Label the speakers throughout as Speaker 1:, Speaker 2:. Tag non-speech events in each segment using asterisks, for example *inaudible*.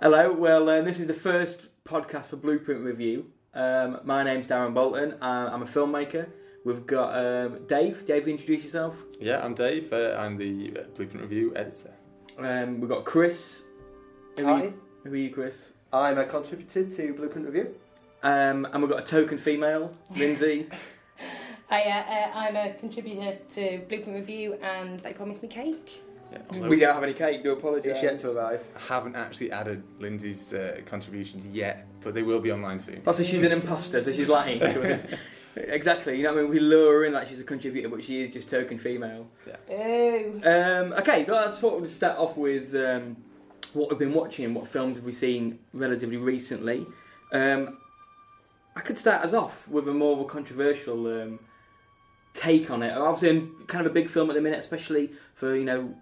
Speaker 1: Hello. Well, um, this is the first podcast for Blueprint Review. Um, my name's Darren Bolton. Uh, I'm a filmmaker. We've got um, Dave. Dave, introduce yourself.
Speaker 2: Yeah, I'm Dave. Uh, I'm the uh, Blueprint Review editor.
Speaker 1: Um, we've got Chris. Who are,
Speaker 3: Hi,
Speaker 1: you, who are you, Chris?
Speaker 3: I'm a contributor to Blueprint Review.
Speaker 1: Um, and we've got a token female, Lindsay.
Speaker 4: Hi, uh, uh, I'm a contributor to Blueprint Review, and they promised me cake.
Speaker 2: Yeah, although
Speaker 1: we don't have any cake. Do apologise.
Speaker 3: It's yet to arrive.
Speaker 2: I haven't actually added Lindsay's uh, contributions yet, but they will be online soon.
Speaker 1: Also, she's an imposter, Oh, so she's lying to
Speaker 3: *laughs*
Speaker 1: us. exactly. You know what I mean? We lure her in like she's a contributor, but she is just token female.
Speaker 4: Boo!
Speaker 1: Um, okay, so I just thought we'd start off with um, what we've been watching, what films have we seen relatively recently. Um, I could start us off with a more of a controversial um, take on it. Obviously, um, kind of a big film at the minute, especially for you know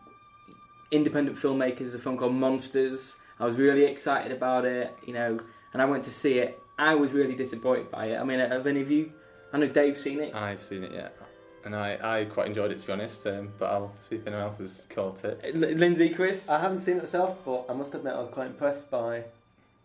Speaker 1: independent filmmakers. A film called Monsters. I was really excited about it, you know, and I went to see it. I was really disappointed by it. I mean, have any of you? I know Dave's seen it.
Speaker 2: I've seen it yet, and I, I quite enjoyed it to be honest. Um, but I'll see if anyone else has caught it.
Speaker 1: L- Lindsay, Chris.
Speaker 3: I haven't seen it myself, but I must admit I was quite impressed by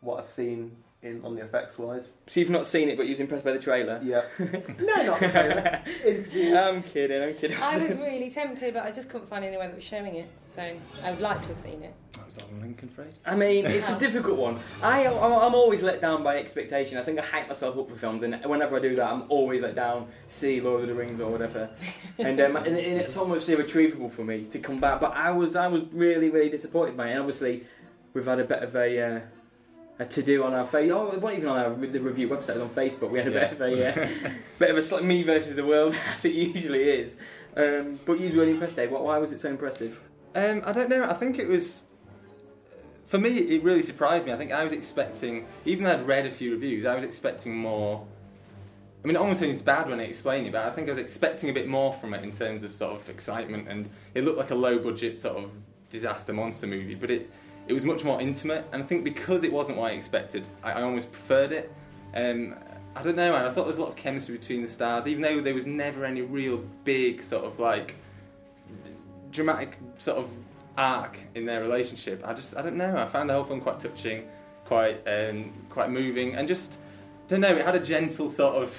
Speaker 3: what I've seen in on the effects wise.
Speaker 1: So you've not seen it, but you was impressed by the trailer. *laughs*
Speaker 3: Yeah. no, not the trailer. Interviews.
Speaker 1: I'm kidding, I'm kidding.
Speaker 4: I was really tempted, but I just couldn't find anywhere that was showing it, so I would like to have seen it.
Speaker 2: I was on Lincoln Parade.
Speaker 1: *laughs* I mean, it's
Speaker 4: *laughs*
Speaker 1: a difficult one. I, I'm, I'm always let down by expectation. I think I hype myself up for films, and whenever I do that, I'm always let down. See Lord of the Rings or whatever, and, um, and, and it's almost irretrievable for me to come back. But I was, I was really, really disappointed by it. And obviously, we've had a bit of a. Uh, a to do on our face. Oh, it wasn't even on our the review website. It was on Facebook. We had a bit of a uh, bit of a sl- me versus the world, *laughs* as it usually is. Um, but you were really impressed, Dave. Why- Why was it so impressive?
Speaker 2: Um, I don't know. I think it was. For me, it really surprised me. I think I was expecting, even though I'd read a few reviews, I was expecting more. I mean, it almost sounds bad when I explain it, but I think I was expecting a bit more from it in terms of sort of excitement, and it looked like a low-budget sort of disaster monster movie, but it it was much more intimate, and I think because it wasn't what I expected, I, I almost preferred it. Um, I don't know, man. I thought there was a lot of chemistry between the stars, even though there was never any real big sort of like dramatic sort of arc in their relationship. I just I don't know. I found the whole film quite touching, quite um, quite moving, and just don't know. It had a gentle sort of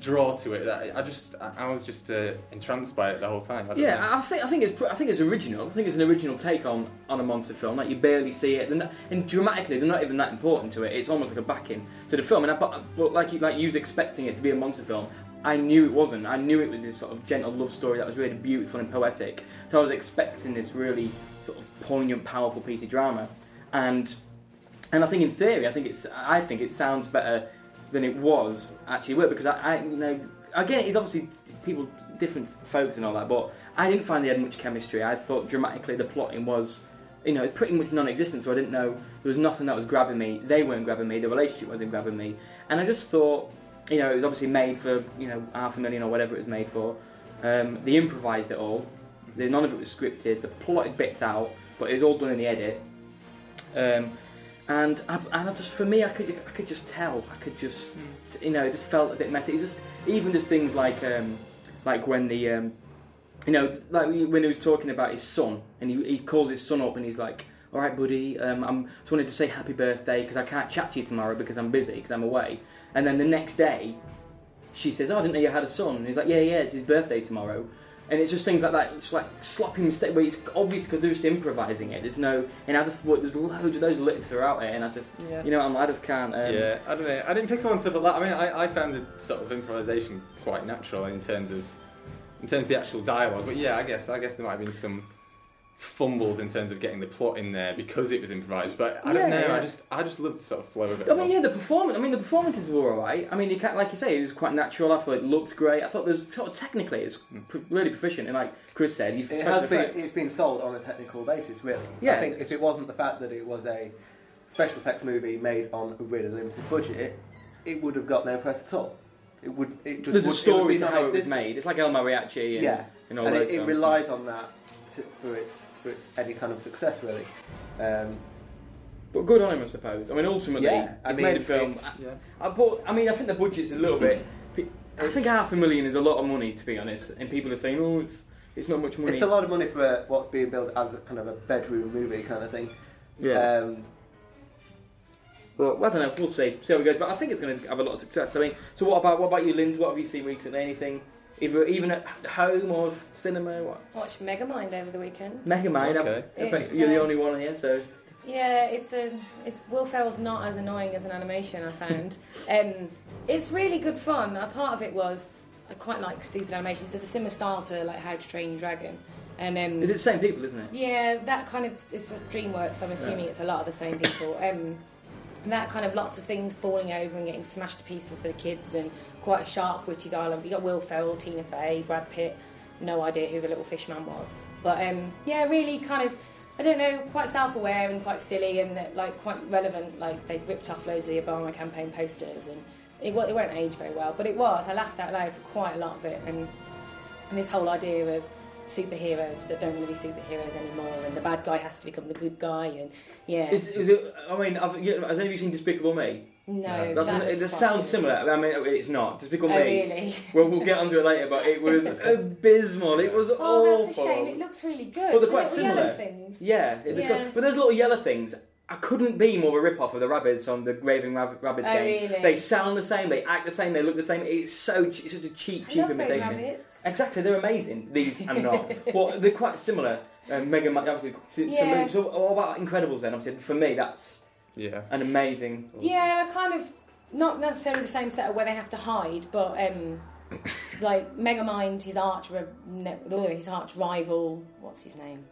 Speaker 2: draw to it. That I just I, I was just uh, entranced by it the whole time. I don't know.
Speaker 1: Yeah, I think I think it's pr- I think it's original. I think it's an original take on, on a monster film. Like you barely see it, They're not- and dramatically they're not even that important to it. It's almost like a backing to the film. And I, but, but like you like you was expecting it to be a monster film. I knew it wasn't. I knew it was this sort of gentle love story that was really beautiful and poetic. So I was expecting this really sort of poignant, powerful piece of drama, and and I think in theory, I think it's I think it sounds better than it was actually were because I, I you know again it's obviously people different folks and all that, but I didn't find they had much chemistry. I thought dramatically the plotting was you know it's pretty much non-existent, so I didn't know there was nothing that was grabbing me. They weren't grabbing me. The relationship wasn't grabbing me, and I just thought you know it was obviously made for you know half a million or whatever it was made for. Um, they improvised it all. They- None of it was scripted. They plotted bits out, but it was all done in the edit. Um, and I, and I just for me, I could I could just tell. I could just you know, it just felt a bit messy. It just even just things like um, like when the um, you know like when he was talking about his son and he, he calls his son up and he's like. All right, buddy. Um, I'm just wanted to say happy birthday because I can't chat to you tomorrow because I'm busy because I'm away. And then the next day, she says, oh, "I didn't know you had a son." And he's like, "Yeah, yeah, it's his birthday tomorrow." And it's just things like that. It's like sloppy mistake, but it's obvious because they're just improvising it. There's no, and I just thought there's loads of those lit throughout it, and I just,
Speaker 2: Yeah.
Speaker 1: you know, I'm, I just can't. Um,
Speaker 2: yeah, I don't know. I didn't pick up on stuff like that. I mean, I, I found the sort of improvisation quite natural in terms of in terms of the actual dialogue. But yeah, I guess I guess there might have been some fumbles in terms of getting the plot in there because it was improvised. But I don't
Speaker 1: Yeah,
Speaker 2: know.
Speaker 1: yeah.
Speaker 2: I just I just loved the sort of flow of it.
Speaker 1: I mean, yeah, the performance. I mean, the performances were alright. I mean, you can't, like you say, it was quite natural. I thought it looked great. I thought there's sort of technically, it's pr- really proficient. And like Chris said, you've
Speaker 3: It
Speaker 1: special
Speaker 3: has been,
Speaker 1: effects.
Speaker 3: it's been sold on a technical basis, really.
Speaker 1: Yeah.
Speaker 3: I think if it wasn't the fact that it was a special effects movie made on a really limited budget, it would have got no press at all. It would. It just
Speaker 1: there's a
Speaker 3: would, it would
Speaker 1: story
Speaker 3: be
Speaker 1: to how it was
Speaker 3: non-existent.
Speaker 1: made. It's like El Mariachi and,
Speaker 3: Yeah.
Speaker 1: and all
Speaker 3: and
Speaker 1: those
Speaker 3: it, it
Speaker 1: films.
Speaker 3: relies on that to, for its for its any kind of success, really. Um,
Speaker 1: But good on him, I suppose. I mean, ultimately,
Speaker 3: Yeah, I
Speaker 1: he's
Speaker 3: mean,
Speaker 1: made a film.
Speaker 3: it's-
Speaker 2: yeah.
Speaker 1: I, I, bought, I mean, I think the budget's a little bit. I think half a million is a lot of money, to be honest. And people are saying, oh, it's, it's not much money.
Speaker 3: it's a lot of money for what's being billed as a kind of a bedroom movie kind of thing.
Speaker 1: yeah.
Speaker 3: Um,
Speaker 1: But well, I don't know. We'll see. See how it goes. But I think it's going to have a lot of success. I mean, so what about what about you, Lindsay? What have you seen recently? Anything, either even at home or cinema? What?
Speaker 4: Watched Megamind over the weekend.
Speaker 1: Mega Mind.
Speaker 2: Okay.
Speaker 1: I think
Speaker 4: It's,
Speaker 1: you're the
Speaker 4: uh,
Speaker 1: only one here, so
Speaker 4: Yeah, it's a it's Will Ferrell's not as annoying as an animation.
Speaker 1: *laughs*
Speaker 4: I found um, it's really good fun. A part of it was I quite like stupid animations. So the similar style to like How to Train Your Dragon, and um,
Speaker 1: is it the same people, isn't it?
Speaker 4: yeah, that kind of it's just DreamWorks. I'm assuming it's a lot of the same people. Um, that kind of lots of things falling over and getting smashed to pieces for the kids, and quite a sharp, witty dialogue. You got Will Ferrell, Tina Fey, Brad Pitt. No idea who the little fish man was, but um, yeah, really kind of. I don't know, quite self-aware and quite silly and that, like quite relevant. Like they ripped off loads of the Obama campaign posters and it, wa- it won't age very well, but it was. I laughed out loud for quite a lot of it and and this whole idea of superheroes that don't want to be superheroes anymore and the bad guy has to become the good guy and yeah
Speaker 1: Is, is it? I mean, I've, yeah, has any of you seen Despicable Me?
Speaker 4: no
Speaker 1: That's
Speaker 4: that
Speaker 1: it
Speaker 4: looks
Speaker 1: sounds
Speaker 4: quite-
Speaker 1: similar. I mean, it's not
Speaker 4: oh
Speaker 1: Despicable Me.
Speaker 4: really
Speaker 1: Well, we'll get onto it later, but it was abysmal. It was
Speaker 4: *laughs* oh that's a
Speaker 1: awful.
Speaker 4: shame it looks really good
Speaker 1: Well, they're
Speaker 4: The
Speaker 1: quite
Speaker 4: little
Speaker 1: similar.
Speaker 4: yellow things
Speaker 1: Yeah, it- they've got-
Speaker 4: Yeah.
Speaker 1: but those little yellow things. I couldn't be more of a rip-off of the rabbits on the Raving Rab- Rabbits
Speaker 4: Oh,
Speaker 1: game.
Speaker 4: really?
Speaker 1: They sound the same, they act the same, they look the same. It's so ch- it's such a cheap,
Speaker 4: I
Speaker 1: cheap
Speaker 4: love those
Speaker 1: imitation.
Speaker 4: rabbits
Speaker 1: Exactly, they're amazing. These and
Speaker 4: *laughs*
Speaker 1: not. well, they're quite similar. Um, Mega Man, obviously. So,
Speaker 4: Yeah.
Speaker 1: so what about Incredibles then? Obviously, for me, that's
Speaker 2: Yeah.
Speaker 1: an amazing.
Speaker 4: yeah kind of not necessarily the same setup where they have to hide but um *coughs* like Megamind his arch re- ne- oh, his arch rival what's his name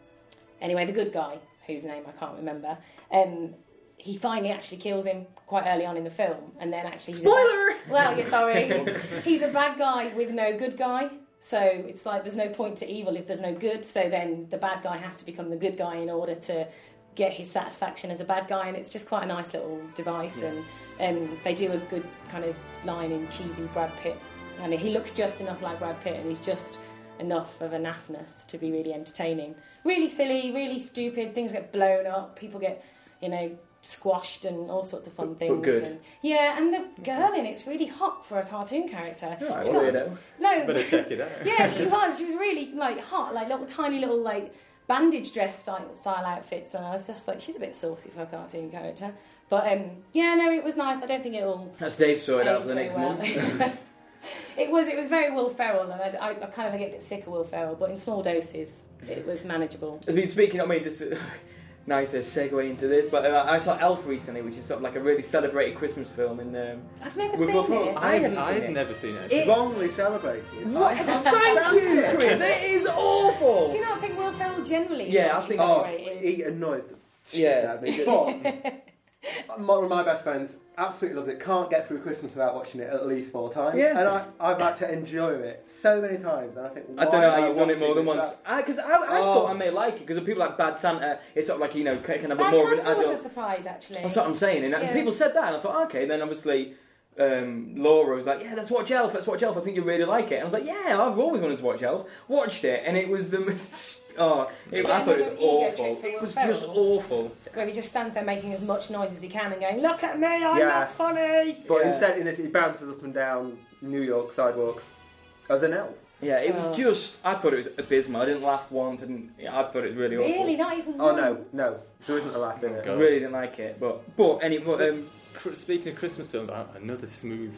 Speaker 4: anyway the good guy whose name I can't remember um he finally actually kills him quite early on in the film and then actually he's a-
Speaker 1: Spoiler!
Speaker 4: well,
Speaker 1: *laughs*
Speaker 4: yeah, sorry. He's a bad guy with no good guy. So it's like there's no point to evil if there's no good. So then the bad guy has to become the good guy in order to get his satisfaction as a bad guy. And it's just quite a nice little device. And um, they do a good kind of line in cheesy Brad Pitt. And he looks just enough like Brad Pitt, and he's just enough of a naffness to be really entertaining. Really silly, really stupid. Things get blown up. People get, you know, squashed and all sorts of fun
Speaker 1: But- but
Speaker 4: things.
Speaker 1: good.
Speaker 4: And, yeah, and the
Speaker 1: Mm-hmm.
Speaker 4: girl in it's really hot for a cartoon character.
Speaker 1: All right,
Speaker 4: She's got-
Speaker 1: weirdo.
Speaker 4: no,
Speaker 2: Better check it out.
Speaker 4: yeah, she was. She was really like hot, like little tiny little like bandage dress style, style outfits, and I was just like, she's a bit saucy for a cartoon character. But um, yeah, no, it was nice. I don't think it'll
Speaker 1: That's Dave sorted out for the
Speaker 4: age
Speaker 1: next
Speaker 4: very
Speaker 1: month. *laughs*
Speaker 4: well. *laughs* it was. It was very Will Ferrell, and I, I, I kind of get a bit sick of Will Ferrell, but in small doses, it was manageable.
Speaker 1: I mean, speaking of, I mean, just *laughs* nice uh, segue into this, but uh, I saw Elf recently, which is sort of like a really celebrated Christmas film. And um,
Speaker 4: I've never
Speaker 1: With
Speaker 4: seen
Speaker 1: Will Ferrell, *laughs*
Speaker 4: it.
Speaker 1: I haven't
Speaker 2: I've,
Speaker 1: seen
Speaker 2: I've
Speaker 1: it.
Speaker 2: never seen it.
Speaker 1: It-
Speaker 3: Wrongly celebrated.
Speaker 1: What? *laughs* thank you, Chris. It is awful.
Speaker 4: Do you not think Will Ferrell generally? Is
Speaker 1: Yeah, I
Speaker 4: really
Speaker 1: think-
Speaker 3: Oh,
Speaker 4: celebrated?
Speaker 3: he annoys the shit
Speaker 1: Yeah.
Speaker 3: out of me.
Speaker 1: *laughs*
Speaker 3: But one of my best friends absolutely loves it. Can't get through Christmas without watching it at least four times.
Speaker 1: Yeah.
Speaker 3: And I, I've had to enjoy it so many times. And I think,
Speaker 1: I
Speaker 3: why
Speaker 1: don't know
Speaker 3: am
Speaker 1: how
Speaker 3: I
Speaker 1: you've done it more than
Speaker 3: watching this
Speaker 1: once. Because I, I,
Speaker 3: Oh.
Speaker 1: thought I may like it, because of people like Bad Santa, it's sort of like, you know, kind of a
Speaker 4: Bad
Speaker 1: more of an
Speaker 4: Santa was
Speaker 1: adult.
Speaker 4: a surprise, actually.
Speaker 1: That's what I'm saying. And uh,
Speaker 4: Yeah.
Speaker 1: people said that, and I thought, okay. Then obviously, um, Laura was like, yeah, let's watch Elf. Let's watch Elf. I think you really like it. And I was like, yeah, I've always wanted to watch Elf. Watched it, and it was the most. *laughs* Oh, it,
Speaker 4: Is
Speaker 1: I
Speaker 4: it
Speaker 1: thought
Speaker 4: another
Speaker 1: it was
Speaker 4: ego
Speaker 1: awful.
Speaker 4: trip for
Speaker 1: It
Speaker 4: Will
Speaker 1: was just
Speaker 4: Ferrell?
Speaker 1: awful.
Speaker 4: where he just stands there making as much noise as he can and going, "Look at me, I'm
Speaker 3: Yeah.
Speaker 4: not funny."
Speaker 3: But
Speaker 1: Yeah.
Speaker 3: instead, in this, he bounces up and down New York sidewalks as an elf.
Speaker 1: Yeah, it was
Speaker 4: Oh.
Speaker 1: just. I thought it was abysmal. I didn't laugh once, and yeah, I thought it was really,
Speaker 4: Really, not even.
Speaker 3: Oh no,
Speaker 4: once.
Speaker 3: no, there isn't a laugh in it.
Speaker 1: awful. Really didn't like it. But but anyway,
Speaker 2: So-
Speaker 1: um,
Speaker 2: Cr- Speaking of Christmas films, uh, another smooth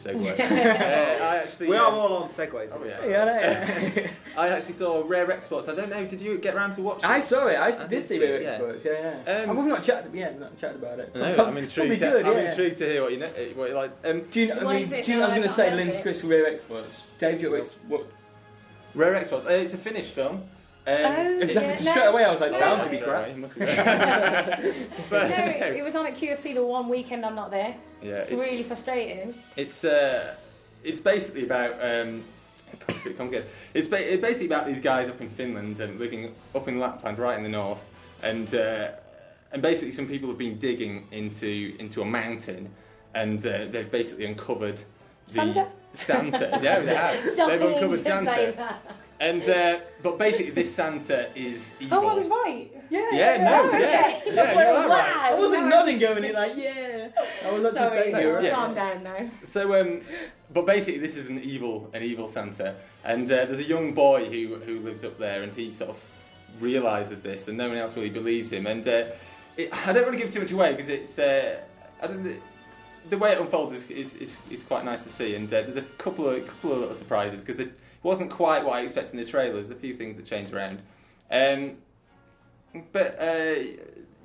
Speaker 1: *laughs*
Speaker 2: segue. uh, I actually.
Speaker 3: We
Speaker 2: uh,
Speaker 3: are all on segues.
Speaker 2: Oh, yeah.
Speaker 1: yeah, I
Speaker 3: *laughs*
Speaker 1: know.
Speaker 2: I actually saw Rare Exports. I don't know. Did you get round to watching?
Speaker 1: I
Speaker 2: it?
Speaker 1: saw it. I,
Speaker 2: I
Speaker 1: did,
Speaker 2: did
Speaker 1: see
Speaker 2: see
Speaker 1: it.
Speaker 2: it, yeah.
Speaker 1: Yeah, yeah.
Speaker 2: Um,
Speaker 1: and we've not chatted. Yeah, we've not chatted about it.
Speaker 2: No, I'm
Speaker 1: Probably
Speaker 2: intrigued. to-
Speaker 1: good,
Speaker 2: I'm
Speaker 1: yeah.
Speaker 2: intrigued to hear what you know, what you like. Um,
Speaker 1: Do you know?
Speaker 4: Why
Speaker 1: I mean,
Speaker 4: is
Speaker 1: do
Speaker 4: it
Speaker 1: you know? I was
Speaker 4: now
Speaker 1: going to
Speaker 4: I
Speaker 1: say
Speaker 4: can't
Speaker 1: Lynn's
Speaker 4: help
Speaker 1: Chris Rear Experts. Dave, do you know what?
Speaker 2: Rare Exports. Uh, it's a Finnish film. Um,
Speaker 4: Oh,
Speaker 2: it's-
Speaker 1: Exactly.
Speaker 4: Yeah, no,
Speaker 1: straight away, I was like,
Speaker 4: no,
Speaker 1: bound
Speaker 4: no.
Speaker 1: to be
Speaker 2: Straight
Speaker 1: crap.
Speaker 2: away, it *laughs* must be great.
Speaker 4: No,
Speaker 2: But, *laughs*
Speaker 4: it, it was on at QFT the one weekend I'm not there.
Speaker 2: yeah,
Speaker 4: it's, really frustrating.
Speaker 2: It's uh, it's basically about um, God, it's a bit complicated. It's ba- it's basically about these guys up in Finland and living up in Lapland, right in the north, and uh, and basically some people have been digging into into a mountain, and uh, they've basically uncovered the
Speaker 4: Santa? *laughs*
Speaker 2: Santa, yeah, they have.
Speaker 4: Don't
Speaker 2: they've uncovered
Speaker 4: just *laughs* say
Speaker 2: Santa,
Speaker 4: that.
Speaker 2: and uh, but basically this Santa is evil.
Speaker 4: Oh, I was right.
Speaker 1: Yeah,
Speaker 2: Yeah, no, yeah,
Speaker 4: Oh, okay.
Speaker 2: yeah, you are right.
Speaker 4: Wow.
Speaker 1: I wasn't
Speaker 4: Sorry.
Speaker 1: nodding going in like, yeah. I was not
Speaker 4: Sorry,
Speaker 1: saying you were
Speaker 2: yeah.
Speaker 1: right.
Speaker 4: calm down now.
Speaker 2: So, um, but basically, this is an evil, an evil Santa, and uh, there's a young boy who who lives up there, and he sort of realizes this, and no one else really believes him. And uh, it, I don't want to give too much away because it's uh, I don't. thi- the way it unfolds is, is, is, is quite nice to see, and uh, there's a couple of couple of little surprises because it wasn't quite what I expected in the trailer. There's a few things that changed around, um, but uh,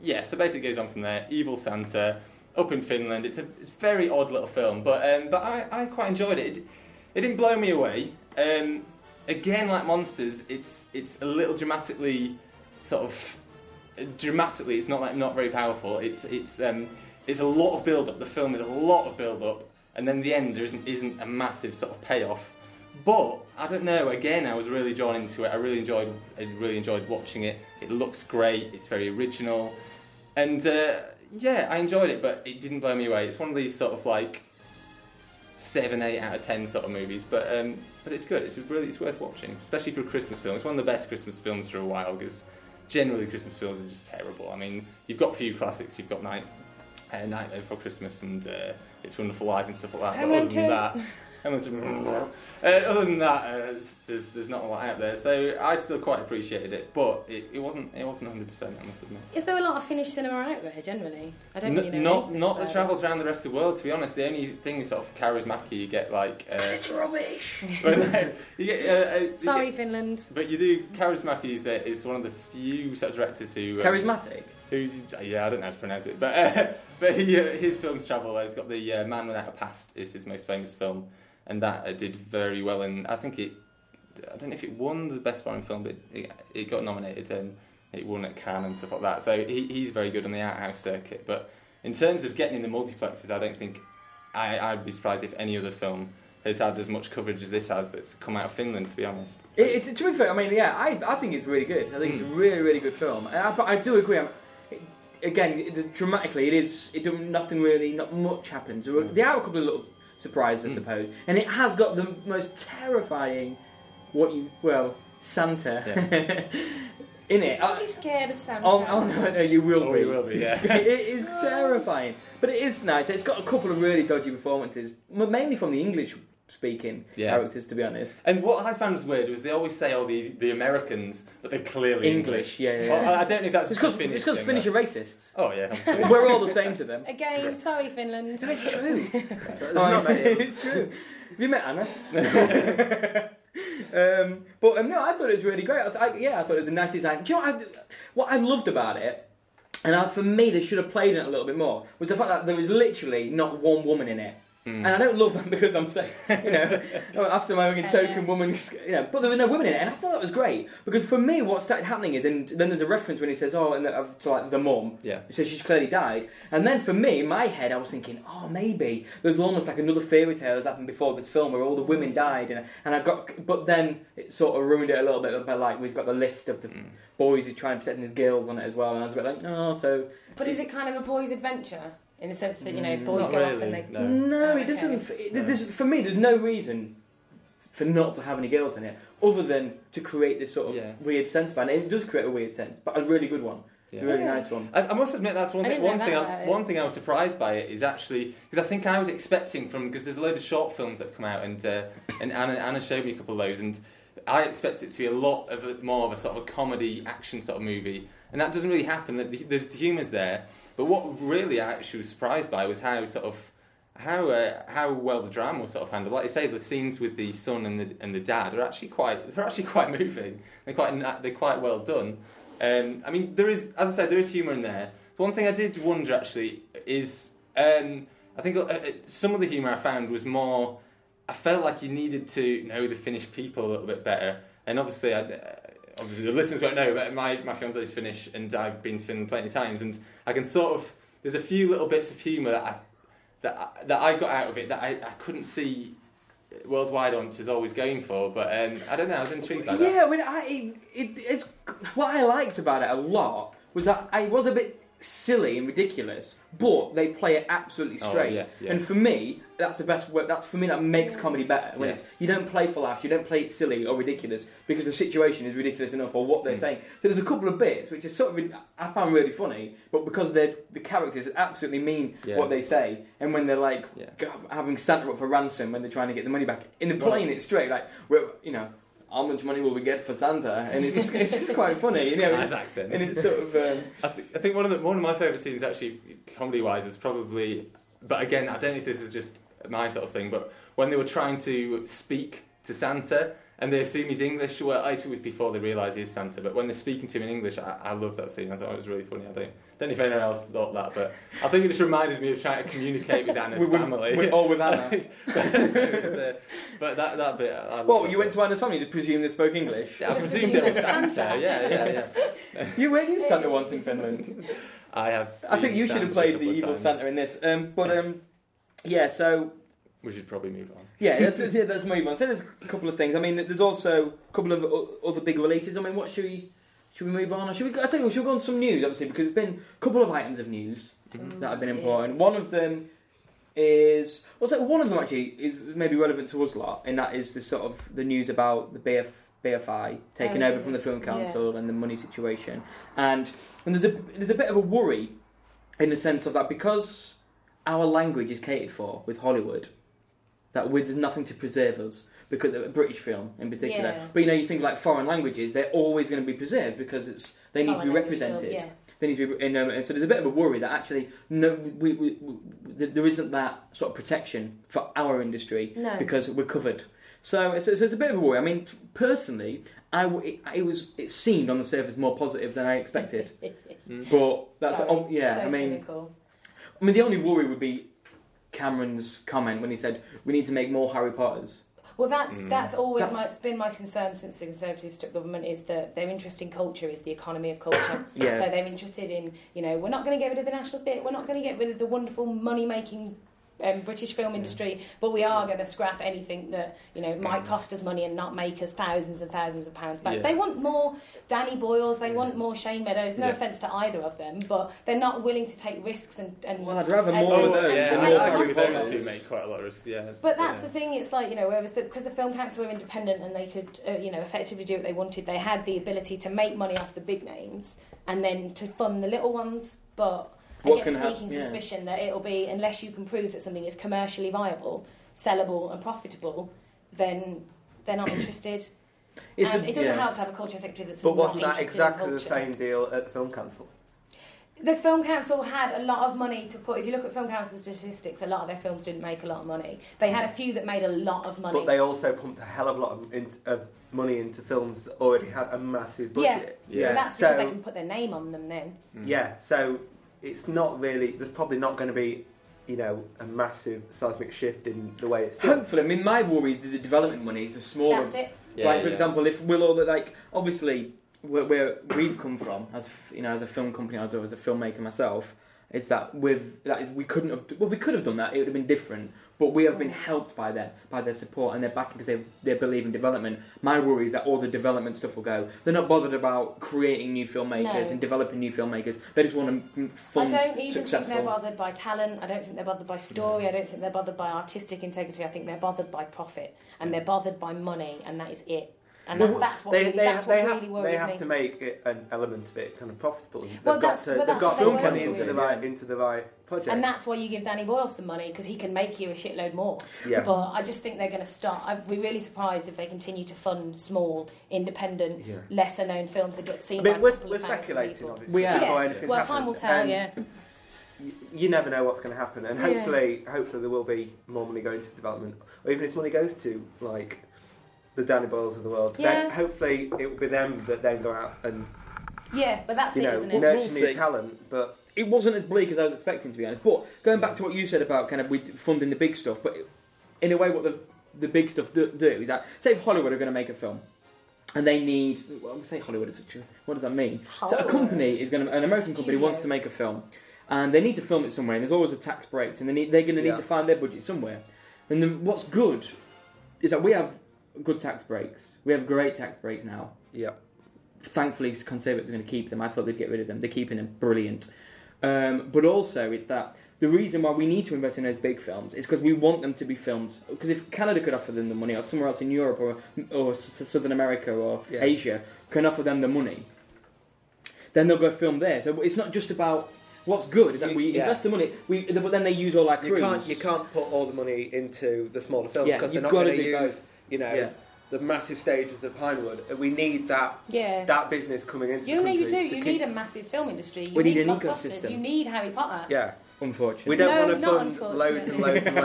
Speaker 2: yeah. So basically, it goes on from there. Evil Santa up in Finland. It's a it's a very odd little film, but um, but I, I quite enjoyed it. it. It didn't blow me away. Um, again, like Monsters, it's it's a little dramatically sort of dramatically. It's not like not very powerful. It's it's um, it's a lot of build up. The film is a lot of build up, and then the end there isn't isn't a massive sort of payoff. But I don't know. Again, I was really drawn into it. I really enjoyed. I really enjoyed watching it. It looks great. It's very original, and uh, yeah, I enjoyed it. But it didn't blow me away. It's one of these sort of like seven, eight out of ten sort of movies. But um, but it's good. It's really it's worth watching, especially for a Christmas film. It's one of the best Christmas films for a while because generally Christmas films are just terrible. I mean, you've got a few classics. You've got Night uh, Nightmare Before Christmas and uh, It's Wonderful Life and stuff like that. But other
Speaker 4: Hamilton.
Speaker 2: than that. Hamilton's- *laughs* uh, other than that, uh, there's- there's, there's not a lot out there, so I still quite appreciated it, but it, it wasn't it wasn't 100%. I must admit.
Speaker 4: Is there a lot of Finnish cinema out there generally? I don't
Speaker 2: N-
Speaker 4: really know.
Speaker 2: not
Speaker 4: anything
Speaker 2: not
Speaker 4: about
Speaker 2: that travels around the rest of the world. To be honest, the only thing is sort of charismatic you get like.
Speaker 4: *laughs*
Speaker 2: Uh, *laughs*
Speaker 1: It's rubbish.
Speaker 2: but no, you get. Uh, uh, you
Speaker 4: it. Sorry,
Speaker 2: get-
Speaker 4: Finland.
Speaker 2: but you do. Charismaki is, uh, is one of the few sort of directors who. uh,
Speaker 1: Charismatic.
Speaker 2: who's yeah, I don't know how to pronounce it, but *laughs* uh, but he, uh, his films travel. uh, He's got the uh, Man Without a Past is his most famous film, and that uh, did very well. And I think it, I don't know if it won the best foreign film, but it, it got nominated and it won at Cannes and stuff like that. So he, he's very good on the art house circuit. But in terms of getting in the multiplexes, I don't think I, I'd be surprised if any other film has had as much coverage as this has that's come out of Finland. To be honest, So-
Speaker 1: It, it's to be fair. I mean, yeah, I, I think it's really good. I think it's a really really good film. And I, but I do agree. I'm, it, again, it- the, dramatically, it is. It don't, nothing really, not much happens. There, were, there are a couple of little surprises,
Speaker 2: Hmm.
Speaker 1: I suppose, and it has got the most terrifying, what you well, Santa, *laughs* in it.
Speaker 4: I'd
Speaker 1: Uh,
Speaker 4: be scared of Santa.
Speaker 1: Oh, oh no, no, you will
Speaker 2: Oh,
Speaker 1: be.
Speaker 2: you will be, yeah.
Speaker 1: *laughs* it is terrifying, but it is nice. It's got a couple of really dodgy performances, m- mainly from the English-speaking
Speaker 2: Yeah.
Speaker 1: characters, to be honest.
Speaker 2: And what I found was weird was they always say, "Oh, the, the Americans," but they're clearly
Speaker 1: English,
Speaker 2: English.
Speaker 1: yeah, yeah,
Speaker 2: Well,
Speaker 1: yeah.
Speaker 2: I- I don't know if that's
Speaker 1: It's
Speaker 2: just
Speaker 1: because
Speaker 2: a Finnish. thing,
Speaker 1: Finnish
Speaker 2: though.
Speaker 1: are racists.
Speaker 2: Oh yeah,
Speaker 1: *laughs*
Speaker 2: absolutely.
Speaker 1: We're all the same to them.
Speaker 4: Again, sorry, Finland.
Speaker 1: It's true.
Speaker 3: There's not many of
Speaker 4: *laughs*
Speaker 3: them.
Speaker 1: *laughs* it's true. Have you met Anna? *laughs* um, but um, no, I thought it was really great. I th- I, yeah, I thought it was a nice design. Do you know what I, what I loved about it? And I, for me, they should have played it a little bit more. Was the fact that there was literally not one woman in it. And I don't love that *laughs* because I'm saying, you know, *laughs* after my own
Speaker 4: Fair.
Speaker 1: token woman, you know, but there were no women in it, and I thought that was great because for me, what started happening is, and then there's a reference when he says, "Oh," and the, of- to like the mum,
Speaker 2: Yeah.
Speaker 1: so she's clearly died. And then for me, in my head, I was thinking, oh, maybe there's almost like another fairy tale that's happened before this film where all the women died. And, and I got, but then it sort of ruined it a little bit. But like, we've got the list of the
Speaker 2: Mm.
Speaker 1: boys who try and protect his girls on it as well. And I was a bit like, oh, so.
Speaker 4: But is it kind of a boy's adventure in the sense that you know
Speaker 2: Mm,
Speaker 4: boys
Speaker 2: not
Speaker 4: go off
Speaker 2: really,
Speaker 4: and they
Speaker 2: no.
Speaker 1: No, it
Speaker 4: Okay.
Speaker 1: doesn't. It,
Speaker 2: No.
Speaker 1: there's, for me, there's no reason for not to have any girls in it other than to create this sort of
Speaker 2: Yeah.
Speaker 1: weird sense about it. It does create a weird sense, but a really good one. It's a
Speaker 2: Yeah.
Speaker 1: really
Speaker 4: Yeah.
Speaker 1: nice one.
Speaker 2: I, I must admit that's one
Speaker 4: I
Speaker 2: thing.
Speaker 4: didn't know
Speaker 2: One
Speaker 4: that
Speaker 2: thing.
Speaker 4: about
Speaker 2: I,
Speaker 4: it.
Speaker 2: one thing I was surprised by it is actually because I think I was expecting from because there's a load of short films that come out and uh, and Anna, Anna showed me a couple of those and I expected it to be a lot of a, more of a sort of a comedy action sort of movie and that doesn't really happen. That the- There's the humour's there, but what really I actually was surprised by was how sort of how uh, how well the drama was sort of handled. Like you say, the scenes with the son and the and the dad are actually quite they're actually *laughs* quite moving. They're quite na- they're quite well done. Um, I mean, there is as I said, there is humour in there. One thing I did wonder actually is um, I think uh, uh, some of the humour I found was more. I felt like you needed to know the Finnish people a little bit better, and obviously, I, uh, obviously the listeners won't know, but my my fiance is Finnish, and I've been to Finland plenty of times, and I can sort of there's a few little bits of humour that I that I, that I got out of it that I, I couldn't see worldwide audiences always going for, but um, I don't know, I was intrigued by that.
Speaker 1: yeah, I mean, I, it, it's what I liked about it a lot was that I was a bit silly and ridiculous, but they play it absolutely
Speaker 2: Oh,
Speaker 1: straight.
Speaker 2: yeah, yeah.
Speaker 1: And for me, that's the best. Work, that for me, that makes comedy better. When
Speaker 2: Yeah.
Speaker 1: it's, you don't play for laughs, you don't play it silly or ridiculous because the situation is ridiculous enough or what they're
Speaker 2: Mm.
Speaker 1: saying. So there's a couple of bits which is sort of I found really funny, but because they're the characters absolutely mean
Speaker 2: Yeah.
Speaker 1: what they say, and when they're like
Speaker 2: Yeah.
Speaker 1: g- having Santa up for ransom when they're trying to get the money back in the
Speaker 2: Well-
Speaker 1: plane, it's straight like well, you know how much money will we get for Santa? And it's just, it's just quite funny, you know.
Speaker 2: Nice
Speaker 1: it's-
Speaker 2: accent. uh, *laughs*
Speaker 1: and it's sort of um,
Speaker 2: I, th- I think one of the one of my favourite scenes, actually, comedy wise, is probably but again, I don't know if this is just my sort of thing, but when they were trying to speak to Santa and they assume he's English, well, I suppose before they realise he is Santa, but when they're speaking to him in English, I, I love that scene. I thought it was really funny. I don't, don't know if anyone else thought that, but I think it just reminded me of trying to communicate with Anna's
Speaker 3: With- with-
Speaker 2: family.
Speaker 3: with-
Speaker 1: oh,
Speaker 3: or
Speaker 2: *laughs*
Speaker 3: with Anna.
Speaker 2: It was, uh, but that, that bit, I love
Speaker 1: Well,
Speaker 2: that
Speaker 1: you
Speaker 2: bit.
Speaker 1: went to Anna's family and just presumed they spoke English.
Speaker 2: Yeah, I
Speaker 4: Just
Speaker 2: presumed
Speaker 4: assume
Speaker 2: it was
Speaker 4: it's
Speaker 2: Santa.
Speaker 4: Santa.
Speaker 2: Yeah, yeah, yeah.
Speaker 1: You were used Santa once in
Speaker 2: *laughs*
Speaker 1: Finland.
Speaker 2: I have.
Speaker 1: *laughs* I think
Speaker 2: been
Speaker 1: you should have played
Speaker 2: Santa a
Speaker 1: the
Speaker 2: couple of
Speaker 1: evil
Speaker 2: times.
Speaker 1: Santa in this. Um, but um, yeah, so
Speaker 2: We should probably move on.
Speaker 1: yeah, let's, *laughs* yeah, let's move on. So there's a couple of things. I mean, there's also a couple of o- other big releases. I mean, what should we should we move on? Or should we? go- I tell you, what, should we go on to some news? Obviously, because there's been a couple of items of news
Speaker 4: Mm,
Speaker 1: that have been important. One of them is well, so one of them actually is maybe relevant to us a lot, and that is the sort of the news about the BF, BFI taking
Speaker 4: Oh,
Speaker 1: over
Speaker 4: yeah.
Speaker 1: from the Film Council and the money situation, and and there's a there's a bit of a worry in the sense of that because our language is catered for with Hollywood, that we, there's nothing to preserve us because of British film in particular.
Speaker 4: Yeah.
Speaker 1: But you know, you think like foreign languages, they're always going to be preserved because it's they need to be
Speaker 4: Foreign language film,
Speaker 1: represented.
Speaker 4: yeah.
Speaker 1: They need to be, and, um, and so there's a bit of a worry that actually no, we, we, we, th- there isn't that sort of protection for our industry
Speaker 4: No.
Speaker 1: because we're covered. So, so, so it's a bit of a worry. I mean, personally, I w- it, it was it seemed on the surface more positive than I
Speaker 4: *laughs*
Speaker 1: expected. But that's
Speaker 4: Sorry.
Speaker 1: oh, yeah.
Speaker 4: So
Speaker 1: I mean,
Speaker 4: cynical.
Speaker 1: I mean, the only worry would be Cameron's comment when he said we need to make more Harry Potters.
Speaker 4: Well, that's
Speaker 2: Mm.
Speaker 4: that's always
Speaker 1: That's-
Speaker 4: my, it's been my concern since the Conservatives took government is that their interest in culture is the economy of culture.
Speaker 1: *coughs* Yeah.
Speaker 4: So they're interested in you know we're not going to get rid of the National Theatre, we're not going to get rid of the wonderful money making. Um, British film industry, but we are going to scrap anything that you know might cost us money and not make us thousands and thousands of pounds back.
Speaker 2: Mm. Yeah.
Speaker 4: They want more Danny Boyles, they want more Shane Meadows. No
Speaker 2: Yeah.
Speaker 4: offence to either of them, but they're not willing to take risks and, and
Speaker 1: Well, I'd rather
Speaker 4: and-
Speaker 1: Oh, more of those.
Speaker 4: and- and
Speaker 2: Oh, yeah,
Speaker 4: to
Speaker 2: I
Speaker 4: make
Speaker 1: I'd
Speaker 2: argue with
Speaker 4: concepts.
Speaker 2: those two make quite a lot of risk. Yeah,
Speaker 4: But that's
Speaker 2: yeah.
Speaker 4: the thing. It's like you know, whereas the, because the film council were independent and they could, uh, you know, effectively do what they wanted. They had the ability to make money off the big names and then to fund the little ones. But
Speaker 1: What's
Speaker 4: I get
Speaker 1: gonna hap-
Speaker 4: sneaking
Speaker 1: yeah.
Speaker 4: suspicion that it'll be unless you can prove that something is commercially viable, sellable, and profitable, then they're not interested.
Speaker 1: It's
Speaker 4: and
Speaker 1: a-
Speaker 4: Um, it doesn't
Speaker 1: yeah.
Speaker 4: help to have a culture secretary that's
Speaker 3: But wasn't
Speaker 4: not
Speaker 3: that
Speaker 4: interested
Speaker 3: exactly
Speaker 4: in
Speaker 3: the
Speaker 4: culture.
Speaker 3: same deal at the Film Council?
Speaker 4: The Film Council had a lot of money to put. If you look at Film Council statistics, a lot of their films didn't make a lot of money. They had a few that made a lot of money.
Speaker 3: But they also pumped a hell of a lot of, in, of money into films that already had a massive budget.
Speaker 2: Yeah.
Speaker 4: But that's because
Speaker 3: so,
Speaker 4: they can put their name on them then.
Speaker 2: Mm.
Speaker 3: Yeah, so it's not really. There's probably not going to be, you know, a massive seismic shift in the way it's done.
Speaker 1: Hopefully, I mean, my worry is that the development money is the smaller.
Speaker 4: That's it.
Speaker 2: Yeah,
Speaker 1: like for
Speaker 2: yeah.
Speaker 1: example, if we'll all like obviously where, where we've come from as you know as a film company as a, as a filmmaker myself is that with that we couldn't have well we could have done that it would have been different but we have been helped by their by their support and their backing because they they believe in development. My worry is that all the development stuff will go. They're not bothered about creating new filmmakers
Speaker 4: No.
Speaker 1: and developing new filmmakers. They just want to fund
Speaker 4: I don't even
Speaker 1: successful.
Speaker 4: think they're bothered by talent. I don't think they're bothered by story. I don't think they're bothered by artistic integrity. I think they're bothered by profit and they're bothered by money, and that is it. And
Speaker 1: Well,
Speaker 4: that's, that's what
Speaker 3: They,
Speaker 4: really,
Speaker 3: they,
Speaker 4: that's
Speaker 3: they
Speaker 4: what
Speaker 3: have,
Speaker 4: really
Speaker 3: they
Speaker 4: worries
Speaker 3: have
Speaker 4: me.
Speaker 3: to make it an element of it kind of profitable. They've
Speaker 4: Well,
Speaker 3: got
Speaker 4: that's-
Speaker 3: to,
Speaker 4: but
Speaker 3: they've
Speaker 4: that's
Speaker 3: got
Speaker 4: what
Speaker 3: film
Speaker 4: they
Speaker 3: money
Speaker 1: want
Speaker 3: into
Speaker 1: to
Speaker 3: the
Speaker 1: do.
Speaker 3: right into the right project.
Speaker 4: And that's why you give Danny Boyle some money because he can make you a shitload more.
Speaker 3: Yeah.
Speaker 4: But I just think they're going to start. I'd be really surprised if they continue to fund small, independent,
Speaker 3: Yeah.
Speaker 4: lesser known films that get seen
Speaker 3: I
Speaker 4: by
Speaker 3: mean,
Speaker 4: a
Speaker 3: we're,
Speaker 4: couple
Speaker 3: we're
Speaker 4: of thousand
Speaker 3: speculating,
Speaker 4: people.
Speaker 3: obviously.
Speaker 1: We are.
Speaker 3: before
Speaker 4: Yeah.
Speaker 3: anything's
Speaker 4: Well,
Speaker 3: happened.
Speaker 4: time will tell.
Speaker 3: And
Speaker 4: yeah.
Speaker 3: y- You never know what's going to happen, and
Speaker 4: Yeah.
Speaker 3: hopefully, hopefully there will be more money going to development, or even if money goes to like the Danny Boyles of the world, then
Speaker 4: Yeah.
Speaker 3: hopefully it will be them that then go out and
Speaker 4: Yeah, but that's
Speaker 3: you
Speaker 4: it,
Speaker 3: know
Speaker 4: not it?
Speaker 1: no-
Speaker 3: nurture
Speaker 1: We'll
Speaker 3: new
Speaker 1: see.
Speaker 3: talent. But
Speaker 1: it wasn't as bleak as I was expecting, to be honest. But going back to what you said about kind of with funding the big stuff, but in a way, what the the big stuff do, do is that say if Hollywood are going to make a film, and they need well, we say Hollywood is such a, what does that mean? So a
Speaker 4: Hollywood.
Speaker 1: company is going to an American company
Speaker 4: Studio.
Speaker 1: wants to make a film, and they need to film it somewhere, and there's always a tax break, and they need, they're going to need
Speaker 3: Yeah.
Speaker 1: to find their budget somewhere. And then what's good is that we have good tax breaks. We have great tax breaks now
Speaker 3: yeah,
Speaker 1: thankfully Conservatives are going to keep them. I thought they'd get rid of them. They're keeping them. Brilliant. Um, but also, it's that the reason why we need to invest in those big films is because we want them to be filmed. Because if Canada could offer them the money, or somewhere else in Europe, or, or S- Southern America, or
Speaker 3: Yeah.
Speaker 1: Asia can offer them the money, then they'll go film there. So it's not just about what's good. Is that
Speaker 3: You-
Speaker 1: we
Speaker 3: yeah.
Speaker 1: invest the money, we but then they use all our crews.
Speaker 3: you can't you can't put all the money into the smaller films
Speaker 1: Yeah,
Speaker 3: because
Speaker 1: you've
Speaker 3: they're not
Speaker 1: gotta
Speaker 3: going to
Speaker 1: do
Speaker 3: use
Speaker 1: both.
Speaker 3: you know
Speaker 1: Yeah.
Speaker 3: the massive stages of Pinewood. And We need that
Speaker 4: Yeah.
Speaker 3: that business coming into.
Speaker 4: you
Speaker 3: the
Speaker 4: know you do.
Speaker 3: country to
Speaker 4: You
Speaker 3: keep-
Speaker 4: need a massive film industry. You
Speaker 1: We need an
Speaker 4: blockbusters,
Speaker 1: ecosystem.
Speaker 4: You need Harry Potter.
Speaker 3: Yeah,
Speaker 1: Unfortunately.
Speaker 3: we don't
Speaker 4: No,
Speaker 3: want to
Speaker 4: not
Speaker 3: fund loads and
Speaker 4: unfortunately.
Speaker 3: loads and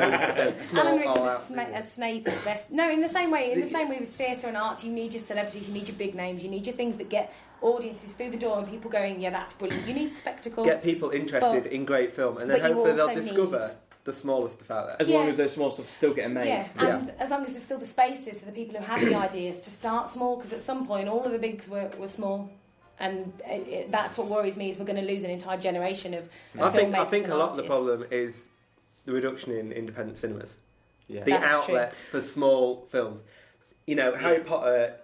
Speaker 3: loads of small
Speaker 4: Alan Rickman
Speaker 3: all-out
Speaker 4: as, Sma-
Speaker 3: people.
Speaker 4: as Snape is best. No, in the same way, in the
Speaker 3: The-
Speaker 4: same way with theatre and arts, you need your celebrities, you need your big names, you need your things that get audiences through the door and people going, yeah, that's brilliant. You need spectacle.
Speaker 3: Get people interested
Speaker 4: But-
Speaker 3: in great film, and then
Speaker 4: but you
Speaker 3: hopefully they'll
Speaker 4: also
Speaker 3: discover
Speaker 4: need-
Speaker 3: the smaller stuff out there.
Speaker 1: As long
Speaker 4: Yeah.
Speaker 1: as those small stuff still getting made.
Speaker 4: Yeah,
Speaker 3: Yeah.
Speaker 4: and as long as there's still the spaces for the people who have the *clears throat* ideas to start small, because at some point all of the bigs were, were small, and it, it, that's what worries me is we're going to lose an entire generation of.
Speaker 3: I think I
Speaker 4: filmmakers
Speaker 3: think
Speaker 4: and
Speaker 3: a lot of the
Speaker 4: artists.
Speaker 3: problem is the reduction in independent cinemas.
Speaker 2: Yeah.
Speaker 3: the
Speaker 4: That's true.
Speaker 3: outlets for small films. You know, Harry Potter,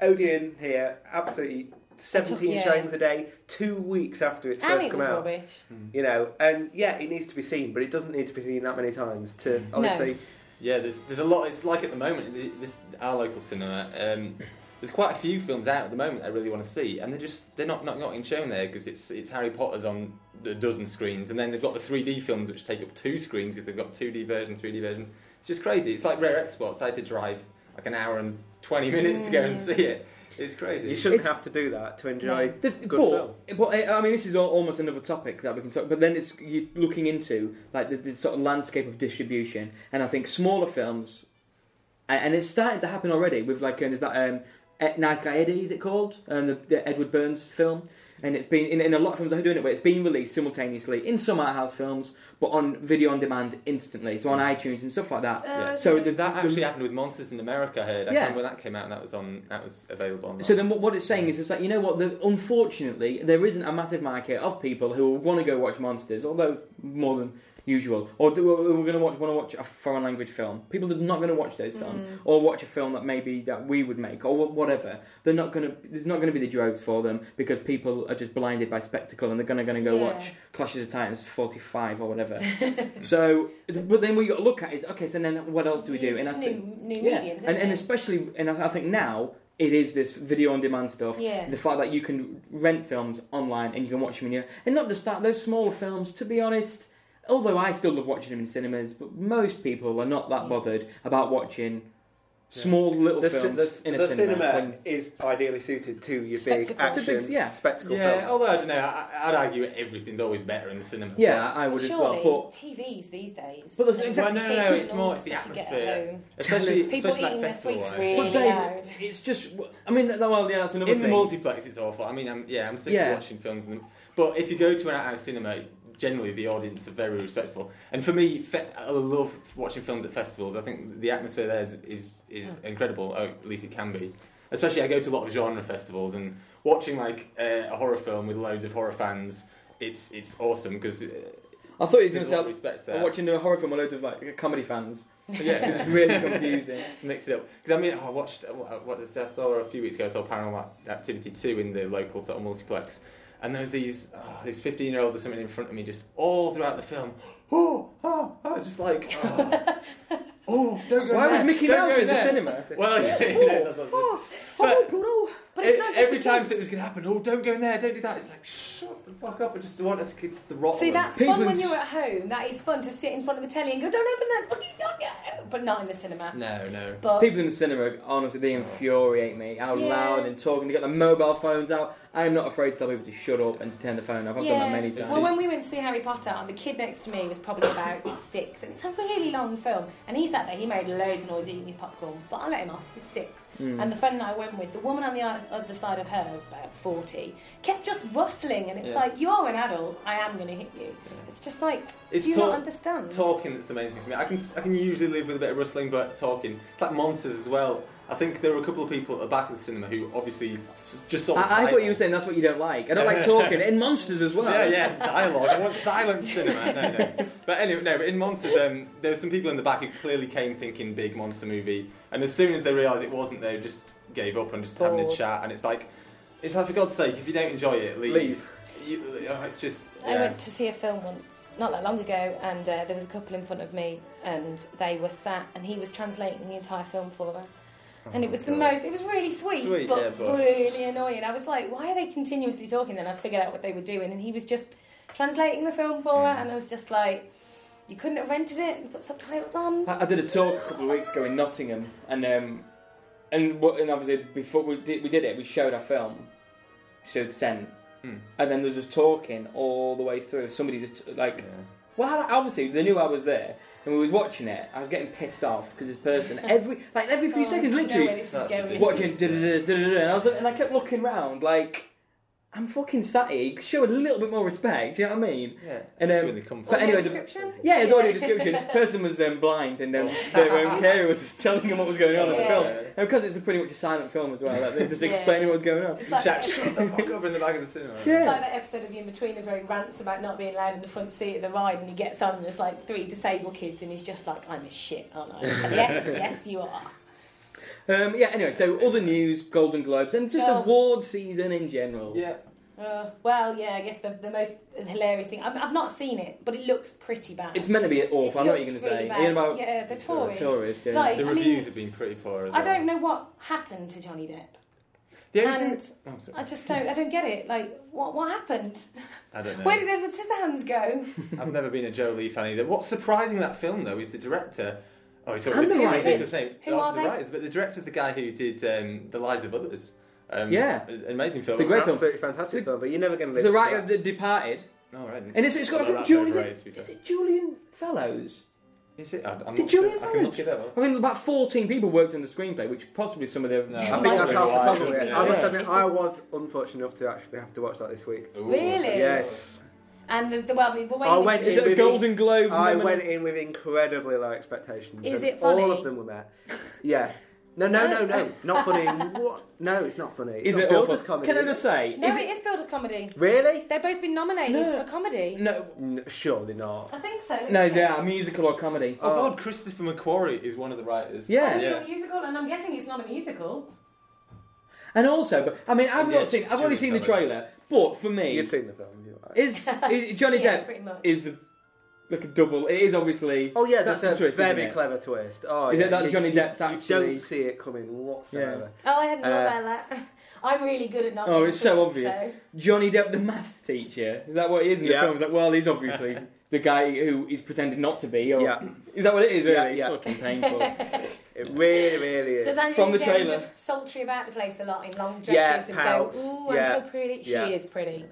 Speaker 3: Odeon here, absolutely 17
Speaker 4: yeah.
Speaker 3: showings a day, two weeks after it's
Speaker 4: And
Speaker 3: first
Speaker 4: it
Speaker 3: come
Speaker 4: was
Speaker 3: out.
Speaker 4: rubbish.
Speaker 2: Hmm.
Speaker 3: You know, and yeah, it needs to be seen, but it doesn't need to be seen that many times to
Speaker 2: No.
Speaker 3: honestly.
Speaker 2: Yeah, there's there's a lot. It's like at the moment, the- this our local cinema. Um, there's quite a few films out at the moment I really want to see, and they're just they're not not getting shown there because it's it's Harry Potter's on a dozen screens, and then they've got the 3D films which take up two screens because they've got 2D version, 3D version. It's just crazy. It's like rare exports. I had to drive like an hour and 20 minutes to go and see it. It's crazy.
Speaker 3: You shouldn't
Speaker 1: It's-
Speaker 3: have to do that to enjoy.
Speaker 1: The-
Speaker 3: Good film.
Speaker 1: but, but uh, I mean, this is al- almost another topic that we can talk. But then it's you looking into like the, the sort of landscape of distribution, and I think smaller films, and, and it's starting to happen already with like um, is that um, E- Nice Guy Eddie is it called um, the, the Edward Burns film, and it's been in, in a lot of films they're doing it, but it's been released simultaneously in some art house films, but on video on demand instantly, so on
Speaker 3: Mm.
Speaker 1: iTunes and stuff like that.
Speaker 4: Uh,
Speaker 2: Yeah.
Speaker 1: So the,
Speaker 2: That
Speaker 1: the-
Speaker 2: actually happened with Monsters in America. I heard.
Speaker 1: Yeah.
Speaker 2: I can't remember when that came out, and that was on that was available on.
Speaker 1: So then, what, what it's saying is, it's like you know what? The, unfortunately, there isn't a massive market of people who want to go watch monsters, although more than usual, or do, who are going to watch want to watch a foreign language film. People are not going to watch
Speaker 4: Mm.
Speaker 1: those films, or watch a film that maybe that we would make, or wha- whatever. They're not going to. There's not going to be the drugs for them because people are just blinded by spectacle, and they're going to going to go
Speaker 4: Yeah.
Speaker 1: watch Clash of the Titans 45 or whatever.
Speaker 4: *laughs*
Speaker 1: so, but then what you got to look at is okay. So then, what else do we do?
Speaker 4: You Just
Speaker 1: I
Speaker 4: new,
Speaker 1: think-
Speaker 4: new
Speaker 1: yeah,
Speaker 4: mediums.
Speaker 1: and,
Speaker 4: isn't
Speaker 1: and
Speaker 4: it?
Speaker 1: especially, and I I think now it is this video on demand stuff.
Speaker 4: Yeah.
Speaker 1: The fact that you can rent films online and you can watch them in your and not just that those smaller films. To be honest, although I still love watching them in cinemas, but most people are not that
Speaker 4: Yeah. bothered
Speaker 1: bothered about watching small little
Speaker 3: The, ci-
Speaker 1: films
Speaker 3: the,
Speaker 1: in a
Speaker 3: the
Speaker 1: cinema.
Speaker 3: cinema
Speaker 1: When-
Speaker 3: is ideally suited to your big
Speaker 4: Spectacle.
Speaker 3: action,
Speaker 1: To big- yeah.
Speaker 3: spectacle
Speaker 2: yeah,
Speaker 3: films.
Speaker 2: although I don't know, I, I'd argue everything's always better in the cinema.
Speaker 1: yeah, I would
Speaker 4: But
Speaker 1: as
Speaker 4: surely
Speaker 1: well.
Speaker 4: TVs these days.
Speaker 1: But there's-
Speaker 4: and
Speaker 1: Well,
Speaker 2: no, no,
Speaker 4: cable
Speaker 2: no, it's
Speaker 4: and
Speaker 2: more
Speaker 4: all
Speaker 2: it's the
Speaker 4: stuff you get at
Speaker 2: atmosphere.
Speaker 4: home.
Speaker 2: especially
Speaker 4: People
Speaker 2: especially
Speaker 4: eating
Speaker 2: like
Speaker 4: their
Speaker 2: festival
Speaker 4: sweets
Speaker 2: wise.
Speaker 1: But,
Speaker 4: really
Speaker 1: but Dave,
Speaker 4: loud.
Speaker 1: it's just. I mean, that- well, yeah, that's another
Speaker 2: in the
Speaker 1: thing.
Speaker 2: multiplex, it's awful. I mean, I'm, yeah, I'm sick
Speaker 1: Yeah.
Speaker 2: of watching films. And, but if you go to an out-house cinema, generally the audience are very respectful. And for me, fe- I love watching films at festivals. I think the atmosphere there is is, is incredible. Or at least it can be. Especially, I go to a lot of genre festivals and watching like uh, a horror film with loads of horror fans. It's it's awesome because uh,
Speaker 1: I thought he was going
Speaker 2: there's
Speaker 1: to
Speaker 2: a lot of
Speaker 1: say
Speaker 2: respect there.
Speaker 1: I'm watching a horror film with loads of like comedy fans.
Speaker 2: yeah,
Speaker 1: *laughs* It's
Speaker 2: *laughs*
Speaker 1: really confusing.
Speaker 2: to mix it up. Because I mean, I watched uh, what, what I saw a few weeks ago. I saw Paranormal Activity two in the local sort of multiplex, and there was these oh, these fifteen year olds or something in front of me, just all throughout the film. Oh, oh, oh just like oh, oh don't go
Speaker 1: Why was
Speaker 2: there,
Speaker 1: Mickey
Speaker 2: don't
Speaker 1: Mouse
Speaker 2: go
Speaker 1: in the
Speaker 2: there.
Speaker 1: cinema?
Speaker 2: Well, *laughs* yeah, you know, that's what I'm saying.
Speaker 4: But it's
Speaker 2: But
Speaker 4: not just
Speaker 2: E- every
Speaker 4: the
Speaker 2: time
Speaker 4: kids.
Speaker 2: something's going to happen, oh, don't go in there, don't do that. It's like, shut the fuck up. I just want it to get to the rotten.
Speaker 4: See, that's
Speaker 1: People
Speaker 4: fun when
Speaker 1: in-
Speaker 4: you're at home. That is fun to sit in front of the telly and go, "Don't open that! What do you not get?" But not in the cinema.
Speaker 2: no, no.
Speaker 4: But
Speaker 1: People in the cinema, honestly, they infuriate me. How
Speaker 4: Yeah.
Speaker 1: loud and talking. They got their mobile phones out. I'm not afraid to tell people to shut up and to turn the phone off. I've done that many times.
Speaker 4: Well, when we went to see Harry Potter, and the kid next to me was probably about *coughs* six, and it's a really long film. And he sat there, he made loads of noise eating his popcorn, but I let him off, he's six.
Speaker 1: Hmm.
Speaker 4: And the friend that I went with, the woman on the o- other side of her, about 40, kept just rustling, and it's
Speaker 2: Yeah.
Speaker 4: like, you're an adult, I am going to hit you. It's just like,
Speaker 2: It's
Speaker 4: do you
Speaker 2: talk-
Speaker 4: not understand?
Speaker 2: Talking that's the main thing for me. I can I can usually live with a bit of rustling, but talking. It's like monsters as well. I think there were a couple of people at the back of the cinema who obviously s- just saw. the
Speaker 1: I, I thought you
Speaker 2: title.
Speaker 1: were saying that's what you don't like. I don't like
Speaker 2: *laughs*
Speaker 1: talking. And monsters as well.
Speaker 2: Yeah, yeah, dialogue. I
Speaker 1: *laughs*
Speaker 2: want silent cinema. No, no. But anyway, no. But in monsters, um, there were some people in the back who clearly came thinking big monster movie, and as soon as they realised it wasn't, they just gave up and just having a
Speaker 4: Bored.
Speaker 2: chat. And it's like, it's like for God's sake, if you don't enjoy it, leave.
Speaker 1: Leave.
Speaker 2: You- oh, it's just.
Speaker 4: I
Speaker 2: yeah.
Speaker 4: went to see a film once, not that long ago, and uh, there was a couple in front of me, and they were sat, and he was translating the entire film for them. And it was the most, it was really sweet,
Speaker 2: Oh Sweet,
Speaker 4: but,
Speaker 2: yeah, but-
Speaker 4: really annoying. I was like, why are they continuously talking? Then I figured out what they were doing, and he was just translating the film for
Speaker 2: Mm.
Speaker 4: her, and I was just like, you
Speaker 1: Uh,
Speaker 4: couldn't have rented it and put subtitles on?
Speaker 1: I, I did a talk a couple of weeks ago in Nottingham, and um, and what? And obviously, before we did, we did it, we showed our film, showed Sen,
Speaker 2: Hmm.
Speaker 1: and then there was just talking all the way through. Somebody just like,
Speaker 2: Yeah.
Speaker 1: well, how- obviously they knew I was there, and we was watching it. I was getting pissed off because this
Speaker 4: *laughs*
Speaker 1: person every like every few
Speaker 4: Oh,
Speaker 1: seconds,
Speaker 4: no
Speaker 1: literally,
Speaker 4: way this is
Speaker 2: That's
Speaker 4: going.
Speaker 2: ridiculous.
Speaker 1: watching da da da da da, and I was and I kept looking round like. I'm fucking sat here. Show a little bit more respect. Do you know what I mean?
Speaker 2: Yeah.
Speaker 1: And,
Speaker 2: especially
Speaker 1: um,
Speaker 2: when they come
Speaker 1: but
Speaker 2: forward.
Speaker 1: anyway, the-
Speaker 4: description?
Speaker 1: Yeah, it's audio description.
Speaker 4: *laughs*
Speaker 1: Person was um, blind, and then their own carer was just telling them what was going on in the
Speaker 4: Yeah.
Speaker 1: film. And because it's a pretty much a silent film as well, like, they're just
Speaker 4: Yeah.
Speaker 1: explaining what's going on.
Speaker 4: It's like,
Speaker 2: Shut- shut the fuck up in the back of the cinema.
Speaker 1: Yeah.
Speaker 4: It's like that episode of The Inbetweeners where he rants about not being allowed in the front seat of the ride, and he gets on and there's like three disabled kids, and he's just like, "I'm a shit, aren't I?" It's
Speaker 2: *laughs*
Speaker 4: like, yes, yes, you are.
Speaker 1: Um, yeah, anyway, so other news, Golden Globes, and just
Speaker 4: Oh.
Speaker 1: award season in general.
Speaker 2: Yeah.
Speaker 4: Uh, well, yeah, I guess the, the most hilarious thing. I've, I've not seen it, but it looks pretty bad.
Speaker 1: It's meant to be awful, I know what you're going
Speaker 4: Looks
Speaker 1: to say.
Speaker 4: really
Speaker 1: Are you
Speaker 4: bad.
Speaker 1: about
Speaker 4: yeah, the
Speaker 2: It's
Speaker 4: Tories.
Speaker 1: tourists? Yeah.
Speaker 4: Like,
Speaker 2: The
Speaker 4: I mean,
Speaker 2: reviews have been pretty poor as
Speaker 4: I
Speaker 2: well.
Speaker 4: don't know what happened to Johnny Depp.
Speaker 2: The only
Speaker 4: And
Speaker 2: thing- oh, I'm sorry.
Speaker 4: I just don't. I don't get it. Like, what what happened?
Speaker 2: I don't know.
Speaker 4: Where did Edward Scissorhands go?
Speaker 2: I've never been a Jolie fan either. What's surprising that film though is the director. Oh, it's
Speaker 1: And the
Speaker 2: ridiculous
Speaker 1: writers.
Speaker 2: ridiculous name.
Speaker 4: Who
Speaker 2: Not
Speaker 4: are
Speaker 2: the
Speaker 4: they?
Speaker 2: writers, but the director's the guy who did um, the lives of others. Um,
Speaker 1: Yeah.
Speaker 2: an amazing film.
Speaker 1: It's a great film.
Speaker 3: Absolutely fantastic film, but you're never going to
Speaker 1: It's
Speaker 3: live
Speaker 1: the
Speaker 3: up to
Speaker 1: writer of
Speaker 3: that.
Speaker 1: The Departed,
Speaker 2: All right.
Speaker 1: and it's, it's got
Speaker 2: Although
Speaker 1: a
Speaker 2: that's
Speaker 1: Julian. Is
Speaker 2: overrated, to
Speaker 1: it,
Speaker 2: be
Speaker 1: is
Speaker 2: fair.
Speaker 1: it Julian Fellows?
Speaker 2: Is it? I- I'm
Speaker 1: Did
Speaker 2: not sure.
Speaker 1: Julian
Speaker 2: I can look
Speaker 1: Fellows-
Speaker 2: it up.
Speaker 1: I mean, about 14 people worked on the screenplay, which possibly some of the.
Speaker 2: No.
Speaker 3: I think that's half the
Speaker 2: Yeah.
Speaker 3: problem with it. I must
Speaker 1: Yeah.
Speaker 3: admit, I was unfortunate enough to actually have to watch that this week.
Speaker 2: Ooh.
Speaker 4: Really?
Speaker 3: Yes.
Speaker 4: And the, the well, the, the way
Speaker 2: Oh,
Speaker 3: I
Speaker 4: in
Speaker 3: went
Speaker 4: which-
Speaker 1: Is it a
Speaker 3: Really?
Speaker 1: Golden Globe?
Speaker 3: I
Speaker 1: nominee?
Speaker 3: went in with incredibly low expectations.
Speaker 4: Is
Speaker 3: and
Speaker 4: it funny?
Speaker 3: All of them were there. Yeah. No, no, no, no. Not funny. *laughs* What? No, it's not funny. It's
Speaker 1: Is
Speaker 3: not
Speaker 1: it
Speaker 3: builder's
Speaker 1: awful?
Speaker 3: comedy.
Speaker 1: Can I just say?
Speaker 4: No,
Speaker 1: is
Speaker 4: it is builders comedy.
Speaker 3: Really?
Speaker 4: They've both been nominated
Speaker 1: No.
Speaker 4: for comedy.
Speaker 1: No,
Speaker 3: N- surely not.
Speaker 4: I think so. let me
Speaker 1: no,
Speaker 4: check.
Speaker 1: they are musical or comedy.
Speaker 2: Oh, God, Christopher McQuarrie is one of the writers.
Speaker 1: Yeah.
Speaker 4: They're
Speaker 2: Yeah.
Speaker 4: not musical, and I'm guessing it's not a musical.
Speaker 1: And also, but I mean, I've
Speaker 2: And
Speaker 1: not
Speaker 2: yes,
Speaker 1: seen. I've only
Speaker 2: Julian
Speaker 1: seen the
Speaker 2: Fellows.
Speaker 1: trailer, but for me,
Speaker 3: You've seen the film. you are right.
Speaker 1: is,
Speaker 3: *laughs*
Speaker 1: is Johnny
Speaker 4: yeah,
Speaker 1: Depp
Speaker 4: pretty much.
Speaker 1: is the like a double. It is obviously.
Speaker 3: Oh yeah, that's,
Speaker 1: That's
Speaker 3: a
Speaker 1: the twist,
Speaker 3: very
Speaker 1: isn't it?
Speaker 3: clever twist. Oh,
Speaker 1: Is it
Speaker 3: yeah.
Speaker 1: that
Speaker 3: You-
Speaker 1: Johnny
Speaker 3: you-
Speaker 1: Depp's
Speaker 3: you
Speaker 1: actually-
Speaker 3: don't see it coming whatsoever.
Speaker 4: oh, I hadn't
Speaker 3: Uh,
Speaker 4: thought about that. *laughs* I'm really good at not.
Speaker 1: Oh, it's so
Speaker 4: noticing,
Speaker 1: obvious.
Speaker 4: so-
Speaker 1: Johnny Depp, the maths teacher, is that what he is in the
Speaker 3: Yeah.
Speaker 1: film? It's like, well, he's
Speaker 3: *laughs*
Speaker 1: obviously the guy who is pretending not to be. Or,
Speaker 3: Yeah,
Speaker 1: Is that what it is? Really,
Speaker 3: Yeah,
Speaker 1: It's
Speaker 3: yeah.
Speaker 1: fucking
Speaker 3: *laughs*
Speaker 1: painful.
Speaker 3: it really, really is.
Speaker 4: Does Angelina
Speaker 1: From the
Speaker 4: Jolie
Speaker 1: trailer.
Speaker 4: just sultry about the place a lot in long dresses
Speaker 3: Yeah,
Speaker 4: and
Speaker 3: pouts.
Speaker 4: go, "Ooh,
Speaker 3: Yeah.
Speaker 4: I'm so pretty." She
Speaker 3: Yeah.
Speaker 4: is pretty.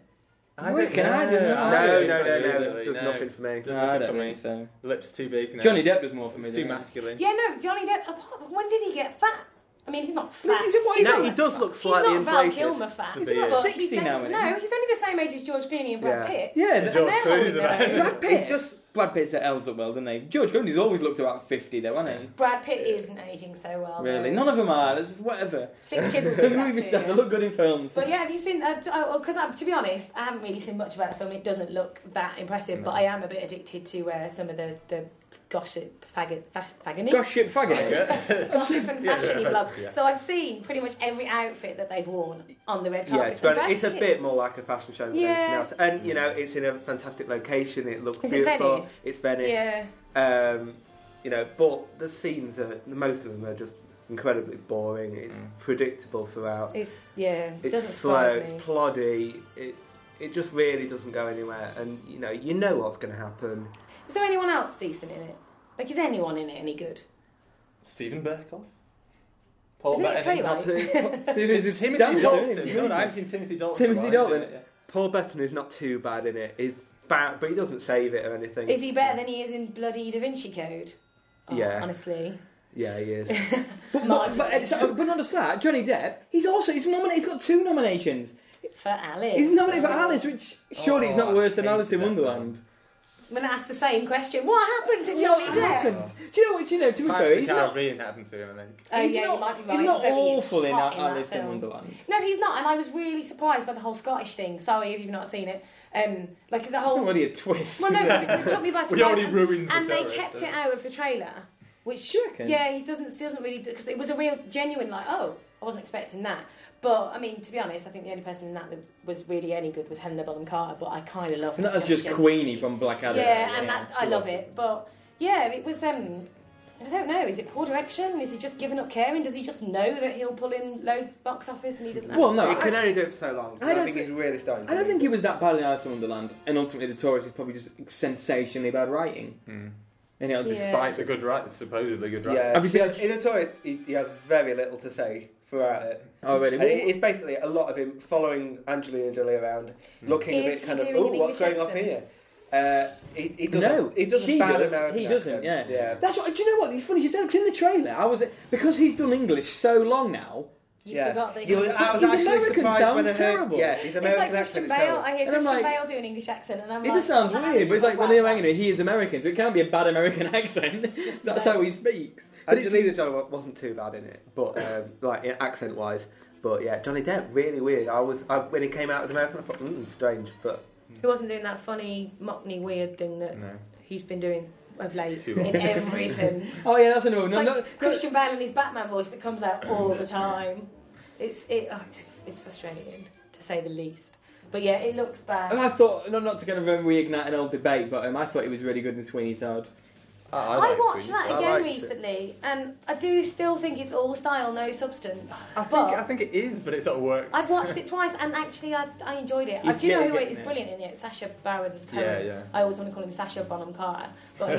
Speaker 2: I don't
Speaker 1: Wicked, I
Speaker 2: know.
Speaker 1: didn't know.
Speaker 3: no,
Speaker 1: I
Speaker 3: no,
Speaker 1: don't
Speaker 3: no,
Speaker 1: think
Speaker 3: no,
Speaker 1: so,
Speaker 3: no. It does nothing for me.
Speaker 2: Does
Speaker 1: No, I
Speaker 2: nothing
Speaker 1: don't
Speaker 2: for me.
Speaker 1: think so.
Speaker 2: Lips too big. No.
Speaker 1: Johnny Depp does more for me.
Speaker 2: It's too
Speaker 1: than that.
Speaker 2: masculine.
Speaker 4: Yeah, no, Johnny Depp. Apart from, when did he get fat? I mean, he's not fat.
Speaker 1: He's- what is
Speaker 4: He's
Speaker 3: No,
Speaker 1: it?
Speaker 3: he does look
Speaker 4: He's not
Speaker 3: slightly
Speaker 4: Val
Speaker 3: inflated.
Speaker 4: Kilmer fat.
Speaker 2: He's about
Speaker 4: But
Speaker 1: 60 now,
Speaker 4: definitely-
Speaker 1: isn't he?
Speaker 4: No, he's only the same age as George Clooney and Brad
Speaker 3: Yeah.
Speaker 4: Pitt.
Speaker 1: Yeah,
Speaker 2: And
Speaker 1: th-
Speaker 2: George
Speaker 4: I know,
Speaker 2: Clooney's
Speaker 4: no.
Speaker 2: about
Speaker 1: Brad Pitt.
Speaker 3: It just
Speaker 1: Brad Pitt's that elves up well, doesn't they? George Clooney's always looked about fifty, though, hasn't he?
Speaker 4: Brad Pitt isn't aging so well.
Speaker 1: Really,
Speaker 4: though.
Speaker 1: none of them are. That's
Speaker 4: *laughs*
Speaker 1: whatever.
Speaker 4: Six
Speaker 1: *laughs*
Speaker 4: kids will
Speaker 1: The
Speaker 4: do that
Speaker 1: movie
Speaker 4: to
Speaker 1: stuff. They
Speaker 4: you.
Speaker 1: look good in films.
Speaker 4: But yeah, have you seen? Because uh, because I'm to be honest, I haven't really seen much about the film. It doesn't look that impressive, but I am a bit addicted to uh, some of the the gossip faggot fa- faggony.
Speaker 1: Gossip faggot.
Speaker 2: *laughs*
Speaker 4: *laughs*
Speaker 3: *laughs*
Speaker 4: Gossip and
Speaker 2: Yeah,
Speaker 4: fashiony
Speaker 2: yeah,
Speaker 4: blogs.
Speaker 2: yeah.
Speaker 4: So I've seen pretty much every outfit that they've worn on the red
Speaker 3: yeah,
Speaker 4: carpet.
Speaker 3: it's, very-
Speaker 4: And Brad
Speaker 3: it's a
Speaker 4: Pitt-
Speaker 3: bit more like a fashion show than
Speaker 4: Yeah.
Speaker 3: anything else. And you know, it's in a fantastic location. It looks
Speaker 4: Is it
Speaker 3: beautiful.
Speaker 4: Venice?
Speaker 3: It's Venice.
Speaker 4: Yeah,
Speaker 3: Um, you know, but the scenes are most of them are just incredibly boring. It's
Speaker 1: Mm.
Speaker 3: predictable throughout.
Speaker 4: it's yeah. It
Speaker 3: It's
Speaker 4: doesn't
Speaker 3: slow.
Speaker 4: surprise me.
Speaker 3: It's ploddy. It it just really doesn't go anywhere. And you know, you know what's going to happen.
Speaker 4: Is there anyone else decent in it? Like, is anyone in it any good?
Speaker 2: Stephen Burkoff. Paul
Speaker 4: Is it a
Speaker 2: Bettany.
Speaker 4: playwright?
Speaker 1: It's,
Speaker 2: Timothy Dalton. No, no, I haven't seen Timothy Dalton.
Speaker 1: Timothy
Speaker 2: Right,
Speaker 1: Dalton.
Speaker 2: isn't it?
Speaker 3: Paul Bettany's not too bad in it. He's bad, but he doesn't save it or anything.
Speaker 4: Is he better than he is in bloody Da Vinci Code? Oh,
Speaker 3: Yeah.
Speaker 4: honestly.
Speaker 3: Yeah, he
Speaker 4: *laughs*
Speaker 3: is.
Speaker 1: But, but, but, uh, so- but not just that, Johnny Depp. He's also he's nominated. He's got two nominations.
Speaker 4: For Alice.
Speaker 1: He's nominated for Alice, which surely it's
Speaker 2: Oh,
Speaker 1: not
Speaker 2: I
Speaker 1: worse than
Speaker 2: hated
Speaker 1: Alice in
Speaker 2: that
Speaker 1: Wonderland.
Speaker 4: I'm going to ask the same question. What happened to Johnny
Speaker 1: What
Speaker 4: Depp?
Speaker 1: happened? Do you know what? Do you know? To be
Speaker 2: Pirates
Speaker 1: fair,
Speaker 2: of
Speaker 1: he's
Speaker 2: the
Speaker 1: not.
Speaker 2: Caribbean happened to him, I think.
Speaker 4: Oh,
Speaker 1: he's
Speaker 4: yeah,
Speaker 1: not,
Speaker 4: you might be right.
Speaker 1: He's not
Speaker 4: Though he is
Speaker 1: awful in
Speaker 4: hot
Speaker 1: Al-
Speaker 4: that
Speaker 1: Alice in
Speaker 4: film.
Speaker 1: Wonderland.
Speaker 4: No, he's not, and I was really surprised by the whole Scottish thing. Sorry if you've not seen it. Um, like the
Speaker 1: It's
Speaker 4: whole.
Speaker 1: not really a twist.
Speaker 4: *laughs* Well, no, 'cause it, it took me
Speaker 1: *laughs*
Speaker 4: by surprise.
Speaker 2: We already
Speaker 4: and-
Speaker 2: ruined the
Speaker 4: and they
Speaker 2: terrorist,
Speaker 4: kept
Speaker 2: so-
Speaker 4: it out of the trailer, which
Speaker 1: Do you reckon?
Speaker 4: yeah, he doesn't still doesn't really because it was a real genuine like oh I wasn't expecting that. But I mean, to be honest, I think the only person in that that was really any good was Helena Bonham Carter. But I kind of love.
Speaker 1: And that was just
Speaker 4: Jessica.
Speaker 1: Queenie from Blackadder.
Speaker 4: Yeah, and that I
Speaker 1: she
Speaker 4: love
Speaker 1: was.
Speaker 4: it. But yeah, it was. um I don't know. Is it poor direction? Is he just giving up caring? Does he just know that he'll pull in loads of box office and he doesn't? Have
Speaker 1: Well,
Speaker 4: to
Speaker 1: no,
Speaker 3: he
Speaker 1: I-
Speaker 4: do it?
Speaker 3: can only do it for so long.
Speaker 1: I
Speaker 3: I,
Speaker 1: don't
Speaker 3: think
Speaker 1: think-
Speaker 3: he's really starting. To
Speaker 1: I don't
Speaker 3: lose
Speaker 1: think he was that bad in Alice in Wonderland, and ultimately the Taurus is probably just sensationally bad writing. And it'll just.
Speaker 4: Yeah.
Speaker 2: Despite the good writers, supposedly good writers.
Speaker 1: Have you
Speaker 3: to be
Speaker 1: seen-
Speaker 3: honest, Inotori, he, he has very little to say throughout it.
Speaker 1: Oh, really?
Speaker 3: And
Speaker 1: Well,
Speaker 3: it- it's basically a lot of him following Angelina Jolie around,
Speaker 1: Hmm.
Speaker 3: looking a
Speaker 4: Is
Speaker 3: bit
Speaker 4: he
Speaker 3: kind of,
Speaker 4: doing
Speaker 3: oh,
Speaker 4: an
Speaker 3: what's
Speaker 4: English
Speaker 3: going on
Speaker 4: accent?"
Speaker 3: here? Uh, he, he doesn't.
Speaker 1: No,
Speaker 3: he doesn't.
Speaker 1: she
Speaker 3: bad
Speaker 1: does,
Speaker 3: American
Speaker 1: he doesn't,
Speaker 3: accent.
Speaker 1: yeah. That's what. Do you know what? It's funny. She said it's in the trailer. I was because he's done English so long now.
Speaker 4: You
Speaker 3: yeah.
Speaker 4: forgot that
Speaker 3: He was,
Speaker 4: he's-
Speaker 3: I was
Speaker 1: He's
Speaker 3: actually
Speaker 1: American,
Speaker 3: surprised when I
Speaker 1: sounds
Speaker 3: heard,
Speaker 1: terrible.
Speaker 3: Yeah, his
Speaker 4: It's
Speaker 3: American
Speaker 4: like
Speaker 3: accent
Speaker 4: Christian
Speaker 3: is
Speaker 4: Bale.
Speaker 3: terrible.
Speaker 4: I hear
Speaker 1: And I'm
Speaker 4: Christian
Speaker 1: like-
Speaker 4: Bale do an English accent, and I'm
Speaker 1: It
Speaker 4: like,
Speaker 1: just sounds
Speaker 4: "Wow,
Speaker 1: weird, but it's like, well,
Speaker 4: wow."
Speaker 1: no, hang on, he is American, so it can't be a bad American *laughs* accent. That's how he speaks. But it's-
Speaker 3: Angelina Jolie wa- wasn't too bad in it, but um, like accent wise. But yeah, Johnny Depp really weird. I was I, when he came out as American, I thought mm, strange, but
Speaker 4: He wasn't doing that funny, mockney, weird thing that
Speaker 2: No.
Speaker 4: he's been doing of late
Speaker 2: Too
Speaker 4: in
Speaker 1: *laughs*
Speaker 2: often.
Speaker 4: everything.
Speaker 1: oh yeah, that's another one.
Speaker 4: It's
Speaker 1: No,
Speaker 4: like
Speaker 1: no, no,
Speaker 4: Christian Bale and his Batman voice that comes out all the time. It's it, oh, it's, it's frustrating to say the least. But yeah, it looks
Speaker 1: and
Speaker 4: bad.
Speaker 1: I thought, no, not to kind of um, reignite an old debate, but um, I thought it was really good in Sweeney Todd.
Speaker 2: I, I
Speaker 4: I,
Speaker 2: like
Speaker 4: watched
Speaker 2: Sweeney
Speaker 4: that
Speaker 2: Todd.
Speaker 3: I
Speaker 4: again
Speaker 3: liked it.
Speaker 4: recently, and I do still think it's all style, no substance.
Speaker 2: I think,
Speaker 4: But-
Speaker 2: I think it is, but it sort of works.
Speaker 4: I've watched it twice, and actually, I, I enjoyed it.
Speaker 1: You
Speaker 4: do you know
Speaker 1: get-
Speaker 4: who
Speaker 1: get
Speaker 4: it is
Speaker 1: it.
Speaker 4: brilliant in it? Sasha Baron Cohen.
Speaker 2: Yeah, yeah.
Speaker 4: I always want to call him Sasha Bonham Carter, but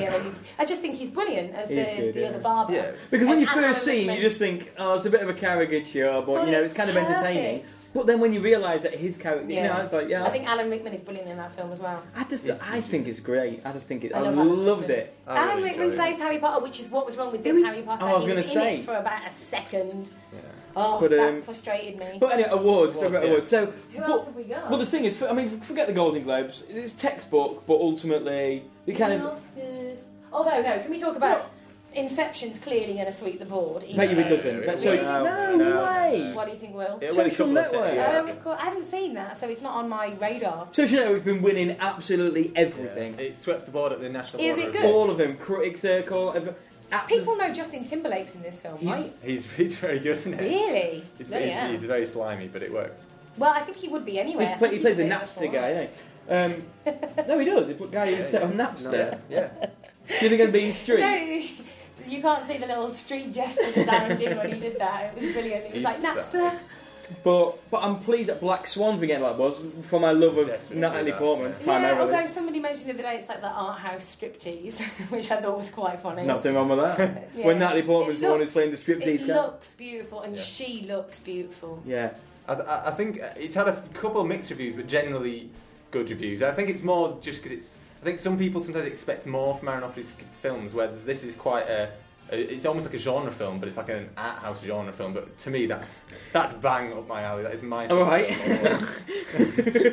Speaker 1: *laughs*
Speaker 4: yeah, he- I just think he's brilliant as the,
Speaker 1: He is good,
Speaker 4: the
Speaker 1: yeah.
Speaker 4: other barber.
Speaker 2: Yeah.
Speaker 1: Because when
Speaker 4: And-
Speaker 1: you
Speaker 4: and
Speaker 1: first
Speaker 4: Alan
Speaker 1: see him,
Speaker 4: Rickman.
Speaker 1: you just think, oh, it's a bit of a caricature, but
Speaker 4: Well,
Speaker 1: you know,
Speaker 4: it's
Speaker 1: it's kind of
Speaker 4: perfect.
Speaker 1: entertaining. But then when you realise that his character, you
Speaker 4: Yeah.
Speaker 1: know, it's like, yeah,
Speaker 4: I think Alan Rickman is brilliant in that film as well.
Speaker 1: I just,
Speaker 2: It's-
Speaker 1: I think it's great. I just think it,
Speaker 4: I
Speaker 1: I,
Speaker 4: love Alan
Speaker 1: loved
Speaker 4: Rickman.
Speaker 1: it.
Speaker 2: I
Speaker 4: Alan
Speaker 2: really
Speaker 4: Rickman
Speaker 2: enjoyed
Speaker 4: saves Harry Potter, which is what was wrong with this
Speaker 1: Really?
Speaker 4: Harry Potter.
Speaker 1: Oh, I was
Speaker 4: he was
Speaker 1: gonna
Speaker 4: in
Speaker 1: say.
Speaker 4: it for about a second.
Speaker 2: Yeah.
Speaker 4: Oh,
Speaker 1: But,
Speaker 4: that
Speaker 1: um,
Speaker 4: frustrated me.
Speaker 1: But anyway, awards, talk about
Speaker 2: yeah.
Speaker 1: awards. So,
Speaker 4: Who
Speaker 1: what-
Speaker 4: else have we got?
Speaker 1: Well, the thing is, I mean, forget the Golden Globes. It's textbook, but ultimately, they kind of
Speaker 4: Oscars. Although, no, can we talk about Inception's clearly going to sweep the board? even
Speaker 1: bet you it
Speaker 4: though-
Speaker 1: doesn't.
Speaker 2: No,
Speaker 1: But
Speaker 2: it
Speaker 1: so,
Speaker 4: won't.
Speaker 1: no,
Speaker 2: No, no,
Speaker 1: way.
Speaker 2: no.
Speaker 4: What do you think, Will?
Speaker 2: It went a
Speaker 1: Social
Speaker 2: couple of
Speaker 1: Network.
Speaker 2: cities,
Speaker 4: Oh,
Speaker 2: yeah.
Speaker 4: of course. I haven't seen that, so it's not on my radar.
Speaker 1: Social Network's been winning absolutely everything.
Speaker 2: Yeah. It swept the board at the National
Speaker 4: Is
Speaker 2: Board
Speaker 4: it
Speaker 2: of
Speaker 4: good?
Speaker 2: Review.
Speaker 1: All of them, Critic Circle. Every, at-
Speaker 4: People know Justin Timberlake's in this film, right?
Speaker 2: He's, he's, he's very good, isn't he?
Speaker 4: Really?
Speaker 2: He's,
Speaker 4: Bloody
Speaker 2: he's,
Speaker 4: hell.
Speaker 2: he's very slimy, but it worked.
Speaker 4: Well, I think he would be anyway.
Speaker 1: he's
Speaker 4: I
Speaker 1: play,
Speaker 4: think
Speaker 1: he plays a
Speaker 4: bit of
Speaker 1: Napster
Speaker 4: slut.
Speaker 1: guy, eh? Um,
Speaker 4: *laughs*
Speaker 1: no, he does. He's a guy who was set on Napster.
Speaker 2: Yeah, yeah.
Speaker 1: Do you think I'd be in street?
Speaker 4: No, you can't see the little street gesture that Darren did when he did that. It was brilliant. It was
Speaker 2: He's
Speaker 4: like Napster.
Speaker 2: sad.
Speaker 1: But but I'm pleased that Black Swan's been getting like buzz for my love of
Speaker 2: Desperately
Speaker 1: Natalie
Speaker 2: that,
Speaker 1: Portman,
Speaker 2: yeah.
Speaker 4: Yeah,
Speaker 1: primarily.
Speaker 4: although somebody mentioned the other day it's like the art house striptease, *laughs* which I thought was quite funny.
Speaker 1: Nothing wrong with that.
Speaker 4: *laughs*
Speaker 1: *laughs*
Speaker 4: Yeah.
Speaker 1: When Natalie Portman's
Speaker 4: It
Speaker 1: the one who's
Speaker 4: looks-
Speaker 1: playing the striptease
Speaker 4: It
Speaker 1: guy.
Speaker 4: looks beautiful, and
Speaker 2: Yeah.
Speaker 4: she looks
Speaker 1: *laughs*
Speaker 4: beautiful.
Speaker 1: yeah.
Speaker 2: I, th- I I think uh, it's had a f- couple of mixed reviews, but generally good reviews. I think it's more just because it's. I think some people sometimes expect more from Aronofsky's films, where this- this is quite a. a- It's almost like a genre film, but it's like an art house genre film. But to me, that's that's bang up my alley. That is my.
Speaker 1: All right. *laughs*
Speaker 2: film.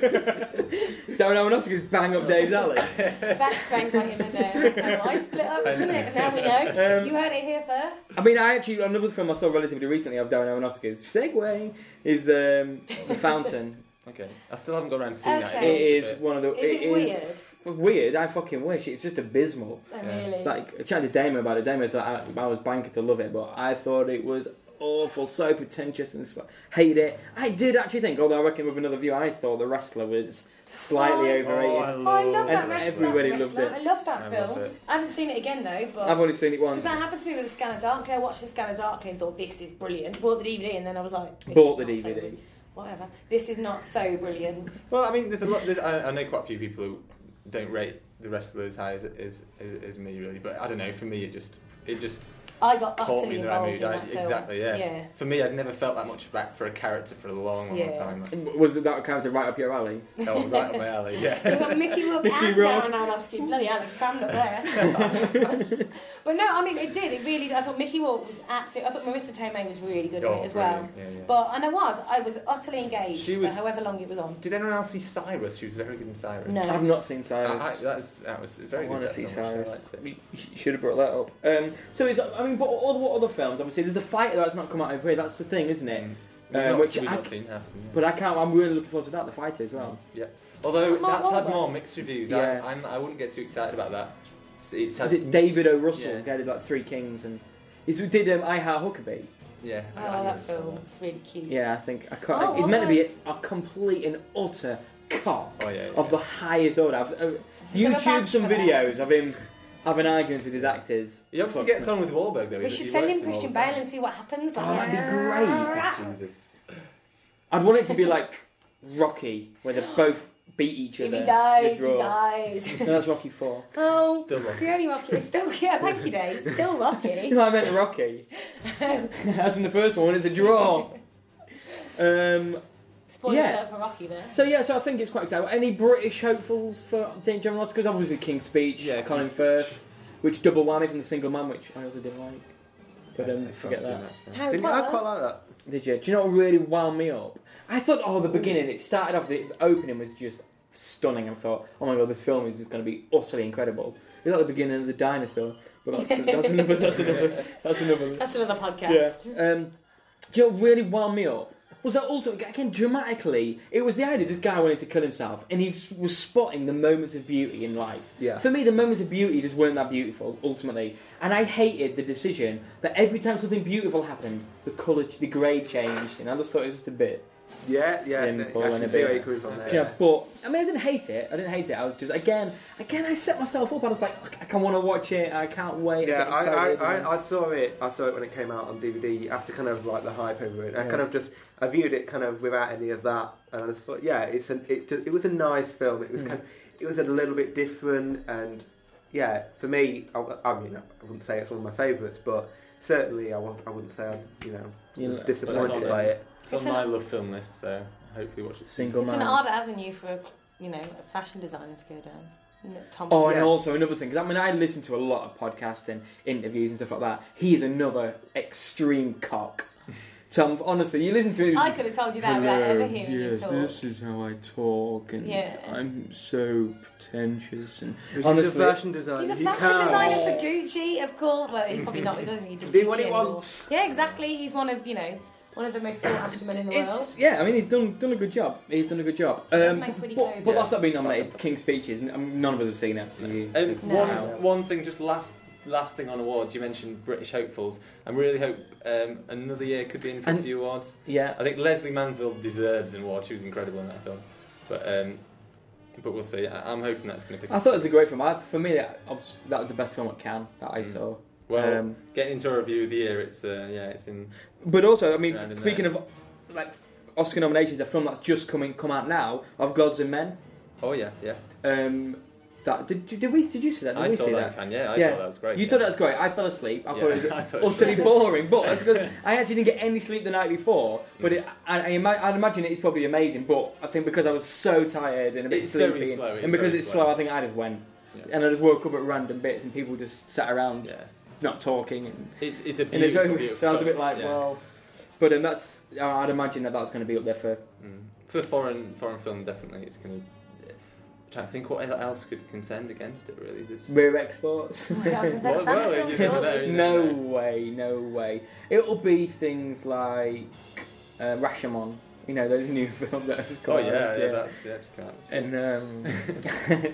Speaker 1: Darren Aronofsky's bang up Dave's alley.
Speaker 4: That explains why him and uh, I split up, isn't it? Now we know.
Speaker 1: Um,
Speaker 4: you heard it here first.
Speaker 1: I mean, I actually another film I saw relatively recently of Darren Aronofsky's segue is um, The
Speaker 4: *laughs*
Speaker 1: Fountain.
Speaker 2: okay. I still haven't got around to seeing that.
Speaker 1: it
Speaker 4: Okay.
Speaker 1: is one of the.
Speaker 4: Is it,
Speaker 1: is
Speaker 4: weird?
Speaker 1: weird. I fucking wish. It's just abysmal.
Speaker 4: Oh,
Speaker 2: Yeah.
Speaker 4: Really?
Speaker 1: Like I chatted to Damo about it. Damo thought I, I was banking to love it, but I thought it was awful, so pretentious and sli- hate it. I did actually think, although I reckon with another view, I thought The Wrestler was slightly
Speaker 4: Oh.
Speaker 1: overrated.
Speaker 4: oh, I love that
Speaker 1: Ev-
Speaker 4: wrestler.
Speaker 1: everybody
Speaker 4: that
Speaker 1: loved
Speaker 4: wrestler.
Speaker 1: it.
Speaker 4: I love that
Speaker 2: I
Speaker 4: film.
Speaker 2: love it.
Speaker 4: I haven't seen it again though,
Speaker 2: Oh.
Speaker 4: but
Speaker 1: I've only seen it
Speaker 4: Because
Speaker 1: once.
Speaker 4: that happened to me with the Scanner Darkly. I watched the Scanner Darkly and thought this is brilliant. Bought the DVD and then I was like, this
Speaker 1: Bought the
Speaker 4: is not so
Speaker 1: DVD.
Speaker 4: brilliant. Whatever. This is not so brilliant.
Speaker 2: Well, I mean, there's a lot. There's, I, I know quite a few people who don't rate the wrestler as high as, as, as, as me, really. But I don't know. For me, it just it just
Speaker 4: I got
Speaker 2: caught me
Speaker 4: utterly
Speaker 2: in the right
Speaker 4: involved
Speaker 2: mood.
Speaker 4: in
Speaker 2: I,
Speaker 4: that film.
Speaker 2: exactly. Yeah. *laughs*
Speaker 4: Yeah.
Speaker 2: For me, I'd never felt that much back for a character for a long, long
Speaker 4: Yeah. *laughs*
Speaker 2: time.
Speaker 1: Was that character right up your alley?
Speaker 2: Oh, right up my alley.
Speaker 4: *laughs* You've
Speaker 2: Yeah.
Speaker 4: got Mickey Rourke
Speaker 1: Mickey
Speaker 4: and
Speaker 1: Rourke.
Speaker 4: Darren Aronofsky. Bloody hell, it's crammed up there.
Speaker 2: *laughs*
Speaker 4: but no, I mean, it did. It really did. I thought Mickey Rourke was absolutely... I thought Marissa Tomei was really good in
Speaker 2: Oh,
Speaker 4: it as well.
Speaker 2: brilliant. Yeah, yeah.
Speaker 4: But, and I was. I was utterly engaged
Speaker 2: She
Speaker 4: for
Speaker 2: was-
Speaker 4: however long it was on.
Speaker 2: Did anyone else see Cyrus? She was very good in Cyrus.
Speaker 4: No.
Speaker 1: I've not seen
Speaker 2: I,
Speaker 1: Cyrus.
Speaker 2: I, that's, that was a very
Speaker 1: I
Speaker 2: good.
Speaker 1: wanna
Speaker 2: film,
Speaker 1: see
Speaker 2: actually. I
Speaker 1: Cyrus.
Speaker 2: liked it.
Speaker 1: You should have brought that up. Um, so it's, I mean, but all what other films? Obviously, there's the fighter that's not come out over here. That's the thing, isn't it?
Speaker 2: Mm.
Speaker 1: Uh,
Speaker 2: We've not-
Speaker 1: which
Speaker 2: we've
Speaker 1: I
Speaker 2: not
Speaker 1: c-
Speaker 2: seen happen. yeah.
Speaker 1: But I can't. I'm really looking forward to that. The fighter as well.
Speaker 2: Although
Speaker 4: Mark
Speaker 2: that's
Speaker 4: Wahlberg.
Speaker 2: had more mixed reviews.
Speaker 1: Yeah.
Speaker 2: I, I'm, I wouldn't get too excited about that. It's, it's had
Speaker 1: Is it David O. Russell?
Speaker 2: Yeah.
Speaker 1: Guy did like Three Kings and he's who did um, I Heart Huckabee.
Speaker 2: Yeah. I- I
Speaker 4: Oh,
Speaker 2: never
Speaker 4: that
Speaker 2: saw
Speaker 4: film. It's really cute.
Speaker 1: Yeah, I think I can't.
Speaker 4: Oh,
Speaker 1: he's meant to be
Speaker 4: alright.
Speaker 1: a complete and utter cock
Speaker 2: Oh yeah. yeah.
Speaker 1: of the highest order. I've, uh,
Speaker 4: Is there a
Speaker 1: YouTube
Speaker 4: badge
Speaker 1: some
Speaker 4: for that?
Speaker 1: videos of him having arguments with his actors.
Speaker 2: He obviously
Speaker 1: Fuck
Speaker 2: gets
Speaker 1: me.
Speaker 2: on with Wahlberg though.
Speaker 4: We should send him Christian Bale and see what happens. Like,
Speaker 1: Oh, that'd be
Speaker 4: "Rah,
Speaker 1: great."
Speaker 4: rah."
Speaker 2: Jesus.
Speaker 1: I'd want it to be like Rocky, where they're both beat each
Speaker 4: If
Speaker 1: other.
Speaker 4: he
Speaker 1: they
Speaker 4: dies, he
Speaker 1: draw.
Speaker 4: dies.
Speaker 1: No, that's Rocky Four.
Speaker 4: Oh,
Speaker 2: Still
Speaker 4: *laughs*
Speaker 2: Rocky.
Speaker 4: the only Rocky. It's still, yeah, thank you, Dave. It's still Rocky.
Speaker 1: *laughs* No, I meant Rocky. As in the first one, it's a draw. Um,
Speaker 4: *laughs* Spoiler
Speaker 1: Yeah.
Speaker 4: alert for Rocky there.
Speaker 1: so yeah, so I think it's quite exciting. Any British hopefuls for obtaining general Oscars? Obviously, King's Speech,
Speaker 2: Yeah,
Speaker 1: Colin
Speaker 2: King's Speech.
Speaker 1: Firth, which double whammy from the single man, which I also didn't like. But um, forget that.
Speaker 4: Harry
Speaker 3: Didn't you? I
Speaker 4: Potter.
Speaker 3: quite like that.
Speaker 1: Did you? Do you know what really wound me up? I thought, oh, the beginning, it started off, the opening was just stunning. I thought, oh my god, this film is just going to be utterly incredible. It's like the beginning of The Dinosaur, but that's, that's another, that's
Speaker 2: *laughs*
Speaker 1: another, that's another.
Speaker 4: That's another podcast.
Speaker 1: Yeah. Um, do you know what really wound me up? Was that ultimately, again, dramatically, it was the idea this guy wanted to kill himself and he s- was spotting the moments of beauty in life.
Speaker 3: Yeah.
Speaker 1: For me, the moments of beauty just weren't that beautiful, ultimately. And I hated the decision that every time something beautiful happened, the colour, the grade changed. And I just thought it was just a bit.
Speaker 3: Yeah, yeah.
Speaker 1: Simple
Speaker 3: I can
Speaker 1: and a
Speaker 3: see where
Speaker 1: bit-
Speaker 3: you're coming from there.
Speaker 1: Yeah, but, I mean, I didn't hate it. I didn't hate it. I was just, again, again, I set myself up. I was like, "Fuck, I can want to watch it. I can't wait.
Speaker 3: Yeah,
Speaker 1: get
Speaker 3: I, I,
Speaker 1: excited," and-
Speaker 3: I, I saw it. I saw it when it came out on DVD after kind of like the hype over it. I
Speaker 1: Yeah.
Speaker 3: kind of just I viewed it kind of without any of that, and I just thought, yeah, it's an it's just, it was a nice film. It was
Speaker 1: Mm.
Speaker 3: kind of, it was a little bit different, and yeah, for me, I, I mean, I wouldn't say it's one of my favourites, but certainly I was I wouldn't say I'm you know
Speaker 1: You
Speaker 3: was
Speaker 1: know,
Speaker 2: that's
Speaker 3: disappointed
Speaker 2: not
Speaker 3: by
Speaker 2: it.
Speaker 3: it.
Speaker 2: It's on
Speaker 4: It's an-
Speaker 2: my love film list, so hopefully watch it soon.
Speaker 1: Single
Speaker 4: It's
Speaker 1: man.
Speaker 4: an odd avenue for, you know, a fashion designer to go down. Isn't it, Tom.
Speaker 1: Oh, and
Speaker 3: Yeah.
Speaker 1: also another thing, 'cause I mean, I listen to a lot of podcasts and interviews and stuff like that. He is another extreme
Speaker 4: *laughs*
Speaker 1: cock. Tom, honestly, you listen to him.
Speaker 4: I could have told you that without ever hearing you talk.
Speaker 1: is how I talk, and
Speaker 4: Yeah.
Speaker 1: I'm so pretentious. And
Speaker 3: He's
Speaker 1: Honestly-
Speaker 3: a fashion designer.
Speaker 4: He's a
Speaker 3: you
Speaker 4: fashion
Speaker 3: can't-
Speaker 4: designer for Gucci, of course. Well, he's probably not. I don't think he does
Speaker 3: Do
Speaker 4: Gucci
Speaker 3: what he
Speaker 4: anymore.
Speaker 3: wants.
Speaker 4: Yeah, exactly. He's one of you know one of the most sought after men in the world.
Speaker 1: it's yeah, I mean, he's done done a good job. He's done a good job. Um,
Speaker 4: does make pretty
Speaker 1: but,
Speaker 4: clothes.
Speaker 1: but that's not been nominated. King's speeches, and um, none of us have seen it.
Speaker 2: Um,
Speaker 4: No.
Speaker 2: One one thing, just last last thing on awards. You mentioned British hopefuls. I really hope um, another year could be in for a
Speaker 1: And-
Speaker 2: few awards.
Speaker 1: Yeah,
Speaker 2: I think Leslie Manville deserves an award. She was incredible in that film, but um, but we'll see. I, I'm hoping that's going to pick.
Speaker 1: I
Speaker 2: up.
Speaker 1: thought it was a great film. I, for me, that, that was the best film at Cannes that I
Speaker 2: Mm.
Speaker 1: saw.
Speaker 2: well,
Speaker 1: um,
Speaker 2: getting into our review of the year, it's uh, yeah, it's in.
Speaker 1: But also, I mean,
Speaker 2: Round in
Speaker 1: speaking of like Oscar nominations, a film that's just coming come out now of Gods and Men.
Speaker 2: Oh yeah, yeah.
Speaker 1: Um, that did you did we did you see that? Did
Speaker 2: I
Speaker 1: we
Speaker 2: saw
Speaker 1: see
Speaker 2: that. in Cannes, Yeah, I
Speaker 1: Yeah.
Speaker 2: thought that was great.
Speaker 1: You
Speaker 2: yeah.
Speaker 1: thought that was great. I fell asleep. I
Speaker 2: Yeah,
Speaker 1: thought it was
Speaker 2: *laughs* I thought it was
Speaker 1: utterly
Speaker 2: great.
Speaker 1: boring, but that's
Speaker 2: *laughs*
Speaker 1: because I actually didn't get any sleep the night before. But it, I, I ima- I'd imagine it's probably amazing. But I think because I was so tired and a bit
Speaker 2: It's very
Speaker 1: sleepy, and-
Speaker 2: slow, it's
Speaker 1: and because
Speaker 2: very
Speaker 1: it's
Speaker 2: slow.
Speaker 1: slow, I think I just went.
Speaker 2: Yeah.
Speaker 1: And I just woke up at random bits, and people just sat around
Speaker 2: Yeah,
Speaker 1: not talking. And,
Speaker 2: it's it's a
Speaker 1: and it's
Speaker 2: beautiful.
Speaker 1: very,
Speaker 2: beautiful
Speaker 1: sounds a
Speaker 2: film.
Speaker 1: bit like
Speaker 2: Yeah.
Speaker 1: well, but um, that's I'd imagine that that's going to be up there for
Speaker 2: Mm. For foreign foreign film, definitely, it's going to. Trying to think what else could contend against it. Really, There's-
Speaker 1: Rare
Speaker 4: *laughs*
Speaker 1: exports.
Speaker 4: Oh my God,
Speaker 1: *laughs*
Speaker 4: I was gonna say,
Speaker 2: Well, well,
Speaker 4: Sandra
Speaker 2: you
Speaker 4: Bullock.
Speaker 2: never
Speaker 1: no
Speaker 2: know.
Speaker 1: way, no way. It'll be things like uh, Rashomon. You know those new *laughs* films that are just
Speaker 2: Oh
Speaker 1: coming out
Speaker 2: yeah,
Speaker 1: this
Speaker 2: yeah,
Speaker 1: year.
Speaker 2: that's yeah, just come out this year.
Speaker 1: And
Speaker 2: *laughs*
Speaker 1: um, *laughs* um,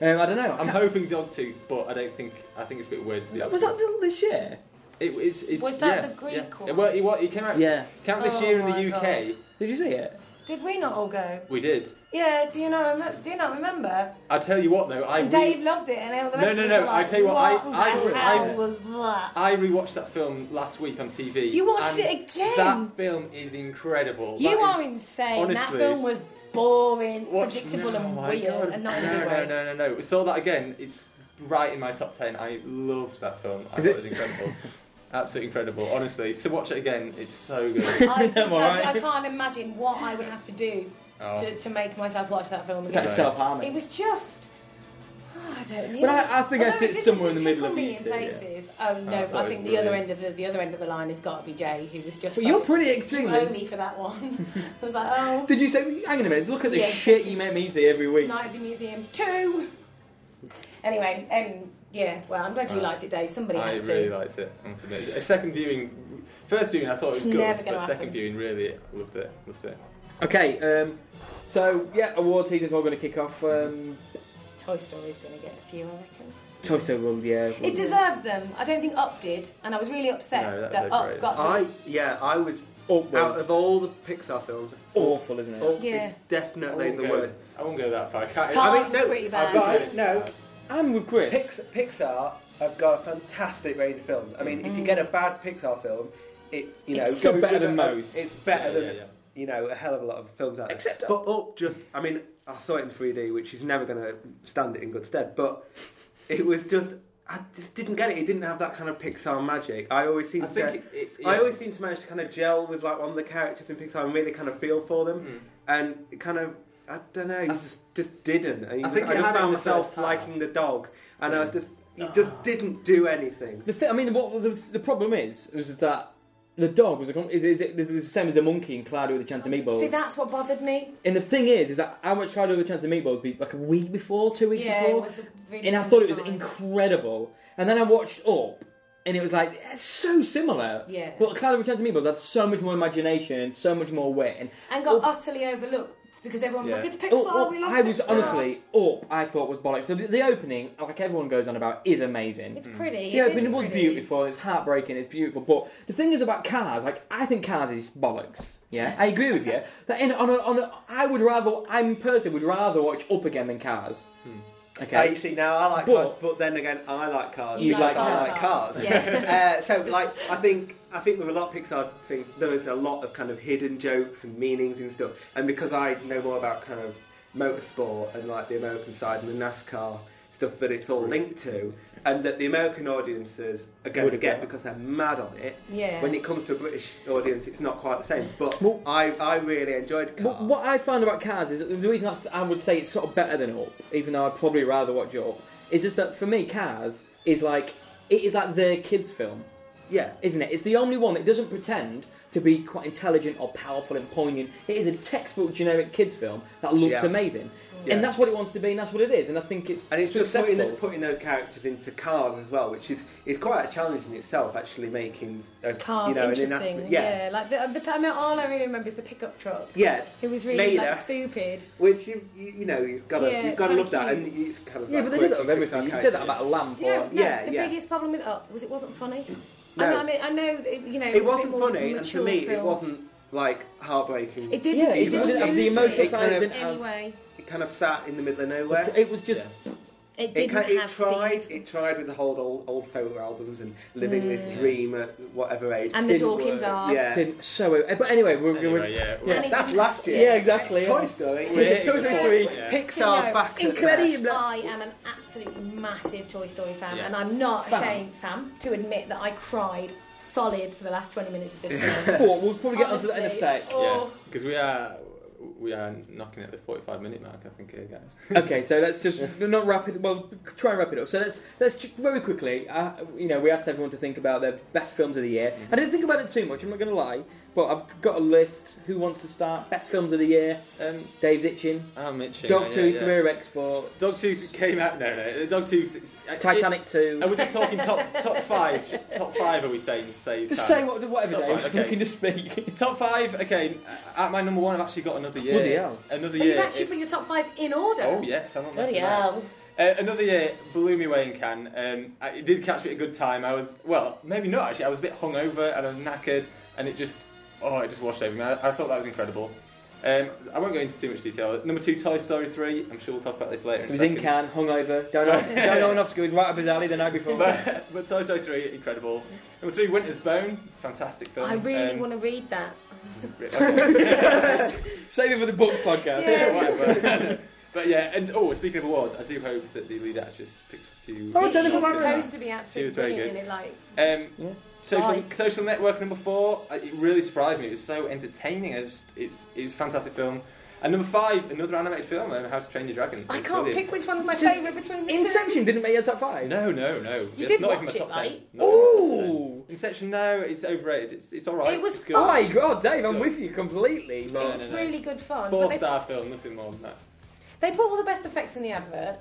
Speaker 1: I don't know.
Speaker 2: I'm hoping Dogtooth, but I don't think I think it's a bit weird. For the
Speaker 1: was that
Speaker 2: Oscars.
Speaker 1: still this year?
Speaker 2: It was. It's,
Speaker 4: Was that
Speaker 2: yeah,
Speaker 4: the Greek
Speaker 2: yeah.
Speaker 4: one?
Speaker 2: Well, it, wa- it came out.
Speaker 1: Yeah.
Speaker 2: Came out this
Speaker 4: Oh
Speaker 2: year in
Speaker 4: my
Speaker 2: the UK.
Speaker 1: Did you see it?
Speaker 4: Did we not all go?
Speaker 2: We did.
Speaker 4: Yeah. Do you not rem- do you not remember?
Speaker 2: I tell you what though, I
Speaker 4: And
Speaker 2: re-
Speaker 4: Dave loved it, and all the
Speaker 2: No,
Speaker 4: rest
Speaker 2: no,
Speaker 4: of us
Speaker 2: no,
Speaker 4: were
Speaker 2: I
Speaker 4: like,
Speaker 2: tell you what, I-
Speaker 4: the
Speaker 2: I re-
Speaker 4: hell
Speaker 2: I-
Speaker 4: was that?
Speaker 2: I rewatched that film last week on TV.
Speaker 4: You watched
Speaker 2: and
Speaker 4: it again?
Speaker 2: That film is incredible.
Speaker 4: you
Speaker 2: That
Speaker 4: are
Speaker 2: is-
Speaker 4: insane. that
Speaker 2: honestly-
Speaker 4: film was boring,
Speaker 2: Watch-
Speaker 4: predictable,
Speaker 2: no,
Speaker 4: and
Speaker 2: my
Speaker 4: weird,
Speaker 2: God.
Speaker 4: and not in a
Speaker 2: no,
Speaker 4: good
Speaker 2: no,
Speaker 4: way.
Speaker 2: no, no, no. Saw that again. It's right in my top ten. I loved that film. I
Speaker 1: Is
Speaker 2: thought
Speaker 1: it-
Speaker 2: it was incredible. Absolutely incredible. Honestly, so watch it again. It's so *laughs*
Speaker 4: *laughs*
Speaker 2: good.
Speaker 4: I,
Speaker 1: I'm all right.
Speaker 4: I can't imagine what I would have to do
Speaker 2: Oh.
Speaker 4: to, to make myself watch that film
Speaker 1: It's
Speaker 4: again.
Speaker 1: like
Speaker 2: Yeah.
Speaker 1: self
Speaker 4: It
Speaker 1: harming.
Speaker 4: was just. *sighs* oh, I don't know.
Speaker 1: But I- I think I
Speaker 4: Although
Speaker 1: sit
Speaker 4: it did-
Speaker 1: somewhere
Speaker 4: it
Speaker 1: in the
Speaker 4: did
Speaker 1: middle
Speaker 4: tickle
Speaker 1: of
Speaker 4: me
Speaker 1: you
Speaker 4: in
Speaker 1: two, yeah.
Speaker 4: places. Oh no!
Speaker 2: I thought
Speaker 4: I,
Speaker 2: it
Speaker 4: think
Speaker 2: was
Speaker 4: the other end
Speaker 2: brilliant.
Speaker 4: of the, the other end of the line has got to be Jay, who was just.
Speaker 1: But
Speaker 4: like,
Speaker 1: you're pretty
Speaker 4: you
Speaker 1: extreme.
Speaker 4: owe
Speaker 1: Liz.
Speaker 4: me for
Speaker 2: *laughs*
Speaker 4: that one. I was like, oh,
Speaker 1: Did you say? Hang on a minute. Look at the
Speaker 4: Yeah.
Speaker 1: shit you make me see every week.
Speaker 4: Night at the Museum two. Anyway, um, yeah. Well, I'm glad you
Speaker 2: Uh,
Speaker 4: liked it, Dave. Somebody
Speaker 2: I
Speaker 4: had
Speaker 2: really
Speaker 4: to.
Speaker 2: liked it. I must admit. A second viewing, first viewing I thought it was
Speaker 4: It's never
Speaker 2: good,
Speaker 4: gonna
Speaker 2: but
Speaker 4: happen.
Speaker 2: second viewing really loved it. Loved it.
Speaker 1: Okay. Um, so yeah, award season's all going to kick off. Um,
Speaker 4: Toy Story's going to get a few, I reckon.
Speaker 1: Toy Story will, yeah. will-
Speaker 4: It deserves them. I don't think Up did, and I was really upset
Speaker 2: No, that
Speaker 4: that,
Speaker 2: was
Speaker 4: Up
Speaker 2: overrated.
Speaker 4: got them.
Speaker 3: I yeah, I was
Speaker 1: Upwards.
Speaker 3: out of all the Pixar films,
Speaker 1: awful, isn't it?
Speaker 3: oh,
Speaker 4: Yeah.
Speaker 3: it's definitely
Speaker 2: won't
Speaker 3: the
Speaker 2: go,
Speaker 3: worst.
Speaker 2: I won't go that far. I can't,
Speaker 4: Cars
Speaker 3: I mean,
Speaker 4: was
Speaker 3: no,
Speaker 4: pretty
Speaker 2: I've
Speaker 4: bad.
Speaker 2: got
Speaker 3: But no,
Speaker 1: I'm with Chris.
Speaker 3: Pix- Pixar have got a fantastic range of
Speaker 2: Mm-hmm.
Speaker 3: films. I mean, if you get a bad Pixar film, it you know
Speaker 1: It's still
Speaker 3: goes
Speaker 1: better
Speaker 3: with
Speaker 1: than
Speaker 3: it.
Speaker 1: most.
Speaker 3: It's better
Speaker 2: Yeah, uh,
Speaker 3: than
Speaker 2: yeah,
Speaker 3: you know, a hell of a lot of films out there.
Speaker 1: Except Up.
Speaker 3: But Up just, I mean, I saw it in 3D, which is never going to stand it in good stead, but it was just, I just didn't get it. It didn't have that kind of Pixar magic. I always seem
Speaker 2: I
Speaker 3: to.
Speaker 2: think it, it,
Speaker 3: I
Speaker 2: yeah.
Speaker 3: always seem to manage to kind of gel with like one of the characters in Pixar and really kind of feel for them,
Speaker 2: Mm.
Speaker 3: and it kind of I don't know, you
Speaker 2: I-
Speaker 3: just just didn't. And you
Speaker 2: I
Speaker 3: just-
Speaker 2: think
Speaker 3: I
Speaker 2: it
Speaker 3: just
Speaker 2: had it
Speaker 3: found
Speaker 2: in the
Speaker 3: myself
Speaker 2: first half.
Speaker 3: liking the dog, and I was just you
Speaker 1: Ah.
Speaker 3: just didn't do anything.
Speaker 1: The thi- I mean, what the, the problem is was that the dog was a com- is, is, it is the same as the monkey in Cloudy with a Chance of Meatballs.
Speaker 4: See, that's what bothered me.
Speaker 1: and the thing is, is that I watched Cloudy with a Chance of Meatballs be like a week before, two weeks
Speaker 4: Yeah, it
Speaker 1: before,
Speaker 4: was a really
Speaker 1: and I thought it was
Speaker 4: similar time.
Speaker 1: incredible. And then I watched Up, and it was like it's so similar.
Speaker 4: Yeah.
Speaker 1: But Cloudy with a Chance of Meatballs had so much more imagination and so much more wit. And
Speaker 4: and got
Speaker 1: Up-
Speaker 4: utterly overlooked because everyone was
Speaker 2: Yeah.
Speaker 4: like, "It's Pixar,
Speaker 1: Up-
Speaker 4: we
Speaker 1: Up-
Speaker 4: love
Speaker 1: Oh. I was
Speaker 4: Pixar."
Speaker 1: honestly Up. I thought was bollocks. So the, the opening, like everyone goes on about, is amazing.
Speaker 4: It's pretty.
Speaker 1: Mm. Yeah,
Speaker 4: it
Speaker 1: but
Speaker 4: is
Speaker 1: it was
Speaker 4: pretty.
Speaker 1: beautiful. It's heartbreaking. It's beautiful. But the thing is about cars. Like I think cars is bollocks. Yeah, I agree
Speaker 4: *laughs*
Speaker 1: with you. That in on a, on a, I would rather I'm personally would rather watch Up again than Cars.
Speaker 3: Uh,
Speaker 1: Okay.
Speaker 3: you see, now I like
Speaker 1: But-
Speaker 3: cars, but then again, I like cars.
Speaker 1: You
Speaker 3: because
Speaker 1: like
Speaker 3: I like
Speaker 4: cars.
Speaker 3: cars.
Speaker 4: Yeah.
Speaker 3: *laughs* uh, so, like, I think I think with a lot of Pixar things, there is a lot of kind of hidden jokes and meanings and stuff. And because I know more about kind of motorsport and like the American side and the NASCAR stuff that it's all linked to, and that the American audiences are going to
Speaker 1: Would
Speaker 3: get
Speaker 1: agree.
Speaker 3: because they're mad on it.
Speaker 4: Yeah.
Speaker 3: When it comes to a British audience, it's not quite the same. But
Speaker 1: Well-
Speaker 3: I, I really enjoyed cars.
Speaker 1: What, what I find about Cars is that the reason I, I would say it's sort of better than Up, even though I'd probably rather watch Up, is just that for me Cars is like it is like the kids' film.
Speaker 3: yeah.
Speaker 1: isn't it? It's the only one that doesn't pretend to be quite intelligent or powerful and poignant. It is a textbook generic kids film that looks
Speaker 3: Yeah.
Speaker 1: amazing,
Speaker 3: Yeah.
Speaker 1: and that's what it wants to be, and that's what it is. And I think it's
Speaker 3: And it's just
Speaker 1: successful.
Speaker 3: putting, putting those characters into cars as well, which is, is quite a challenge in itself, actually making a,
Speaker 4: Cars,
Speaker 3: you know, An
Speaker 4: interesting.
Speaker 3: inaccurate-
Speaker 4: yeah.
Speaker 3: yeah.
Speaker 4: like the, the I mean, all I really remember is the pickup truck.
Speaker 3: yeah,
Speaker 4: It was really
Speaker 3: Later.
Speaker 4: like stupid.
Speaker 3: Which you, you you know you've got to
Speaker 4: Yeah,
Speaker 3: you've got to
Speaker 4: it's
Speaker 3: love that,
Speaker 4: kinda
Speaker 3: and it's kind of
Speaker 1: yeah,
Speaker 3: like
Speaker 1: but they did that
Speaker 3: quirky
Speaker 1: with everything. You
Speaker 3: Pixar
Speaker 1: said that about a lamp.
Speaker 4: Do you know,
Speaker 1: or-
Speaker 4: no,
Speaker 3: yeah,
Speaker 4: the
Speaker 3: yeah.
Speaker 4: biggest problem with Up was it wasn't funny.
Speaker 3: No.
Speaker 4: I, mean, I mean, I know it, you know
Speaker 3: characters. It wasn't
Speaker 4: was a bit more
Speaker 3: funny, and for
Speaker 4: mature
Speaker 3: me, it
Speaker 4: film.
Speaker 3: wasn't like heartbreaking.
Speaker 4: It
Speaker 3: It,
Speaker 4: didn't.
Speaker 1: Yeah,
Speaker 4: it
Speaker 1: it
Speaker 4: didn't
Speaker 1: didn't have
Speaker 4: lose
Speaker 1: the
Speaker 4: me
Speaker 1: emotional
Speaker 3: It
Speaker 1: side.
Speaker 3: kind
Speaker 1: It
Speaker 3: of-
Speaker 1: didn't have.
Speaker 4: Anyway,
Speaker 3: kind of sat in the middle of nowhere.
Speaker 1: It was just
Speaker 4: it
Speaker 3: It,
Speaker 4: didn't
Speaker 3: kind, it
Speaker 4: have
Speaker 3: tried.
Speaker 4: Steve
Speaker 3: It tried with the whole old, old photo albums and living
Speaker 4: Mm.
Speaker 3: this dream at whatever age.
Speaker 4: and the
Speaker 1: didn't
Speaker 4: talking
Speaker 1: work.
Speaker 4: dog.
Speaker 3: yeah,
Speaker 1: didn't so. But anyway, we're, we're
Speaker 2: Anyway, yeah,
Speaker 4: And
Speaker 2: well,
Speaker 4: it
Speaker 3: that's
Speaker 4: didn't-
Speaker 3: last year.
Speaker 1: Yeah, exactly,
Speaker 3: Toy
Speaker 1: yeah.
Speaker 3: Story.
Speaker 2: *laughs*
Speaker 4: *laughs*
Speaker 1: Yeah,
Speaker 3: Toy
Speaker 1: Toy Story.
Speaker 3: Story.
Speaker 2: Yeah.
Speaker 3: Pixar
Speaker 4: So, no,
Speaker 3: back. at
Speaker 1: incredible.
Speaker 3: best.
Speaker 4: I am an absolutely massive Toy Story fan,
Speaker 2: Yeah.
Speaker 4: and I'm not
Speaker 1: Fan.
Speaker 4: ashamed, fam, to admit that I cried solid for the last 20
Speaker 3: *laughs*
Speaker 4: minutes of this film.
Speaker 1: But we'll probably get onto that in a
Speaker 4: Honestly.
Speaker 1: sec.
Speaker 2: yeah,
Speaker 4: Oh.
Speaker 2: because we are we are knocking at the forty-five minute mark, I think, here, guys.
Speaker 1: okay, so let's just not wrap it. Well, try and wrap it up. So let's let's ju- very quickly. Uh, you know, we asked everyone to think about their best films of the year. I didn't think about it too much. I'm not going to lie, but I've got a list. Who wants to start? Best films of the year.
Speaker 2: Um,
Speaker 1: Dave's itching.
Speaker 2: I'm itching.
Speaker 1: Dog
Speaker 2: yeah,
Speaker 1: Tooth,
Speaker 2: yeah.
Speaker 1: Rear Export,
Speaker 2: Dog Tooth came out. No, no, Dog Tooth. it's- it-
Speaker 1: Titanic
Speaker 2: Are
Speaker 1: Two.
Speaker 2: we just talking top top five? Top five? Are we saying save?
Speaker 1: Just
Speaker 2: time?
Speaker 1: say what, whatever,
Speaker 2: That's
Speaker 1: Dave.
Speaker 2: fine,
Speaker 1: *laughs*
Speaker 2: okay.
Speaker 1: You can just speak.
Speaker 2: Top five. Okay, uh, at my number one, I've actually got another year.
Speaker 1: Bloody hell.
Speaker 2: Another
Speaker 4: But
Speaker 2: year.
Speaker 4: you've actually put your top five in order.
Speaker 2: Oh yes, I'm not
Speaker 4: Bloody
Speaker 2: messing that.
Speaker 4: hell.
Speaker 2: Uh, another year blew me away in Cannes. Um, I, it did catch me at a good time. I was well, maybe not actually. I was a bit hungover and I was knackered, and it just oh, it just washed over me. I, I thought that was incredible. Um, I won't go into too much detail. Number two, Toy Story three. I'm sure we'll talk about this later. In
Speaker 1: He
Speaker 2: a
Speaker 1: was
Speaker 2: second.
Speaker 1: in Cannes, hungover. Don't know. don't know enough. He was right up his alley the night before.
Speaker 2: But, but Toy Story three, incredible. Number three, Winter's Bone, fantastic film.
Speaker 4: I really
Speaker 2: Um, *laughs*
Speaker 4: want to read that.
Speaker 2: okay.
Speaker 1: Save it for the book podcast.
Speaker 4: *laughs* Yeah.
Speaker 2: Whatever. *laughs* but yeah, and oh, speaking of awards, I do hope that the lead actress picked a few.
Speaker 1: Oh,
Speaker 4: She's
Speaker 1: Jennifer
Speaker 4: supposed
Speaker 1: Lawrence.
Speaker 4: to be
Speaker 2: She was
Speaker 4: absolutely
Speaker 2: very
Speaker 4: brilliant in it. Like,
Speaker 2: Um,
Speaker 1: Yeah.
Speaker 2: social
Speaker 4: Like.
Speaker 2: social network number four. uh, It really surprised me. It was so entertaining. I just, it's it's a fantastic film. And number five, another animated film, um, How to Train Your Dragon.
Speaker 4: I
Speaker 2: It's
Speaker 4: can't
Speaker 2: brilliant.
Speaker 4: pick which one's my
Speaker 1: So,
Speaker 4: favourite between the two.
Speaker 1: Inception didn't make your top five.
Speaker 2: No, no, no.
Speaker 4: You
Speaker 2: it's
Speaker 4: did
Speaker 2: not
Speaker 4: watch
Speaker 2: even my
Speaker 4: it,
Speaker 2: top ten.
Speaker 4: right?
Speaker 2: Not even my top ten.
Speaker 1: Ooh.
Speaker 2: Inception, no, it's overrated. It's it's all right.
Speaker 4: It was
Speaker 2: It's
Speaker 1: Oh
Speaker 4: fun.
Speaker 2: good.
Speaker 1: my god, Dave, I'm with you completely.
Speaker 2: No,
Speaker 4: It
Speaker 2: no,
Speaker 4: was
Speaker 2: no.
Speaker 4: really good fun. but
Speaker 2: Four
Speaker 4: they-
Speaker 2: star film, nothing more than that.
Speaker 4: They put all the best effects in the advert,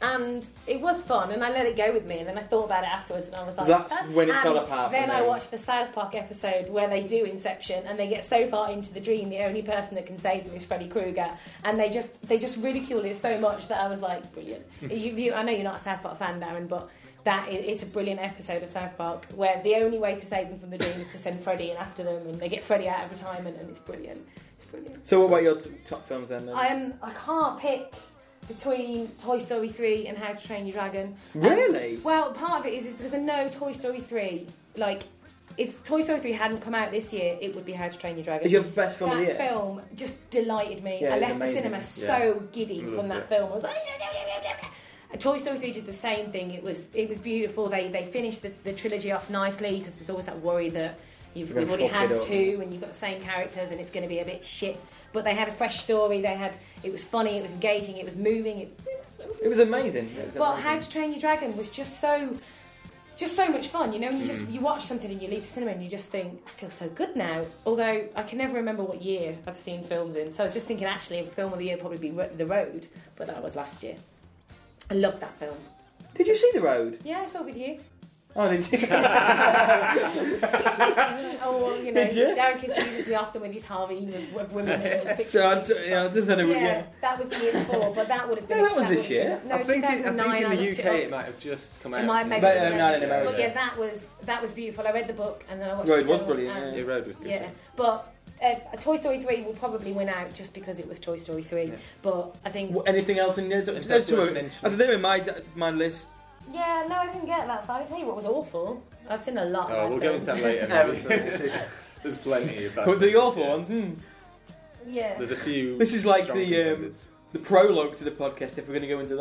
Speaker 4: and it was fun, and I let it go with me. And then I thought about it afterwards, and I was like,
Speaker 1: That's
Speaker 4: "Huh?"
Speaker 1: when it
Speaker 4: And
Speaker 1: fell apart for
Speaker 4: Then I
Speaker 1: me.
Speaker 4: watched the South Park episode where they do Inception, and they get so far into the dream, the only person that can save them is Freddy Krueger, and they just they just ridicule it so much that I was like,
Speaker 1: *laughs*
Speaker 4: brilliant. you, you, I know you're not a South Park fan, Darren, but. That is, it's a brilliant episode of South Park where the only way to save them from the dream is to send Freddy in after them, and they get Freddy out of retirement, and it's brilliant. It's brilliant.
Speaker 1: So what about your t- top films then? then?
Speaker 4: I'm, I can't pick between Toy Story 3 and How to Train Your Dragon.
Speaker 1: Really?
Speaker 4: Well, part of it is, is because I know Toy Story 3, like, if Toy Story 3 hadn't come out this year, it would be How to Train Your Dragon.
Speaker 1: It's your best film of the
Speaker 4: that
Speaker 1: year.
Speaker 4: film just delighted me.
Speaker 1: Yeah,
Speaker 4: I
Speaker 1: it's
Speaker 4: left
Speaker 1: amazing.
Speaker 4: the cinema
Speaker 2: Yeah.
Speaker 4: so giddy from
Speaker 2: Loved
Speaker 4: that
Speaker 2: it.
Speaker 4: film. I was like, Toy Story 3 did the same thing. It was it was beautiful. They they finished the, the trilogy off nicely because there's always that worry that you've,
Speaker 1: You're gonna
Speaker 4: you've already
Speaker 1: fuck
Speaker 4: had
Speaker 1: it up.
Speaker 4: two and you've got the same characters and it's going to be a bit shit. But they had a fresh story. They had it was funny. It was engaging. It was moving. It was, it was so
Speaker 1: It was amazing. It was
Speaker 4: but
Speaker 1: amazing.
Speaker 4: How to Train Your Dragon was just so, just so much fun. You know, and you just
Speaker 1: Mm.
Speaker 4: you watch something and you leave the cinema and you just think, I feel so good now. Although I can never remember what year I've seen films in, so I was just thinking actually, a film of the year would probably be Ro- The Road, but that was last year. I loved that film.
Speaker 1: Did you see The Road?
Speaker 4: Yeah, I saw it with
Speaker 1: *laughs*
Speaker 4: you.
Speaker 1: Oh, did
Speaker 4: *laughs*
Speaker 1: you?
Speaker 4: oh, well, you know,
Speaker 1: Did you?
Speaker 4: Darren confuses me often with his Harvey of, of women and just pictures.
Speaker 1: so I, d- yeah, I just had a
Speaker 4: yeah,
Speaker 1: yeah.
Speaker 4: that was the year before, but that would have been.
Speaker 1: No, that was this
Speaker 4: would-
Speaker 1: year.
Speaker 4: *laughs* No,
Speaker 2: I think, it, I
Speaker 4: 2009,
Speaker 2: think in
Speaker 4: I
Speaker 2: the
Speaker 4: looked
Speaker 2: UK
Speaker 4: it
Speaker 2: it,
Speaker 4: up.
Speaker 2: might have just come
Speaker 4: It
Speaker 2: out.
Speaker 4: might have
Speaker 1: But, um, not in
Speaker 4: But
Speaker 1: America.
Speaker 4: yeah, that was that was beautiful. I read the book and then I watched.
Speaker 1: Road
Speaker 4: the
Speaker 1: was
Speaker 4: film
Speaker 1: brilliant,
Speaker 4: and-
Speaker 2: Yeah, Road was good.
Speaker 4: yeah. but uh, Toy Story three will probably win out just because it was Toy Story three.
Speaker 2: Yeah.
Speaker 4: But I think
Speaker 1: Well, Anything else in there? Those,
Speaker 2: that's
Speaker 1: two
Speaker 2: worth
Speaker 1: are,
Speaker 2: mentioning.
Speaker 1: I think they're in my, d- my list.
Speaker 4: yeah, no, I didn't get that far. I tell you what was awful. I've seen a lot.
Speaker 2: Oh,
Speaker 4: of
Speaker 2: we'll
Speaker 4: bad
Speaker 2: go into
Speaker 4: films.
Speaker 2: that later. maybe. There's plenty
Speaker 3: Uh,
Speaker 2: of that.
Speaker 1: But the awful ones, hmm.
Speaker 4: Yeah.
Speaker 2: There's a few.
Speaker 1: This is like
Speaker 2: strong
Speaker 1: the, um,
Speaker 2: contenders.
Speaker 1: the prologue to the podcast, if we're going to go into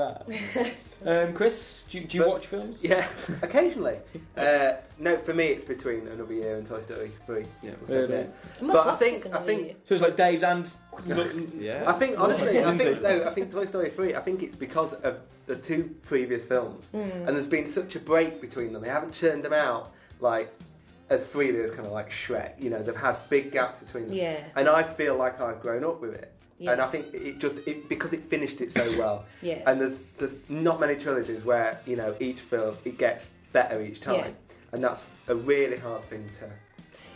Speaker 4: *laughs*
Speaker 1: that. um, Chris, do, you- do you
Speaker 3: But-
Speaker 1: watch films?
Speaker 3: Yeah, occasionally. Uh, no, for me, it's between Another Year and Toy Story 3.
Speaker 2: Yeah.
Speaker 3: We'll stay
Speaker 1: Yeah.
Speaker 3: there.
Speaker 4: I must
Speaker 3: But I
Speaker 4: watch this
Speaker 3: think-
Speaker 4: in the
Speaker 3: I think-
Speaker 4: year.
Speaker 1: So it's like Dave's and.
Speaker 3: *laughs*
Speaker 1: look-
Speaker 2: Yeah.
Speaker 3: I think, honestly, I
Speaker 1: Lindsay.
Speaker 3: think, no, I think Toy Story 3, I think it's because of the two previous films.
Speaker 4: Mm.
Speaker 3: And there's been such a break between them. They haven't churned them out, like, as freely as kind of like Shrek. You know, they've had big gaps between them.
Speaker 4: yeah,
Speaker 3: And I feel like I've grown up with it.
Speaker 4: yeah,
Speaker 3: And I think it just, it, because it finished it so well,
Speaker 4: yeah.
Speaker 3: And there's there's not many trilogies where you know each film it gets better each time,
Speaker 4: Yeah.
Speaker 3: and that's a really hard thing to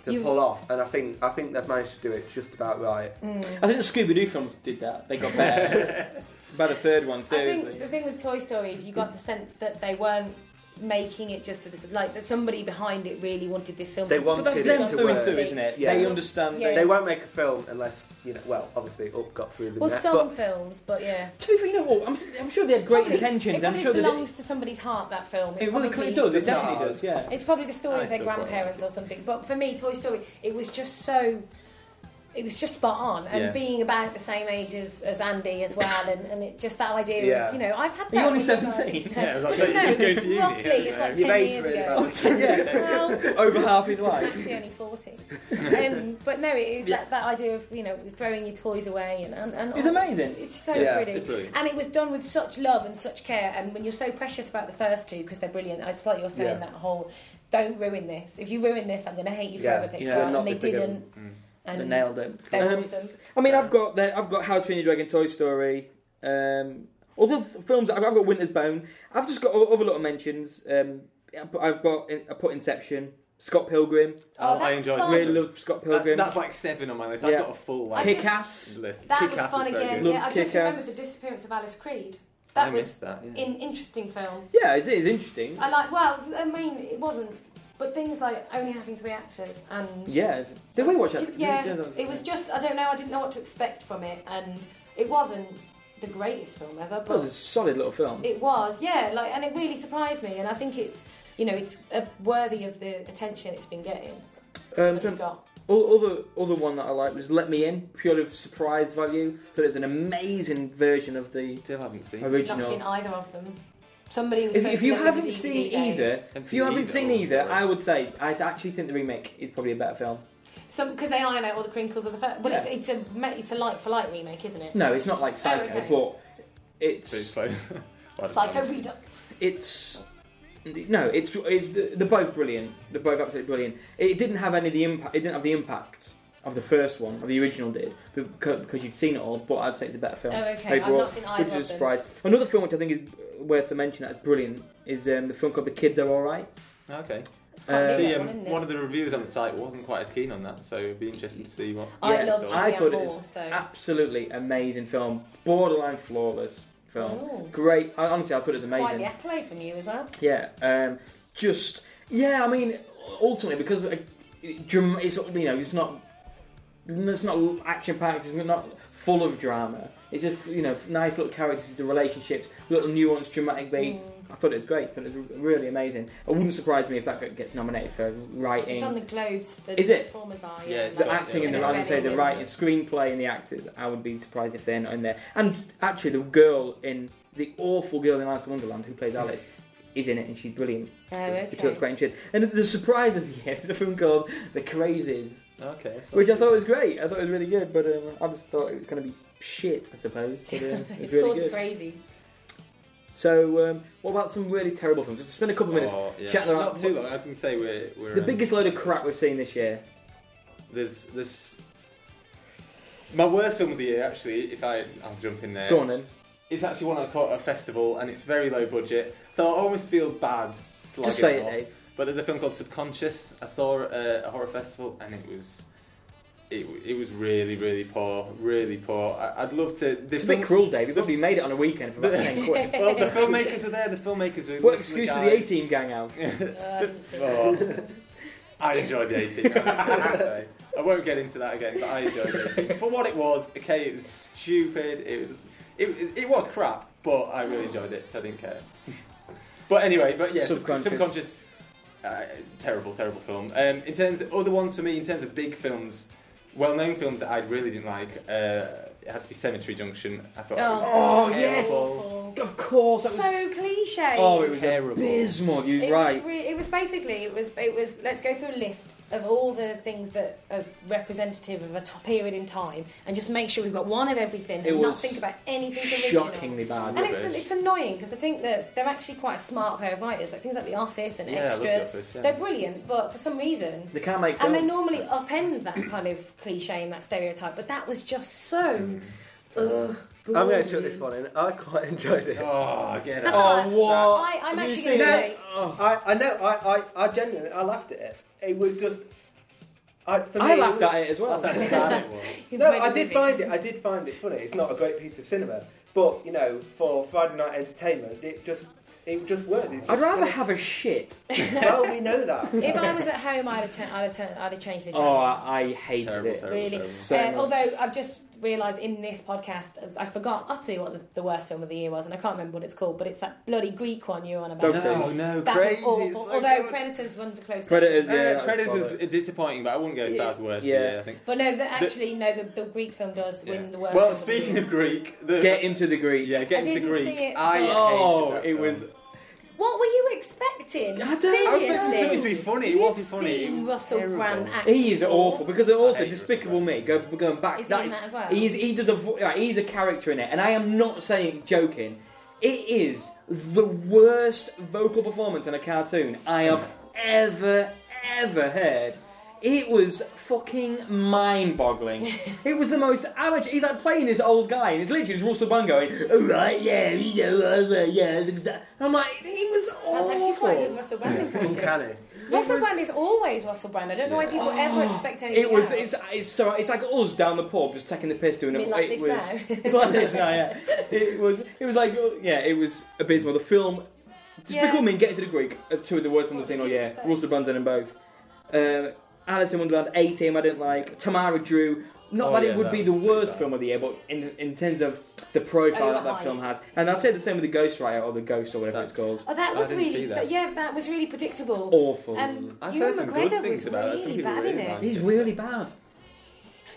Speaker 3: to
Speaker 4: You-
Speaker 3: pull off. And I think I think they've managed to do it just about right.
Speaker 4: Mm.
Speaker 1: I think the Scooby Doo films did that. They got better.
Speaker 3: *laughs*
Speaker 1: By the third one,
Speaker 4: I think
Speaker 1: seriously.
Speaker 4: the thing with Toy Story is you got the sense that they weren't making it just for this, like that somebody behind it really wanted this film.
Speaker 3: They
Speaker 4: to
Speaker 1: But that's
Speaker 3: wanted it
Speaker 1: them
Speaker 3: to
Speaker 1: through and
Speaker 3: work.
Speaker 1: through, isn't it?
Speaker 3: Yeah.
Speaker 1: They understand.
Speaker 4: Yeah.
Speaker 1: They,
Speaker 3: They won't make a film unless you know. Well, obviously Up got through the
Speaker 4: Well,
Speaker 3: net,
Speaker 4: some
Speaker 3: but
Speaker 4: films, but yeah.
Speaker 1: To be fair, you know what? I'm, I'm sure they had great
Speaker 4: Probably-
Speaker 1: intentions.
Speaker 4: It
Speaker 1: I'm
Speaker 4: probably
Speaker 1: sure they did.
Speaker 4: belongs to somebody's heart. That film.
Speaker 1: It really
Speaker 4: probably-
Speaker 1: it does. It
Speaker 3: It's not
Speaker 1: definitely
Speaker 3: ours.
Speaker 1: does.
Speaker 4: *laughs*
Speaker 1: Yeah.
Speaker 4: It's probably the story
Speaker 2: I
Speaker 4: of their
Speaker 2: still quite
Speaker 4: grandparents or something. But for me, Toy Story, it was just so. It was just spot on, and
Speaker 2: Yeah.
Speaker 4: being about the same age as, as Andy as well, and, and it just that idea
Speaker 3: Yeah.
Speaker 4: of you know I've had that.
Speaker 1: Are you only
Speaker 4: with, like,
Speaker 1: 17?
Speaker 2: Yeah, like,
Speaker 4: No,
Speaker 2: you just go to uni.
Speaker 4: Roughly, it's like
Speaker 3: Your
Speaker 4: ten
Speaker 3: age
Speaker 4: years
Speaker 3: really
Speaker 4: ago.
Speaker 3: matters.
Speaker 1: *laughs* yeah.
Speaker 4: Well,
Speaker 1: Over half his
Speaker 4: I'm
Speaker 1: life.
Speaker 4: actually only 40. Um, but no, it was
Speaker 1: Yeah.
Speaker 4: that, that idea of, you know, throwing your toys away and... and, and
Speaker 1: It's amazing.
Speaker 4: It's so
Speaker 3: Yeah,
Speaker 4: pretty.
Speaker 2: it's brilliant.
Speaker 4: And it was done with such love and such care. And when you're so precious about the first two, because they're brilliant, it's like you're saying
Speaker 3: Yeah.
Speaker 4: that whole, don't ruin this. If you ruin this, I'm going to hate you
Speaker 3: Yeah.
Speaker 4: forever, Pixar.
Speaker 1: Yeah. They're
Speaker 4: And
Speaker 3: not
Speaker 4: they
Speaker 3: the big
Speaker 4: didn't.
Speaker 2: Mm.
Speaker 1: They
Speaker 4: And
Speaker 1: nailed it.
Speaker 4: they're
Speaker 1: Um,
Speaker 4: awesome.
Speaker 1: I mean, I've got the, I've got How to Train Your Dragon, Toy Story, um, other th- films. I've, I've got Winter's Bone. I've just got o- other little mentions. Um, I've put- I've got I put Inception, Scott Pilgrim.
Speaker 4: Oh,
Speaker 2: I
Speaker 4: that's
Speaker 2: enjoyed
Speaker 4: fun.
Speaker 1: Really love Scott
Speaker 2: That's,
Speaker 1: Pilgrim.
Speaker 2: that's like seven on my list.
Speaker 1: Yeah.
Speaker 2: I've got a full
Speaker 4: I
Speaker 2: like,
Speaker 1: Kick
Speaker 4: just-
Speaker 1: Ass.
Speaker 2: list.
Speaker 4: That was
Speaker 2: Kick-Ass
Speaker 4: fun
Speaker 2: is very
Speaker 4: again.
Speaker 2: good.
Speaker 1: Loved
Speaker 4: Yeah, I just
Speaker 1: Kick-Ass.
Speaker 4: remembered the disappearance of Alice Creed. That
Speaker 2: I
Speaker 4: was
Speaker 2: missed that. Yeah.
Speaker 4: an interesting film.
Speaker 1: Yeah, it's, it's interesting.
Speaker 4: I like. Well, I mean, it wasn't. But things like only having three actors and
Speaker 1: Yeah. it's- Did we watch that?
Speaker 4: Just-
Speaker 1: Did we-
Speaker 4: yeah,
Speaker 1: that
Speaker 4: it was just. I don't know. I didn't know what to expect from it, and it wasn't the greatest film ever.
Speaker 1: That
Speaker 4: But
Speaker 1: was a solid little film.
Speaker 4: it was, yeah. Like, and it really surprised me, and I think it's. You know, it's uh, worthy of the attention it's been getting.
Speaker 1: Um,
Speaker 4: that we
Speaker 1: trying-
Speaker 4: got.
Speaker 1: o- other other one that I liked was Let Me In, purely of surprise value, but it's an amazing version of the
Speaker 2: Still haven't seen.
Speaker 4: Not
Speaker 1: original.
Speaker 4: seen either of them. Somebody was.
Speaker 1: If,
Speaker 4: supposed
Speaker 1: if
Speaker 4: to
Speaker 1: you
Speaker 4: deliver the
Speaker 1: haven't
Speaker 4: DVD
Speaker 1: seen
Speaker 4: day.
Speaker 1: either,
Speaker 2: Haven't
Speaker 1: if you
Speaker 2: seen
Speaker 1: haven't
Speaker 2: either,
Speaker 1: seen
Speaker 2: oh,
Speaker 1: either,
Speaker 2: boy.
Speaker 1: I would say I actually think the remake is probably a better film.
Speaker 4: some because they iron out all the crinkles of the first. Well,
Speaker 1: Yeah.
Speaker 4: it's, it's a it's a light for light remake, isn't it?
Speaker 1: No, it's not like Psycho,
Speaker 4: Oh, okay.
Speaker 1: but
Speaker 2: So it's
Speaker 1: it's
Speaker 2: close.
Speaker 1: *laughs*
Speaker 2: Well,
Speaker 4: Psycho
Speaker 2: I don't know.
Speaker 4: Redux.
Speaker 1: it's no, it's it's they're both brilliant. They're both absolutely brilliant. It didn't have any of the impact. It didn't have the impact of the first one, of the original did, because, because you'd seen it all. But I'd say it's a better film.
Speaker 4: Oh, okay. I've
Speaker 1: overall,
Speaker 4: not seen either
Speaker 1: which
Speaker 4: of
Speaker 1: is a
Speaker 4: them.
Speaker 1: surprise. Another film which I think is uh, worth a mention that's brilliant is um, the film called The Kids Are Alright.
Speaker 2: Okay.
Speaker 4: It's quite a
Speaker 1: Uh,
Speaker 4: big
Speaker 2: The, um,
Speaker 4: one, isn't it?
Speaker 2: one of the reviews on the site wasn't quite as keen on that, so it'd be interesting to see what.
Speaker 4: I
Speaker 1: yeah,
Speaker 4: love
Speaker 2: I
Speaker 4: Julianne
Speaker 1: I thought it is
Speaker 4: Moore, so.
Speaker 1: absolutely amazing film, borderline flawless film.
Speaker 4: Oh.
Speaker 1: Great. I, honestly, I thought it was
Speaker 4: Quite
Speaker 1: amazing.
Speaker 4: the accolade from you as well.
Speaker 1: Yeah, um, just yeah. I mean, ultimately, because uh, it- dram- it's you know, it's not it's not action packed. It's not full of drama. It's just you know nice little characters, the relationships, little nuanced dramatic beats. I thought it was great. I thought it was really amazing. It wouldn't surprise me if that gets nominated for writing.
Speaker 4: It's on the Globes. The
Speaker 1: Is it?
Speaker 4: Performers are.
Speaker 2: Yeah, it's
Speaker 1: the
Speaker 2: Yeah.
Speaker 1: acting and the
Speaker 4: Yeah.
Speaker 1: I would say the writing, screenplay and the actors. I would be surprised if they're not in there. And actually, the girl in the awful girl in Alice in Wonderland who plays Alice is in it, and she's brilliant.
Speaker 4: Oh,
Speaker 1: She looks
Speaker 4: okay.
Speaker 1: great and shit. And the surprise of the year is a film called The Crazies,
Speaker 2: Okay. so-
Speaker 1: which I thought was great. I thought it was really good, but um, I just thought it was going to be shit, I suppose. But
Speaker 4: *laughs*
Speaker 1: um, it was
Speaker 4: it's
Speaker 1: really
Speaker 4: called
Speaker 1: good.
Speaker 4: Crazy.
Speaker 1: So, um, what about some really terrible films? Just spend a couple of minutes.
Speaker 2: Oh, yeah.
Speaker 1: chatting about-
Speaker 2: Not too long. I was going to say we're, we're
Speaker 1: The
Speaker 2: um,
Speaker 1: biggest load of crap we've seen this year.
Speaker 2: There's this. My worst film of the year, actually, if I I'll jump in there.
Speaker 1: Go on then.
Speaker 2: It's actually one I caught at a festival, and it's very low budget, so I almost feel bad. slagging
Speaker 1: Just say it, eh?
Speaker 2: off.
Speaker 1: Dave.
Speaker 2: But there's a film called Subconscious. I saw it at a horror festival, and it was. It, it was really, really poor, really poor. I, I'd love to. The
Speaker 1: It's a bit cruel, Dave. We probably made it on a weekend for about
Speaker 2: The-
Speaker 1: 10 quid.
Speaker 2: *laughs*
Speaker 4: *laughs*
Speaker 2: Well, the filmmakers were there. The filmmakers were.
Speaker 1: What excuse for the A
Speaker 2: guys.
Speaker 1: team gang out?
Speaker 4: No, I didn't see that.
Speaker 2: Oh, I enjoyed the 18. I won't get into that again, but I enjoyed the 18. For what it was, okay, it was stupid. It was, it, it was crap, but I really enjoyed it, so I didn't care. But anyway, but yeah, subconscious.
Speaker 1: Subconscious.
Speaker 2: subconscious uh, terrible, terrible film. Um, in terms of other ones for me, in terms of big films, well-known films that I really didn't like, uh, it had to be Cemetery Junction. I thought. that was
Speaker 1: Oh,
Speaker 4: it's
Speaker 1: yes.
Speaker 4: awful.
Speaker 1: Of course, that was.
Speaker 4: So cliche.
Speaker 1: oh, it was
Speaker 2: terrible.
Speaker 1: abysmal. You're
Speaker 4: It
Speaker 1: right.
Speaker 4: Was re- it was basically it was it was let's go through a list of all the things that are representative of a t- period in time and just make sure we've got one of everything
Speaker 1: It
Speaker 4: and not
Speaker 1: was
Speaker 4: think about anything original.
Speaker 1: Shockingly bad.
Speaker 4: And it's,
Speaker 2: Rubbish.
Speaker 4: it's annoying because I think that they're actually quite a smart pair of writers, like things like The Office and
Speaker 2: Yeah, I love The
Speaker 4: Extras.
Speaker 2: Office, yeah.
Speaker 4: They're brilliant, but for some reason,
Speaker 1: They can't make
Speaker 4: and
Speaker 1: films.
Speaker 4: they normally upend that kind of cliche and that stereotype. But that was just so. Ugh,
Speaker 3: I'm going
Speaker 4: boring.
Speaker 3: to chuck this one in. I quite enjoyed it.
Speaker 2: Oh, get
Speaker 4: That's
Speaker 2: out.
Speaker 1: oh,
Speaker 4: not-
Speaker 1: what?
Speaker 4: I- I'm
Speaker 1: Have you
Speaker 4: actually gonna
Speaker 1: seen it?
Speaker 4: say-
Speaker 1: Oh.
Speaker 3: I, I know, I, I, I genuinely, I laughed at it. It was just, I, for me,
Speaker 1: I laughed
Speaker 3: was,
Speaker 1: at it as well.
Speaker 2: That's *laughs* how bad it was.
Speaker 4: You
Speaker 3: No,
Speaker 4: made
Speaker 3: I
Speaker 4: me
Speaker 3: did
Speaker 4: think.
Speaker 3: find it. I did find it funny. It's not a great piece of cinema, but you know, for Friday night entertainment, it just it just worked. It just
Speaker 1: I'd rather
Speaker 3: kind
Speaker 1: have a shit.
Speaker 3: of- *laughs* well, we know that.
Speaker 4: *laughs* If I was at home, I'd have, turn I'd have, turn I'd have changed the channel.
Speaker 1: Oh,
Speaker 2: uh,
Speaker 1: I, I hated
Speaker 2: Terrible,
Speaker 1: it.
Speaker 2: terrible.
Speaker 4: Really.
Speaker 1: So
Speaker 4: Uh,
Speaker 1: much.
Speaker 4: although I've just realised in this podcast, uh, I forgot utterly what the, the worst film of the year was, and I can't remember what it's called, but it's that bloody Greek one you were on about.
Speaker 1: Don't
Speaker 2: No, no,
Speaker 4: that
Speaker 2: crazy.
Speaker 4: was awful.
Speaker 2: it's so
Speaker 4: although
Speaker 2: good.
Speaker 4: Predators runs a close.
Speaker 1: Predators,
Speaker 2: Uh,
Speaker 1: yeah. that
Speaker 2: Predators was
Speaker 1: bollocks.
Speaker 2: disappointing, but I wouldn't go as far as worst.
Speaker 1: Yeah.
Speaker 2: Yeah, I think.
Speaker 4: But no, the, actually, no, the, the Greek film does
Speaker 2: Yeah.
Speaker 4: win the worst.
Speaker 2: well,
Speaker 4: film of the
Speaker 2: speaking
Speaker 4: year.
Speaker 2: of Greek, the,
Speaker 1: Get into the Greek.
Speaker 2: yeah, get
Speaker 4: I
Speaker 2: into the
Speaker 4: didn't see
Speaker 2: Greek.
Speaker 4: it.
Speaker 2: I
Speaker 1: Oh,
Speaker 2: hated that
Speaker 1: it
Speaker 2: film.
Speaker 1: was.
Speaker 4: What were you expecting?
Speaker 1: I don't-
Speaker 4: Seriously?
Speaker 1: I
Speaker 2: I was expecting something to be funny. It
Speaker 4: You've
Speaker 2: wasn't funny. It
Speaker 4: seen
Speaker 2: was
Speaker 4: Russell
Speaker 2: terrible.
Speaker 4: Brand act.
Speaker 1: He is awful because they're
Speaker 2: I
Speaker 1: also
Speaker 2: hate
Speaker 1: Despicable
Speaker 2: Russell
Speaker 1: Me. Go, we're going back.
Speaker 4: Is he
Speaker 1: that
Speaker 4: in
Speaker 1: is,
Speaker 4: that as well?
Speaker 1: He, is, he does a vo- right, he's a character in it, and I am not saying joking. It is the worst vocal performance in a cartoon I have ever ever heard. It was fucking
Speaker 4: *laughs*
Speaker 1: mind-boggling. it was the most average. He's like playing this old guy, and it's literally just Russell Brand going, "All right, yeah, you know, uh, yeah." And I'm like, he was
Speaker 4: That's actually quite a good
Speaker 1: awful.
Speaker 4: Russell
Speaker 2: *laughs*
Speaker 4: Brand impression.
Speaker 3: Uncanny.
Speaker 4: Russell
Speaker 1: was-
Speaker 4: Brand is always Russell Brand. I don't know why people ever
Speaker 2: Oh.
Speaker 4: expect anything
Speaker 1: It was.
Speaker 4: else.
Speaker 1: It's, it's so. It's like us down the pub, just taking the piss, doing
Speaker 4: You
Speaker 1: it.
Speaker 4: mean like
Speaker 1: it
Speaker 4: this
Speaker 1: was.
Speaker 4: now?
Speaker 1: *laughs* It's like this now.
Speaker 4: *laughs*
Speaker 1: Yeah. It was. It was like oh, yeah. It was abysmal. The film. Despicable
Speaker 4: Yeah.
Speaker 1: Me and Get Into the Greek are two of the worst ones I've seen
Speaker 4: What did
Speaker 1: all
Speaker 4: you
Speaker 1: year.
Speaker 4: expect?
Speaker 1: Russell Brand's in them both. Um, Alice in Wonderland, A Team, I didn't like. Tamara Drew. Not
Speaker 2: Oh,
Speaker 1: that it
Speaker 2: yeah,
Speaker 1: would
Speaker 2: that
Speaker 1: be
Speaker 2: was
Speaker 1: the
Speaker 2: pretty
Speaker 1: worst
Speaker 2: bad.
Speaker 1: film of the year, but in in terms of the profile that that
Speaker 4: Overhyped.
Speaker 1: film has, and I'd say the same with the Ghost Rider or the Ghost or whatever it's
Speaker 2: That's-
Speaker 1: called.
Speaker 4: Oh, that
Speaker 2: I
Speaker 4: was
Speaker 2: didn't
Speaker 4: really.
Speaker 2: see that. Oh.
Speaker 4: but yeah, that was really predictable.
Speaker 1: Awful.
Speaker 4: And
Speaker 2: I've
Speaker 4: Ewan
Speaker 2: heard some good
Speaker 4: McGregor
Speaker 2: things
Speaker 4: was
Speaker 2: about it. Some
Speaker 4: really
Speaker 2: people
Speaker 4: bad
Speaker 2: really
Speaker 4: in it.
Speaker 2: like
Speaker 1: He's really bad.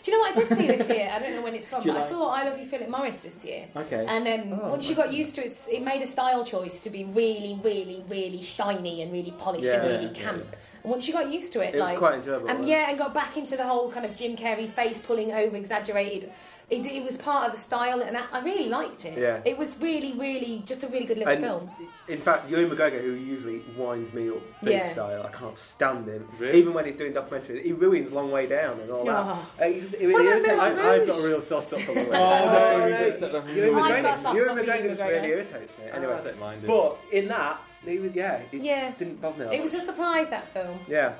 Speaker 4: Do you know what I did
Speaker 2: *laughs*
Speaker 4: see this year? I don't know when it's from, but I
Speaker 1: July.
Speaker 4: saw I Love You, Philip Morris this year.
Speaker 1: Okay.
Speaker 4: And um,
Speaker 2: Oh,
Speaker 4: once you
Speaker 2: nice.
Speaker 4: got used to it, it made a style choice to be really, really, really shiny and really polished and
Speaker 3: Yeah,
Speaker 4: really
Speaker 1: yeah.
Speaker 4: camp. And once you got used to it,
Speaker 3: It was
Speaker 4: like
Speaker 3: quite enjoyable.
Speaker 4: um,
Speaker 3: wasn't it?
Speaker 4: yeah, and got back into the whole kind of Jim Carrey face pulling over exaggerated. It, it was part of the style, and I, I really liked it.
Speaker 3: Yeah.
Speaker 4: It was really, really just a really good little
Speaker 3: And
Speaker 4: film.
Speaker 3: In fact, Ewan McGregor, who usually winds me up big
Speaker 4: Yeah.
Speaker 3: style, I can't stand him.
Speaker 2: Really?
Speaker 3: Even when he's doing documentaries, he ruins Long Way Down and all that.
Speaker 4: Oh.
Speaker 3: Uh, he just- he
Speaker 4: What
Speaker 3: really
Speaker 4: about
Speaker 3: irritates-
Speaker 2: I,
Speaker 4: Moulin
Speaker 2: I've got
Speaker 4: Rouge?
Speaker 2: a real soft spot for the
Speaker 1: Oh,
Speaker 3: no,
Speaker 1: no,
Speaker 3: no.
Speaker 1: he gets that-
Speaker 3: Ewan
Speaker 4: I've got a
Speaker 3: McGregor,
Speaker 4: soft
Speaker 3: Ewan
Speaker 4: spot for
Speaker 3: McGregor
Speaker 4: Ewan
Speaker 3: just really
Speaker 4: McGregor.
Speaker 3: irritates me. Anyway,
Speaker 2: I don't mind it.
Speaker 3: but in that, he was, yeah, he
Speaker 4: Yeah.
Speaker 3: didn't bother me.
Speaker 4: It was a surprise that film,
Speaker 3: yeah.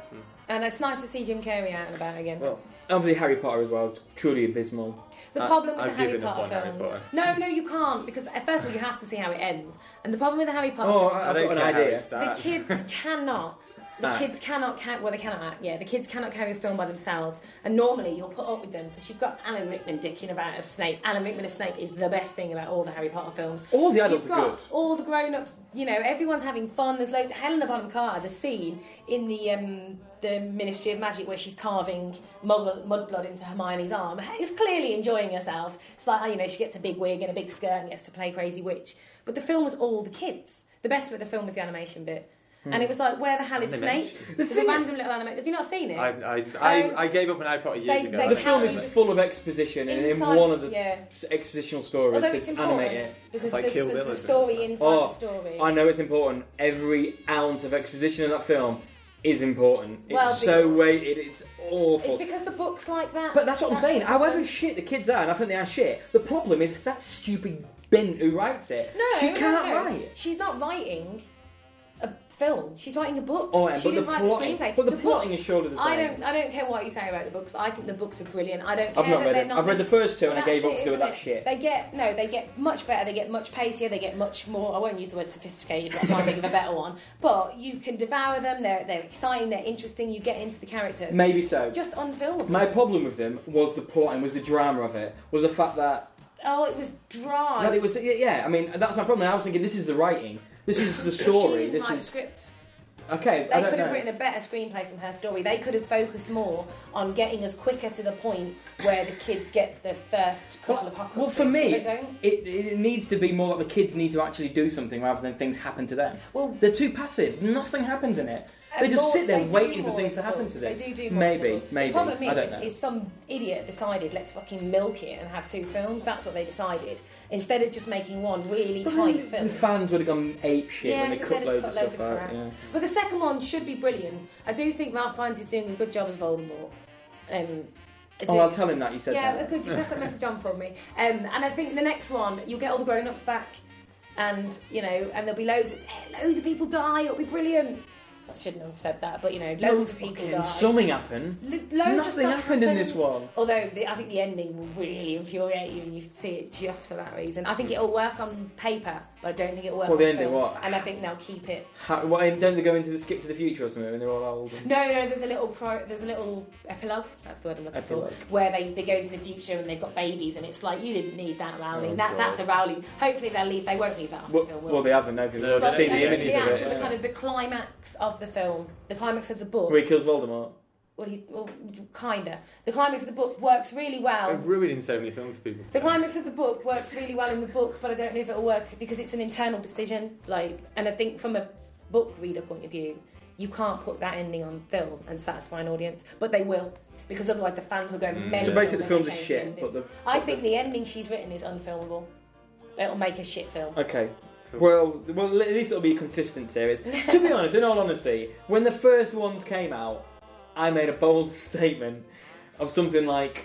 Speaker 4: and it's nice to see Jim Carrey out and about again.
Speaker 2: well,
Speaker 1: Obviously, Harry Potter as well. Truly abysmal.
Speaker 4: The
Speaker 2: I-
Speaker 4: problem with
Speaker 2: I've
Speaker 4: the Harry
Speaker 2: given up
Speaker 4: Potter
Speaker 2: on Harry
Speaker 4: films.
Speaker 2: Potter.
Speaker 4: No, no, you can't because uh, first of all you have to see how it ends. And the problem with the Harry Potter
Speaker 1: Oh,
Speaker 4: films,
Speaker 1: I-
Speaker 2: I
Speaker 1: I've
Speaker 2: don't
Speaker 1: got an
Speaker 2: care how
Speaker 1: idea.
Speaker 2: it starts.
Speaker 4: the kids cannot The
Speaker 1: Act.
Speaker 4: kids cannot ca- well they cannot act. Yeah, the kids cannot carry a film by themselves. And normally you'll put up with them because you've got Alan Rickman dicking about a snake. Alan Rickman a snake is the best thing about all the Harry Potter films.
Speaker 1: All the adults
Speaker 4: You've
Speaker 1: are
Speaker 4: got
Speaker 1: good.
Speaker 4: all the grown-ups. You know, everyone's having fun. There's loads. Helena Bonham Carter, the scene in the um, the Ministry of Magic where she's carving muggle- mudblood into Hermione's arm is clearly enjoying herself. It's like oh, you know, she gets a big wig and a big skirt and gets to play crazy witch. But the film was all the kids. The best bit of the film was the animation bit.
Speaker 1: Hmm.
Speaker 4: And it was like, where the hell is Snape?
Speaker 1: *laughs*
Speaker 2: Animation.
Speaker 4: There's a random little animation. Have you not seen it?
Speaker 2: I, I, I,
Speaker 4: Um,
Speaker 2: I gave up an iPod years
Speaker 4: they-
Speaker 2: ago.
Speaker 4: they
Speaker 1: The
Speaker 2: I-
Speaker 1: film is
Speaker 4: Exactly.
Speaker 1: just full of exposition, and in
Speaker 4: Inside-
Speaker 1: one of the
Speaker 4: yeah.
Speaker 1: expositional stories,
Speaker 4: Although
Speaker 1: they
Speaker 4: it's
Speaker 1: animate
Speaker 4: important
Speaker 1: it.
Speaker 4: because
Speaker 2: Like
Speaker 4: there's,
Speaker 2: Kill
Speaker 4: there's
Speaker 2: Bill,
Speaker 4: a
Speaker 2: isn't it?
Speaker 4: story inside
Speaker 1: Oh,
Speaker 4: the story.
Speaker 1: I know it's important. Every ounce of exposition in that film is important. It's
Speaker 4: Well,
Speaker 1: so
Speaker 4: the-
Speaker 1: weighted. It's
Speaker 4: It's
Speaker 1: awful.
Speaker 4: because the book's like that.
Speaker 1: but that's what I'm saying.
Speaker 4: the
Speaker 1: However
Speaker 4: problem.
Speaker 1: shit the kids are, and I think they are shit. The problem is that stupid bin who writes it.
Speaker 4: No,
Speaker 1: she
Speaker 4: no,
Speaker 1: can't
Speaker 4: no.
Speaker 1: write.
Speaker 4: She's not writing a film. She's writing a book.
Speaker 1: Oh, yeah,
Speaker 4: she
Speaker 1: but the
Speaker 4: didn't write
Speaker 1: plotting,
Speaker 4: the screenplay.
Speaker 1: but the,
Speaker 4: book-
Speaker 1: plotting is surely the same.
Speaker 4: I don't. I don't care what you say about the books. I think the books are brilliant. I don't care
Speaker 1: I've not
Speaker 4: that
Speaker 1: read
Speaker 4: they're
Speaker 1: it.
Speaker 4: not.
Speaker 1: I've read the
Speaker 4: this-
Speaker 1: first two, and I
Speaker 4: That's
Speaker 1: gave up
Speaker 4: it,
Speaker 1: to
Speaker 4: isn't
Speaker 1: that
Speaker 4: it?
Speaker 1: shit.
Speaker 4: They get no, they get much better. They get much pacier. They get much more. I won't use the word sophisticated. I can't think of a better one. But you can devour them. They're they're exciting. They're interesting. You get into the characters.
Speaker 1: Maybe so.
Speaker 4: Just on film.
Speaker 1: My problem with them was the plotting, was the drama of it, was the fact that
Speaker 4: oh, it was dry.
Speaker 1: Well, it was, yeah, yeah, I mean, that's my problem. I was thinking, this is the writing, this is the story,
Speaker 4: *laughs* She
Speaker 1: this
Speaker 4: didn't write
Speaker 1: is
Speaker 4: script.
Speaker 1: okay. I
Speaker 4: They
Speaker 1: don't
Speaker 4: could have
Speaker 1: know.
Speaker 4: written a better screenplay from her story. They could have focused more on getting us quicker to the point where the kids get the first couple of hot
Speaker 1: well, for
Speaker 4: fixes,
Speaker 1: me,
Speaker 4: but they don't.
Speaker 1: it, it needs to be more like the kids need to actually do something rather than things happen to them.
Speaker 4: Well-
Speaker 1: they're too passive. Nothing happens in it.
Speaker 4: And
Speaker 1: They just
Speaker 4: more-
Speaker 1: sit there
Speaker 4: they do
Speaker 1: waiting for
Speaker 4: more
Speaker 1: things to
Speaker 4: in the
Speaker 1: happen
Speaker 4: book.
Speaker 1: to them.
Speaker 4: They do do more in the
Speaker 1: maybe,
Speaker 4: book.
Speaker 1: maybe.
Speaker 4: The problem
Speaker 1: I don't
Speaker 4: is,
Speaker 1: know.
Speaker 4: is some idiot decided let's fucking milk it and have two films. That's what they decided instead of just making one really
Speaker 1: But
Speaker 4: tight
Speaker 1: then
Speaker 4: film.
Speaker 1: the fans would have gone ape shit
Speaker 4: Yeah,
Speaker 1: when they
Speaker 4: 'cause
Speaker 1: cut
Speaker 4: they'd
Speaker 1: loads
Speaker 4: cut
Speaker 1: of
Speaker 4: loads
Speaker 1: stuff
Speaker 4: of
Speaker 1: out.
Speaker 4: crap.
Speaker 1: Yeah.
Speaker 4: But the second one should be brilliant. I do think Ralph Fiennes is doing a good job as Voldemort. Um, I
Speaker 1: Oh,
Speaker 4: do.
Speaker 1: I'll tell him that you said
Speaker 4: yeah,
Speaker 1: that.
Speaker 4: could you pass that message on for me? Um, and I think the next one, you'll get all the grown-ups back, and you know, and there'll be loads, eh, loads of people die. It'll be brilliant. I shouldn't have said that, but you know, loads of people
Speaker 1: Fucking
Speaker 4: die.
Speaker 1: Something happened.
Speaker 4: Lo- loads of
Speaker 1: Nothing
Speaker 4: stuff
Speaker 1: happened in this
Speaker 4: happens.
Speaker 1: one.
Speaker 4: Although the, I think the ending will really infuriate you, and you see it just for that reason. I think it'll work on paper, but I don't think it'll work.
Speaker 1: Well,
Speaker 4: on
Speaker 1: the ending,
Speaker 4: film,
Speaker 1: what?
Speaker 4: And I think they'll keep it.
Speaker 1: How, what, eh, don't they go into the skip to the future or something when they're all old? And...
Speaker 4: No, no. There's a little pro. There's a little epilogue. That's the word I'm looking
Speaker 1: Epilogue.
Speaker 4: for. Where they, they go into the future and they've got babies, and it's like you didn't need that Rowling.
Speaker 1: Oh,
Speaker 4: that
Speaker 1: God.
Speaker 4: that's a Rowling. Hopefully they'll leave. They won't leave that on
Speaker 1: Well,
Speaker 4: the film. Will
Speaker 1: well,
Speaker 4: they?
Speaker 1: they haven't now because
Speaker 2: No,
Speaker 1: we've
Speaker 2: they
Speaker 4: But
Speaker 1: seen
Speaker 4: I
Speaker 1: the
Speaker 4: mean,
Speaker 1: images
Speaker 4: the
Speaker 1: of it.
Speaker 4: actual kind of the climax of the film, the climax of the book.
Speaker 1: Where he kills Voldemort.
Speaker 4: Well, he, well, kinda. The climax of the book works really well.
Speaker 2: I'm ruining so many films, people.
Speaker 4: The climax of the book works really well in the book, but I don't know if it'll work because it's an internal decision. Like, and I think from a book reader point of view, you can't put that ending on film and satisfy an audience, but they will because otherwise the fans will go mental.
Speaker 1: So basically, the
Speaker 4: when they
Speaker 1: film's a
Speaker 4: change the
Speaker 1: shit,
Speaker 4: ending.
Speaker 1: but the.
Speaker 4: I think the ending she's written is unfilmable. It'll make a shit film.
Speaker 1: Okay.
Speaker 2: Cool.
Speaker 1: Well, well, at least it'll be a consistent series. to
Speaker 4: *laughs*
Speaker 1: be honest, in all honesty, when the first ones came out, I made a bold *laughs* statement of something like,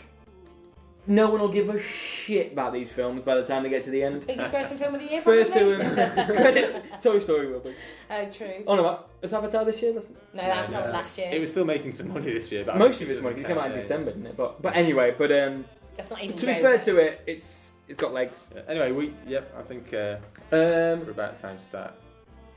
Speaker 1: "No one will give a shit about these films by the time they get to the end."
Speaker 4: Biggest grossing film of the year.
Speaker 1: Fair
Speaker 4: probably.
Speaker 1: to
Speaker 4: *laughs*
Speaker 1: *laughs* him. Toy Story will be.
Speaker 4: Oh, true.
Speaker 1: Oh no, was Avatar this year? That's-
Speaker 4: No,
Speaker 2: Yeah,
Speaker 4: that was
Speaker 2: yeah.
Speaker 4: last year.
Speaker 2: It was still making some money this year. But I
Speaker 1: Most
Speaker 2: think
Speaker 1: of it's money. 'cause It came out in
Speaker 2: doesn't count,
Speaker 1: December, didn't it? But but anyway, but um,
Speaker 4: That's not even.
Speaker 1: to be
Speaker 4: Joe.
Speaker 1: fair to it, it's it's got legs.
Speaker 2: yeah, yeah. Uh, Anyway, we yep. I think uh,
Speaker 1: Um,
Speaker 2: we're about time to start.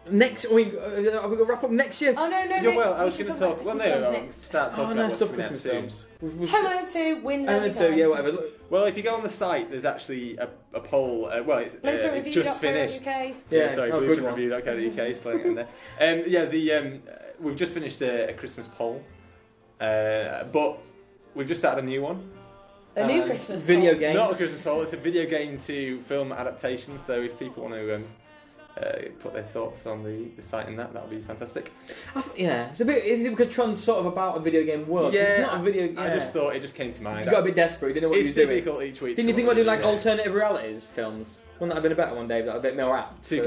Speaker 1: Next, are we, uh, are we gonna wrap up next year?
Speaker 4: Oh no, no.
Speaker 2: yeah,
Speaker 4: next,
Speaker 2: well, I
Speaker 4: we
Speaker 2: was
Speaker 4: should
Speaker 2: going to
Speaker 4: about
Speaker 2: talk. Well,
Speaker 4: Christmas
Speaker 2: no,
Speaker 4: films
Speaker 2: I'll
Speaker 4: next.
Speaker 2: start
Speaker 1: Oh,
Speaker 2: talking
Speaker 1: no,
Speaker 2: about
Speaker 1: stuff
Speaker 2: what's coming out
Speaker 1: Christmas
Speaker 2: soon.
Speaker 1: films. We- we-
Speaker 4: Home Alone Two
Speaker 1: Home Alone
Speaker 4: wins. every
Speaker 1: two,
Speaker 4: time.
Speaker 1: yeah, whatever. Look,
Speaker 2: Well, if you go on the site, there's actually a, a poll. Uh, well, it's, uh, it's just finished.
Speaker 4: UK.
Speaker 1: Yeah,
Speaker 2: sorry,
Speaker 1: oh, good one.
Speaker 2: bluefin.co.uk, slang it in there. Um, yeah, the um, uh, we've just finished a, a Christmas poll, uh, but we've just started a new one.
Speaker 4: A new
Speaker 2: Um,
Speaker 4: Christmas
Speaker 1: Uh, video
Speaker 4: poll.
Speaker 1: game.
Speaker 2: Not a Christmas poll. It's a video game to film adaptation. So if people want to um, uh, put their thoughts on the, the site and that, that'll be fantastic.
Speaker 1: I th- yeah, it's a bit. Is it because Tron's sort of about a video game world? 'Cause it's not a video.
Speaker 2: I
Speaker 1: yeah.
Speaker 2: just thought it just came to
Speaker 1: you
Speaker 2: mind.
Speaker 1: got a bit desperate. You didn't know what
Speaker 2: it's
Speaker 1: you were doing.
Speaker 2: difficult each week.
Speaker 1: Didn't you
Speaker 2: to
Speaker 1: think about doing like
Speaker 2: do that.
Speaker 1: alternative realities films? Wouldn't that have been a better one, Dave? That would have been more apt.
Speaker 2: Too
Speaker 1: for-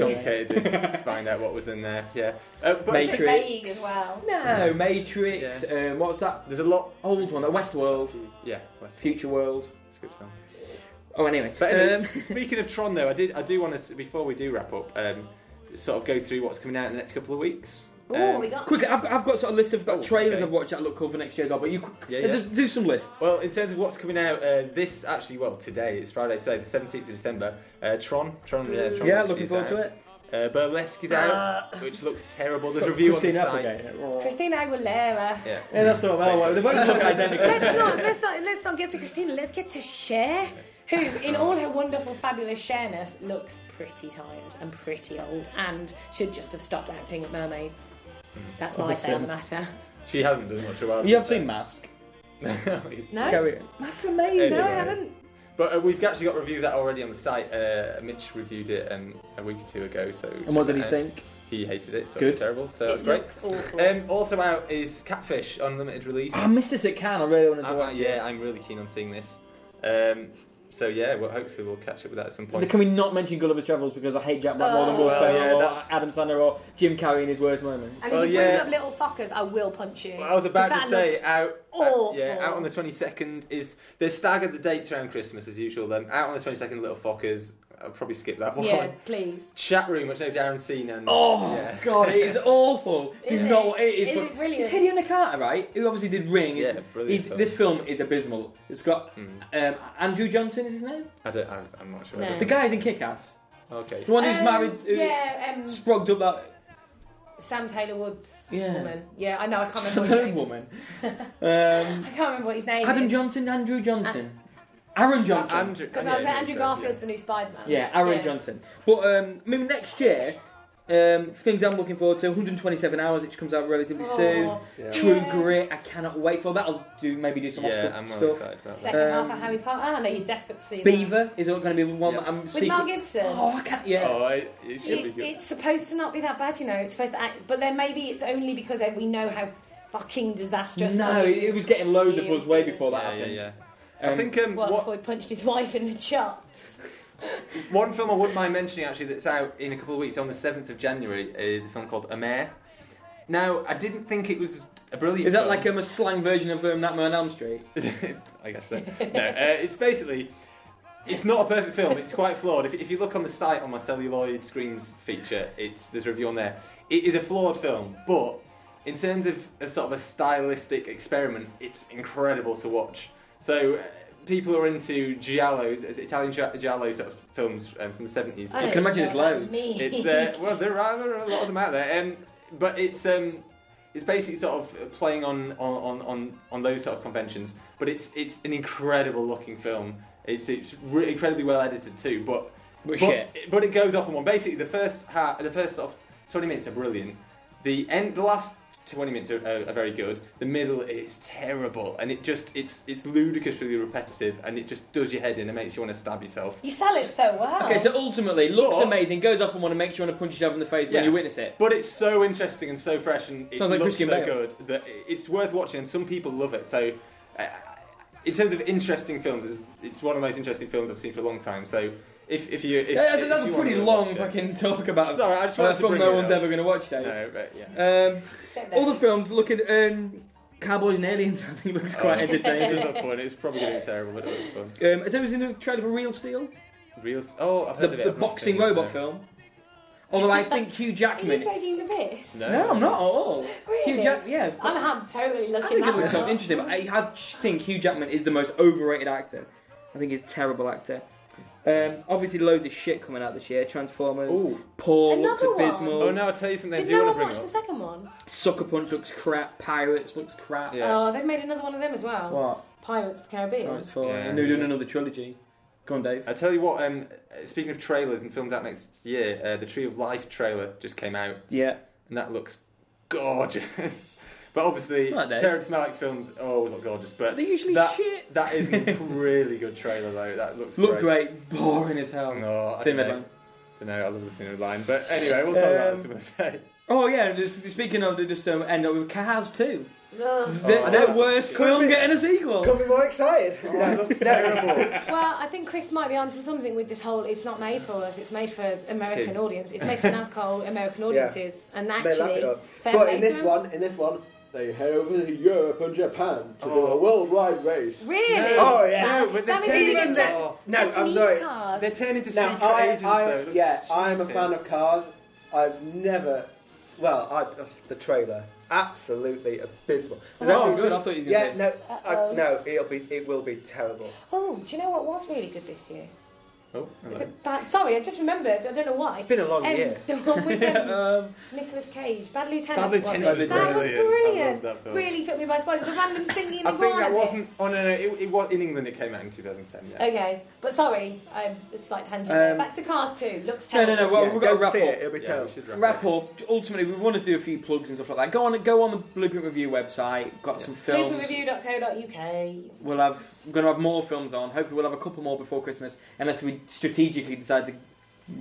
Speaker 1: *laughs*
Speaker 2: complicated to find out what was in there. Yeah, uh, but
Speaker 1: Matrix.
Speaker 4: It's a bit vague as well.
Speaker 1: No, Matrix. Um, what's that
Speaker 2: there's a lot.
Speaker 1: old one? The Westworld,
Speaker 2: Yeah, West-
Speaker 1: Future World.
Speaker 2: It's a good film.
Speaker 1: Oh, anyway.
Speaker 2: But anyway,
Speaker 1: um,
Speaker 2: speaking of Tron, though, I did I do want to before we do wrap up, um, sort of go through what's coming out in the next couple of weeks.
Speaker 4: Oh,
Speaker 2: Um,
Speaker 4: we got.
Speaker 1: quickly, I've got, I've got sort of list of
Speaker 2: Oh,
Speaker 1: trailers
Speaker 2: okay.
Speaker 1: I've watched that look cool for next year as well. But you, qu-
Speaker 2: Yeah,
Speaker 1: let's
Speaker 2: yeah.
Speaker 1: just do some lists.
Speaker 2: Well, in terms of what's coming out, uh, this actually, well, today it's Friday, so the seventeenth of December. Uh, Tron, Tron, yeah, Tron
Speaker 1: yeah,
Speaker 2: actually
Speaker 1: looking
Speaker 2: is
Speaker 1: forward to
Speaker 2: out.
Speaker 1: it. Ah.
Speaker 2: Uh, Burlesque is out, which looks terrible. There's a review on the
Speaker 1: Christina
Speaker 2: site.
Speaker 1: Applegate, yeah, well,
Speaker 4: Christina Aguilera.
Speaker 2: Yeah.
Speaker 1: Yeah, that's all. Well, well, they both
Speaker 2: *laughs*
Speaker 1: look identical.
Speaker 4: Let's not let's not let's not get to Christina. Let's get to Cher, who, in all her wonderful, fabulous Cherness, looks pretty tired and pretty old, and should just have stopped acting at Mermaids. That's my say on the matter.
Speaker 2: She hasn't done much for a while.
Speaker 1: You have
Speaker 2: to be
Speaker 1: seen Mask.
Speaker 2: *laughs* fair.
Speaker 4: No,
Speaker 1: Carry it.
Speaker 4: that's amazing. No, I
Speaker 2: Anyway.
Speaker 4: haven't.
Speaker 2: but uh, we've actually got a review of that already on the site. Uh, Mitch reviewed it um, a week or two ago. So
Speaker 1: And what did he
Speaker 2: uh,
Speaker 1: think?
Speaker 2: He hated it. Thought It
Speaker 1: Good.
Speaker 2: was terrible. So that's
Speaker 4: It
Speaker 2: great.
Speaker 4: looks awful.
Speaker 2: Um, also out is Catfish Unlimited release.
Speaker 1: Oh, I missed this at Cannes. I really wanted to
Speaker 2: Uh,
Speaker 1: watch
Speaker 2: yeah, I'm really keen on seeing this. Um, so yeah, well, hopefully we'll catch up with that at some
Speaker 1: it.
Speaker 2: point.
Speaker 1: Can we not mention Gulliver's Travels because I hate Jack Black more than
Speaker 4: Oh.
Speaker 1: Will
Speaker 2: Well,
Speaker 1: Ferrell
Speaker 2: yeah,
Speaker 1: or
Speaker 2: that's-
Speaker 1: Adam Sandler or Jim Carrey in his worst moment.
Speaker 4: And
Speaker 2: well,
Speaker 4: if you
Speaker 2: yeah.
Speaker 4: bring up little fuckers, I will punch you.
Speaker 2: Well, I was about to
Speaker 4: Because that
Speaker 2: say
Speaker 4: looks-
Speaker 2: out, out- yeah,
Speaker 4: awful.
Speaker 2: out on the 22nd is they've staggered the dates around Christmas as usual. Then out on the 22nd, Little Fockers. I'll probably skip that one.
Speaker 4: yeah, please.
Speaker 2: Chat room, which no Darren's seen and
Speaker 1: Oh
Speaker 2: yeah.
Speaker 1: god, it is *laughs* awful. Do
Speaker 4: Is
Speaker 1: you
Speaker 4: it?
Speaker 1: know what it is?
Speaker 4: Is
Speaker 1: but
Speaker 4: it brilliant?
Speaker 1: It's Hideo Nakata, right? Who obviously did Ring.
Speaker 2: Yeah,
Speaker 1: It's-
Speaker 2: brilliant
Speaker 1: it's-
Speaker 2: film.
Speaker 1: This film is abysmal. It's got
Speaker 2: hmm.
Speaker 1: um, Andrew Johnson is his name.
Speaker 2: I don't. I'm, I'm not sure. I
Speaker 4: No.
Speaker 2: don't
Speaker 1: The
Speaker 2: know.
Speaker 1: guy's in Kick-Ass.
Speaker 2: Okay.
Speaker 1: The one who's
Speaker 4: Um,
Speaker 1: married. Who
Speaker 4: Yeah, um,
Speaker 1: Sprugged up that
Speaker 4: Sam Taylor Wood's
Speaker 1: Yeah.
Speaker 4: woman. Yeah, I know. I
Speaker 1: *laughs*
Speaker 4: can't remember. What
Speaker 1: Sutherland
Speaker 4: his name.
Speaker 1: woman.
Speaker 4: *laughs*
Speaker 1: Um,
Speaker 4: I can't remember what his name
Speaker 1: Adam
Speaker 4: is.
Speaker 1: Johnson, Andrew Johnson,
Speaker 4: Ah.
Speaker 1: Aaron Johnson.
Speaker 2: Andrew.
Speaker 4: Because
Speaker 2: yeah,
Speaker 4: I was like, Andrew
Speaker 2: yeah.
Speaker 4: Garfield's the new Spider-Man.
Speaker 1: yeah, Aaron Johnson. But um, maybe next year, um, things I'm looking forward to: 127 Hours, which comes out relatively
Speaker 4: Oh,
Speaker 1: soon.
Speaker 2: Yeah.
Speaker 1: True
Speaker 4: Yeah.
Speaker 1: Grit, I cannot wait for. That'll do. Maybe do some Oscar
Speaker 2: Yeah, I'm well
Speaker 1: stuff.
Speaker 2: excited about that.
Speaker 4: Second
Speaker 1: Um,
Speaker 4: half of Harry Potter. I know you're desperate to see that.
Speaker 1: Beaver is going to be one
Speaker 2: Yeah.
Speaker 1: that I'm
Speaker 4: with Mel Gibson.
Speaker 1: Oh, I can't. Yeah.
Speaker 2: Oh, it, it should be
Speaker 4: It,
Speaker 2: good.
Speaker 4: it's supposed to not be that bad, you know. It's supposed to act, but then maybe it's only because we know how fucking disastrous.
Speaker 1: no,
Speaker 4: Mel
Speaker 1: it,
Speaker 4: Gibson
Speaker 1: it
Speaker 4: is.
Speaker 1: was getting loads of
Speaker 4: He
Speaker 1: buzz
Speaker 4: was
Speaker 1: way
Speaker 4: brilliant.
Speaker 1: before that
Speaker 2: yeah, yeah,
Speaker 1: happened.
Speaker 2: yeah. I
Speaker 1: Um,
Speaker 2: think um,
Speaker 4: Well,
Speaker 2: what,
Speaker 4: before he punched his wife in the chops.
Speaker 2: One film I wouldn't mind mentioning actually that's out in a couple of weeks on the 7th of January is a film called A Mare. Now, I didn't think it was a brilliant
Speaker 1: Is that
Speaker 2: film.
Speaker 1: like um, a slang version of um, Nightmare on Elm Street?
Speaker 2: *laughs* I guess so. No, uh, it's basically. It's not a perfect film. It's quite flawed. If, if you look on the site on my celluloid screams feature, it's there's a review on there. It is a flawed film, but in terms of a sort of a stylistic experiment, it's incredible to watch. So. Uh, People who are into giallo, Italian gi- giallo sort of films um, from the 70s.
Speaker 1: can
Speaker 4: I don't
Speaker 1: imagine
Speaker 4: know
Speaker 1: it's
Speaker 4: what that
Speaker 1: loads.
Speaker 4: means.
Speaker 2: It's
Speaker 4: *laughs*
Speaker 2: uh, well, there are, there are a lot of them out there, um, but it's um, it's basically sort of playing on on, on, on on those sort of conventions. But it's it's an incredible looking film. It's it's re- incredibly well edited too. But
Speaker 1: But
Speaker 2: but,
Speaker 1: shit.
Speaker 2: but it goes off on one. Basically, the first ha- the first sort of twenty minutes are brilliant. The end, the last twenty minutes are, are, are very good. The middle is terrible, and it just it's it's ludicrously repetitive, and it just does your head in and makes you want to stab yourself.
Speaker 4: You sell it so well.
Speaker 1: Okay, so ultimately, looks
Speaker 2: But-
Speaker 1: amazing, goes off on one and makes you want to punch yourself in the face
Speaker 2: Yeah.
Speaker 1: when you witness it.
Speaker 2: But it's so interesting and so fresh, and it
Speaker 1: Sounds like
Speaker 2: looks
Speaker 1: Christian
Speaker 2: so
Speaker 1: Bale.
Speaker 2: good that i- it's worth watching. And some people love it. So, uh, in terms of interesting films, it's- it's one of the most interesting films I've seen for a long time. So, if if you, if,
Speaker 1: Yeah, that's,
Speaker 2: if
Speaker 1: that's
Speaker 2: you
Speaker 1: a
Speaker 2: want
Speaker 1: pretty
Speaker 2: to
Speaker 1: long
Speaker 2: watch it-
Speaker 1: fucking talk about
Speaker 2: Sorry, I just
Speaker 1: a
Speaker 2: wanted to
Speaker 1: film
Speaker 2: bring
Speaker 1: no
Speaker 2: it
Speaker 1: one's
Speaker 2: up.
Speaker 1: ever going to watch, Dave.
Speaker 2: No, but yeah.
Speaker 1: Um,
Speaker 4: Sit there.
Speaker 1: all the films look at um, Cowboys and Aliens. *laughs* I think looks quite
Speaker 2: Oh, It does
Speaker 1: entertaining.
Speaker 2: look fun. It's probably going to be terrible, but it looks fun.
Speaker 1: Um, has ever seen the trailer for Real Steel,
Speaker 2: Real. Oh, I've
Speaker 1: the,
Speaker 2: heard of it.
Speaker 1: the
Speaker 2: I've not
Speaker 1: boxing
Speaker 2: seen it,
Speaker 1: robot
Speaker 2: no.
Speaker 1: film? Although I think Hugh
Speaker 4: Are you
Speaker 1: Jackman.
Speaker 4: taking the piss?
Speaker 2: No.
Speaker 1: No, I'm not at all. Hugh
Speaker 4: Really?
Speaker 1: Jack, yeah.
Speaker 4: I'm, I'm totally looking
Speaker 1: I think
Speaker 4: that
Speaker 1: it looks
Speaker 4: one
Speaker 1: so
Speaker 4: up.
Speaker 1: interesting, but I have, think Hugh Jackman is the most overrated actor. I think he's a terrible actor. Um, obviously, loads of shit coming out this year. Transformers.
Speaker 2: Ooh.
Speaker 1: Paul
Speaker 4: Another
Speaker 1: looks
Speaker 4: one.
Speaker 1: abysmal.
Speaker 2: Oh no! I'll tell you something. I
Speaker 4: Did
Speaker 2: do
Speaker 4: no
Speaker 2: want
Speaker 4: one
Speaker 2: to bring
Speaker 4: watch
Speaker 2: up.
Speaker 4: the second one?
Speaker 1: Sucker Punch looks crap. Pirates looks crap.
Speaker 2: Yeah.
Speaker 4: Oh, they've made another one of them as well.
Speaker 1: What?
Speaker 4: Pirates of the Caribbean.
Speaker 1: Oh, it's four.
Speaker 2: Yeah.
Speaker 1: And they're doing another trilogy. Go on, Dave.
Speaker 2: I tell you what. Um, uh, speaking of trailers and films out next year, uh, the Tree of Life trailer just came out.
Speaker 1: Yeah.
Speaker 2: and that looks gorgeous. *laughs* But obviously,
Speaker 1: Right, Dave.
Speaker 2: Terrence Malick films always look gorgeous. But
Speaker 1: They're usually
Speaker 2: that,
Speaker 1: shit.
Speaker 2: That is a really good trailer though. That looks
Speaker 1: Look
Speaker 2: great.
Speaker 1: great. *laughs* Boring as hell.
Speaker 2: No, I
Speaker 1: Thin
Speaker 2: don't
Speaker 1: Red
Speaker 2: know.
Speaker 1: Line.
Speaker 2: Don't know. I love the thin red line. But anyway, we'll talk about
Speaker 1: Um,
Speaker 2: this another day.
Speaker 1: Oh yeah, just, speaking of, they just um, end up with Cars 2.
Speaker 4: Ugh.
Speaker 1: Their,
Speaker 2: Oh,
Speaker 1: their
Speaker 2: that's
Speaker 1: worst
Speaker 2: shit.
Speaker 1: film getting a sequel. *laughs*
Speaker 3: Couldn't be more excited.
Speaker 2: Oh, it looks
Speaker 3: *laughs*
Speaker 2: terrible.
Speaker 4: Well, I think Chris might be onto something with this whole it's not made for us, it's made for American
Speaker 2: Kids.
Speaker 4: audience. It's made
Speaker 3: *laughs*
Speaker 4: for NASCAR American audiences. And
Speaker 3: They lap
Speaker 4: actually,
Speaker 3: it up.
Speaker 4: fair
Speaker 3: But
Speaker 4: play
Speaker 3: in
Speaker 4: to
Speaker 3: this
Speaker 4: them.
Speaker 3: one, in this one, they head over to Europe and Japan to do
Speaker 2: Oh.
Speaker 3: a worldwide race.
Speaker 4: Really?
Speaker 3: Oh, yeah.
Speaker 2: No, but they're
Speaker 4: That was
Speaker 2: turning
Speaker 4: even
Speaker 2: into
Speaker 4: Jack-
Speaker 2: oh,
Speaker 3: No, I'm
Speaker 4: Japanese
Speaker 3: sorry.
Speaker 4: cars.
Speaker 2: they're turning into
Speaker 3: Now,
Speaker 2: secret
Speaker 3: I,
Speaker 2: agents
Speaker 3: I,
Speaker 2: though. It looks
Speaker 3: yeah, I'm a
Speaker 2: stupid.
Speaker 3: fan of cars. I've never. Well, I, ugh, the trailer absolutely abysmal. Is that
Speaker 1: Oh,
Speaker 3: what-
Speaker 1: good. I thought you were
Speaker 3: Yeah,
Speaker 1: going to
Speaker 3: no, I,
Speaker 4: Uh-oh.
Speaker 3: no, it'll be it will be terrible.
Speaker 4: Oh, do you know what was really good this year?
Speaker 2: Oh,
Speaker 4: Is
Speaker 2: hello.
Speaker 4: it bad? Sorry, I just remembered. I don't know why.
Speaker 5: It's been a long
Speaker 4: Um,
Speaker 5: year.
Speaker 4: The one
Speaker 1: *laughs*
Speaker 4: with um,
Speaker 2: um,
Speaker 4: Nicolas Cage, Bad Lieutenant.
Speaker 2: Bad
Speaker 4: was it?
Speaker 2: Lieutenant.
Speaker 1: Bad
Speaker 4: That was
Speaker 2: Lieutenant. I
Speaker 4: brilliant.
Speaker 2: loved that film.
Speaker 4: Really took me by surprise. The random singing. in
Speaker 2: I
Speaker 4: the
Speaker 2: think
Speaker 4: corner
Speaker 2: that
Speaker 4: bit.
Speaker 2: wasn't. Oh no, no, it, it was in England. It came out in 2010. Yeah.
Speaker 4: Okay, but sorry, um, a slight tangent.
Speaker 1: Um,
Speaker 4: there. Back to Cars 2. Looks
Speaker 1: No,
Speaker 4: terrible.
Speaker 1: no, no. Well,
Speaker 3: Yeah,
Speaker 1: we've got to
Speaker 3: go
Speaker 1: wrap
Speaker 3: see
Speaker 1: up.
Speaker 3: it, it'll be
Speaker 2: Yeah, we
Speaker 3: terrible.
Speaker 2: should
Speaker 1: Wrap up. Ultimately, we want to do a few plugs and stuff like that. Go on, go on the Blueprint Review website. Got some films.
Speaker 4: Blueprintreview.co.uk.
Speaker 1: We'll have we're going to have more films on. Hopefully, we'll have a couple more before Christmas, unless we strategically decide to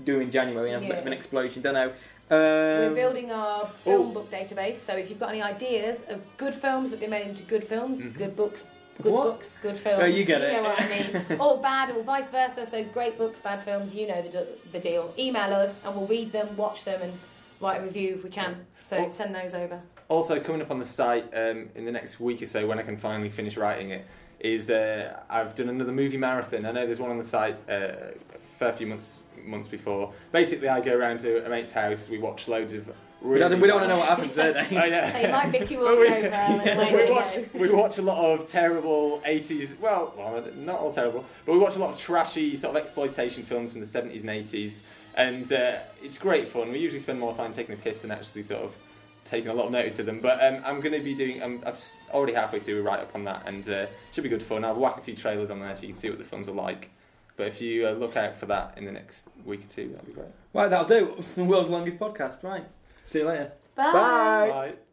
Speaker 1: do in January and have a bit of an
Speaker 4: Yeah.
Speaker 1: explosion. Don't know. Um, oh.
Speaker 4: We're building our film book database, so if you've got any ideas of good films that they made into good films, good books, good
Speaker 1: Mm-hmm. What?
Speaker 4: books, good films.
Speaker 1: No, you get it.
Speaker 4: know
Speaker 1: *laughs*
Speaker 4: what I mean. or bad, or vice versa. So great books, bad films. You know the, d- the deal. Email us, and we'll read them, watch them, and write a review if we can. So
Speaker 2: Or-
Speaker 4: send
Speaker 1: *laughs*
Speaker 4: those over.
Speaker 2: Also coming up on the site um, in the next week or so when I can finally finish writing it is uh, I've done another movie marathon. I know there's one on the site uh, a fair few months months before. Basically, I go round to a mate's house. We watch loads of.
Speaker 1: we
Speaker 2: Really
Speaker 1: don't, we don't want to know
Speaker 4: *laughs*
Speaker 1: what happens eh? there. *laughs* Dave.
Speaker 2: I know.
Speaker 4: They might pick you
Speaker 2: But
Speaker 1: *laughs*
Speaker 4: up
Speaker 2: we-
Speaker 4: over. and
Speaker 2: *laughs*
Speaker 4: let
Speaker 2: we
Speaker 4: you
Speaker 2: watch
Speaker 4: know.
Speaker 2: we watch a lot of terrible 80s well, well not all terrible but we watch a lot of trashy sort of exploitation films from the 70s and 80s and uh, it's great fun we usually spend more time taking the piss than actually sort of taking a lot of notice of them but um, I'm going to be doing I'm, I'm s- already halfway through a write up on that and uh, should be good fun I'll whack a few trailers on there so you can see what the films are like but if you uh, look out for that in the next week or two that'd be great
Speaker 1: *laughs* Right, that'll do. It's the world's longest podcast. Right. See you later.
Speaker 4: Bye.
Speaker 1: Bye.
Speaker 2: bye